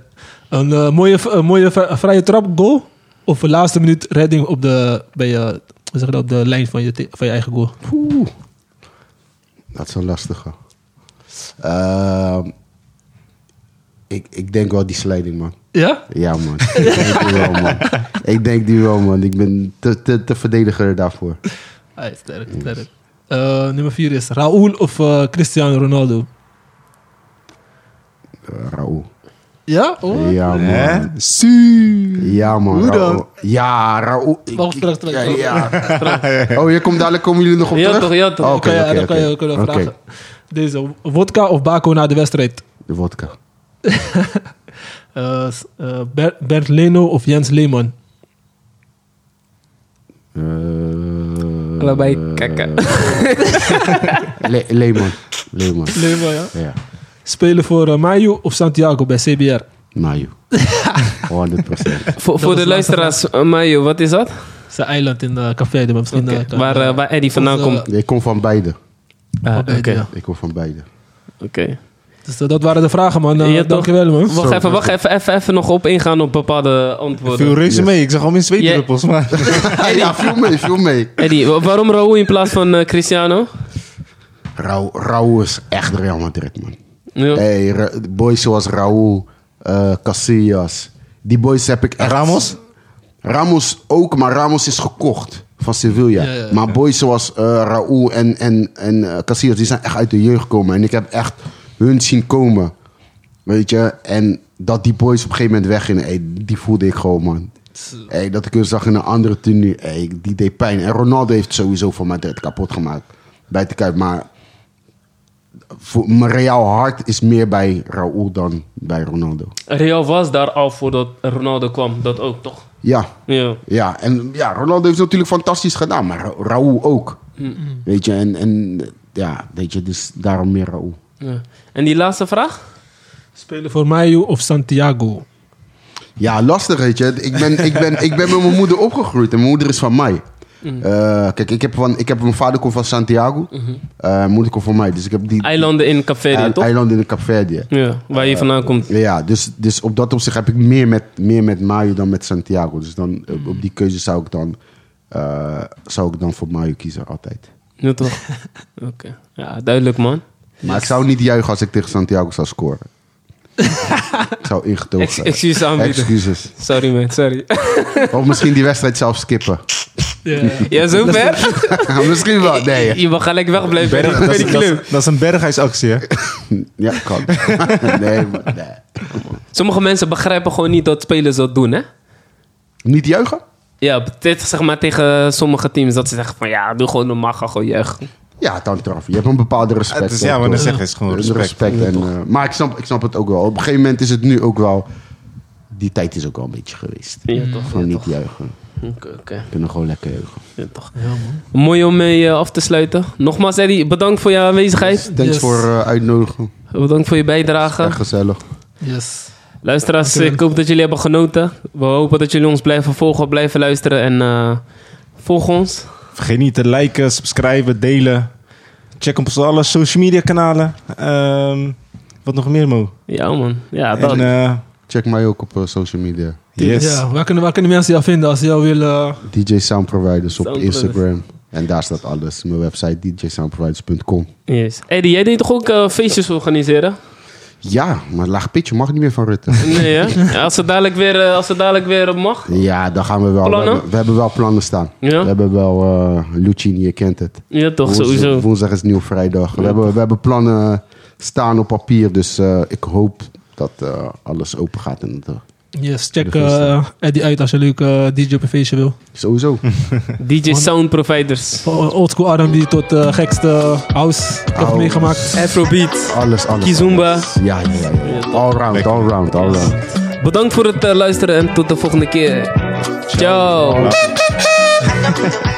[SPEAKER 4] Een eh, mooie, v- een mooie v- vrije trap goal of een laatste minuut redding op de, bij je, hoe zeg je dat, op de lijn van je, te- van je eigen goal?
[SPEAKER 5] Dat is een lastige. Ehm, ik, ik denk wel die slijding, man.
[SPEAKER 4] Ja?
[SPEAKER 5] Ja, man. Ik denk die wel, man. Ik denk die wel, man. Ik ben te, te, te verdediger daarvoor.
[SPEAKER 4] Ai, sterk, sterk. Eh, nummer vier is Raúl of eh, Cristiano Ronaldo?
[SPEAKER 5] Eh, Raoul.
[SPEAKER 4] Ja? Oh.
[SPEAKER 5] Ja, man.
[SPEAKER 3] Hè? Su.
[SPEAKER 5] Ja, man.
[SPEAKER 3] Hoe dan?
[SPEAKER 5] Raoul. Ja, Raoul. Ik-
[SPEAKER 4] Wacht, terug, terug,
[SPEAKER 5] Ja,
[SPEAKER 4] terug.
[SPEAKER 5] ja. Oh, je komt dadelijk komen jullie nog op
[SPEAKER 1] Ja,
[SPEAKER 5] terug?
[SPEAKER 1] toch, ja, toch.
[SPEAKER 5] Oh,
[SPEAKER 4] Dan
[SPEAKER 5] Oké,
[SPEAKER 4] kan je-
[SPEAKER 5] oké,
[SPEAKER 4] dan kan je
[SPEAKER 5] oké.
[SPEAKER 4] ook nog
[SPEAKER 5] Oké,
[SPEAKER 4] vragen. Deze, wodka of Baco na de wedstrijd?
[SPEAKER 5] De vodka.
[SPEAKER 4] Eh, s- eh, Ber- Bernd Leno of Jens Lehmann?
[SPEAKER 5] Eh,
[SPEAKER 1] Allebei kakken.
[SPEAKER 5] Le Leeman. Leeman.
[SPEAKER 4] Lehmann, ja.
[SPEAKER 5] Ja.
[SPEAKER 4] Spelen voor eh, Mayu of Santiago bij CBR?
[SPEAKER 5] Mayu. 100%.
[SPEAKER 1] Voor, voor
[SPEAKER 4] was
[SPEAKER 1] de
[SPEAKER 4] de
[SPEAKER 1] luisteraars, eh, Mayo, wat is dat?
[SPEAKER 4] Zijn eiland in eh Café de misschien. eh, kan-
[SPEAKER 1] Waar, eh, waar Eddie vandaan
[SPEAKER 4] Onze-
[SPEAKER 1] komt.
[SPEAKER 5] Ik kom van beide.
[SPEAKER 1] Ah,
[SPEAKER 4] Oké,
[SPEAKER 1] Oké,
[SPEAKER 4] ja.
[SPEAKER 5] Ik kom van beide.
[SPEAKER 1] oké.
[SPEAKER 4] Dus eh, dat waren de vragen, man. Eh,
[SPEAKER 1] Ja, toch?
[SPEAKER 4] dankjewel, man.
[SPEAKER 1] Wacht even, wacht even, even, even nog op ingaan op bepaalde
[SPEAKER 3] Veel
[SPEAKER 1] antwoorden.
[SPEAKER 3] reuze
[SPEAKER 5] Yes.
[SPEAKER 3] mee. Ik zag al mijn zweetdruppels, maar...
[SPEAKER 5] ja, viel mee, viel mee.
[SPEAKER 1] Eddie, wa- waarom Raoul in plaats van eh, Cristiano?
[SPEAKER 5] Rau, Raul is echt Real Madrid, man.
[SPEAKER 1] Ja.
[SPEAKER 5] Hey, Ra- boys zoals Raul, eh, Casillas. Die boys heb ik echt...
[SPEAKER 3] Ramos?
[SPEAKER 5] Ramos ook, maar Ramos is gekocht van Sevilla.
[SPEAKER 4] Ja, ja, ja.
[SPEAKER 5] Maar boys zoals eh Raul en, en, en eh, Casillas, die zijn echt uit de jeugd gekomen. En ik heb echt hun zien komen. Weet je? En dat die boys op een gegeven moment weggingen, hey, die voelde ik gewoon, man. Hey, dat ik hun zag in een andere tenue, hey, die deed pijn. En Ronaldo heeft sowieso van Madrid kapot gemaakt. Bij de Kuip, maar voor, mijn Real hart is meer bij Raúl dan bij Ronaldo.
[SPEAKER 1] Real was daar al voordat Ronaldo kwam, dat ook toch?
[SPEAKER 5] Ja,
[SPEAKER 1] Ja.
[SPEAKER 5] ja. En ja, Ronaldo heeft natuurlijk fantastisch gedaan, maar Ra- Raúl ook. Weet je, en, en ja, weet je, dus daarom meer Raúl.
[SPEAKER 1] ja. En die laatste vraag?
[SPEAKER 4] Spelen voor Mayu of Santiago?
[SPEAKER 5] Ja, lastig, weet je. Ik ben, ik ben, ik ben met mijn moeder opgegroeid en mijn moeder is van mij.
[SPEAKER 1] Mm.
[SPEAKER 5] Eh, kijk, ik heb, van, ik heb mijn vader komt van Santiago, Eh, mijn moeder komt van mij. Dus ik heb die
[SPEAKER 1] Eilanden Mhm. in Café,
[SPEAKER 5] eil-
[SPEAKER 1] toch?
[SPEAKER 5] eilanden in de Cap Verde.
[SPEAKER 1] Ja, waar je vandaan komt.
[SPEAKER 5] Ja, dus, dus op dat opzicht heb ik meer met, meer met Mayo dan met Santiago. Dus dan, op- op die keuze zou ik dan, eh, zou ik dan voor Mayo kiezen, altijd.
[SPEAKER 1] Ja, toch? Oké. Ja, duidelijk, man.
[SPEAKER 5] Maar ik zou niet juichen als ik tegen Santiago zou scoren. ik zou ingetogen
[SPEAKER 1] Ex-
[SPEAKER 5] zijn.
[SPEAKER 1] excuses aanbieden.
[SPEAKER 5] Excuses.
[SPEAKER 1] Sorry, man. Sorry.
[SPEAKER 5] Of misschien die wedstrijd zelf skippen.
[SPEAKER 1] ja, zo ver?
[SPEAKER 5] misschien wel, nee.
[SPEAKER 1] Je mag gelijk wegblijven
[SPEAKER 3] Berg,
[SPEAKER 1] bij
[SPEAKER 3] dat,
[SPEAKER 1] die
[SPEAKER 3] is, dat,
[SPEAKER 1] club.
[SPEAKER 3] is, dat is een berghuisactie, hè?
[SPEAKER 5] Ja, kan. nee, maar, nee.
[SPEAKER 1] Sommige mensen begrijpen gewoon niet dat spelers dat doen, hè?
[SPEAKER 5] Niet juichen?
[SPEAKER 1] Ja, dit zeg maar tegen sommige teams dat ze zeggen van ja, doe gewoon normaal, ga gewoon juichen.
[SPEAKER 5] Ja, dan eraf. Je hebt een bepaalde respect.
[SPEAKER 3] Het is, ja, maar dan
[SPEAKER 5] toch?
[SPEAKER 3] zeg je het gewoon
[SPEAKER 5] respect.
[SPEAKER 3] respect.
[SPEAKER 5] en, eh, maar ik snap, ik snap het ook wel. Op een gegeven moment is het nu ook wel... Die tijd is ook wel een beetje geweest.
[SPEAKER 1] Ja, toch?
[SPEAKER 5] Mm, Gewoon niet juichen.
[SPEAKER 1] Oké, oké.
[SPEAKER 5] We kunnen gewoon lekker juichen.
[SPEAKER 1] Ja, toch. Mooi om mee eh, af te sluiten. Nogmaals, Eddie, bedankt voor je aanwezigheid.
[SPEAKER 5] Thanks
[SPEAKER 4] Yes.
[SPEAKER 5] voor eh, uitnodigen.
[SPEAKER 1] Bedankt voor je bijdrage.
[SPEAKER 5] Echt gezellig.
[SPEAKER 4] Yes.
[SPEAKER 1] Luisteraars, ik hoop dat jullie hebben genoten. We hopen dat jullie ons blijven volgen, blijven luisteren en eh, volg ons.
[SPEAKER 3] Vergeet niet te liken, subscriben, delen. Check op onze alle social media kanalen. Ehm, wat nog meer, Mo?
[SPEAKER 1] Ja, man. Ja, dat.
[SPEAKER 3] En, eh,
[SPEAKER 5] Check mij ook op eh, social media.
[SPEAKER 3] yes.
[SPEAKER 4] Ja, waar kunnen, waar kunnen mensen jou vinden als ze jou willen? eh,
[SPEAKER 5] DJ Sound Providers op
[SPEAKER 1] Sound
[SPEAKER 5] Instagram. En daar staat alles. Mijn website djsoundproviders.com.
[SPEAKER 1] Yes. Eddie, jij deed toch ook eh, feestjes organiseren?
[SPEAKER 5] Ja, maar laag pitje mag niet meer van Rutte.
[SPEAKER 1] Nee, hè? Ja, als het dadelijk weer, eh, als het dadelijk weer mag.
[SPEAKER 5] Ja, daar gaan we wel. We
[SPEAKER 1] Plannen?
[SPEAKER 5] hebben, we hebben wel plannen staan.
[SPEAKER 1] Ja?
[SPEAKER 5] We hebben wel eh Lucini, je kent het.
[SPEAKER 1] Ja, toch,
[SPEAKER 5] Woensdag-
[SPEAKER 1] sowieso.
[SPEAKER 5] Woensdag is nieuw vrijdag. We, hebben, we hebben plannen staan op papier. Dus eh, ik hoop dat eh, alles open gaat en dat er
[SPEAKER 4] Yes, check eh, Eddie uit als je leuk eh, DJ op een feestje wil.
[SPEAKER 5] Sowieso.
[SPEAKER 1] DJ Sound Providers.
[SPEAKER 4] Van oldschool R&B tot eh, gekste house. Ik heb het
[SPEAKER 5] House.
[SPEAKER 4] meegemaakt.
[SPEAKER 1] Afrobeat.
[SPEAKER 5] Alles, alles.
[SPEAKER 1] Kizomba.
[SPEAKER 5] alles. Ja, ja, ja. ja. All round, all round, all round.
[SPEAKER 1] Bedankt voor het eh, luisteren en tot de volgende keer. Ciao.
[SPEAKER 6] I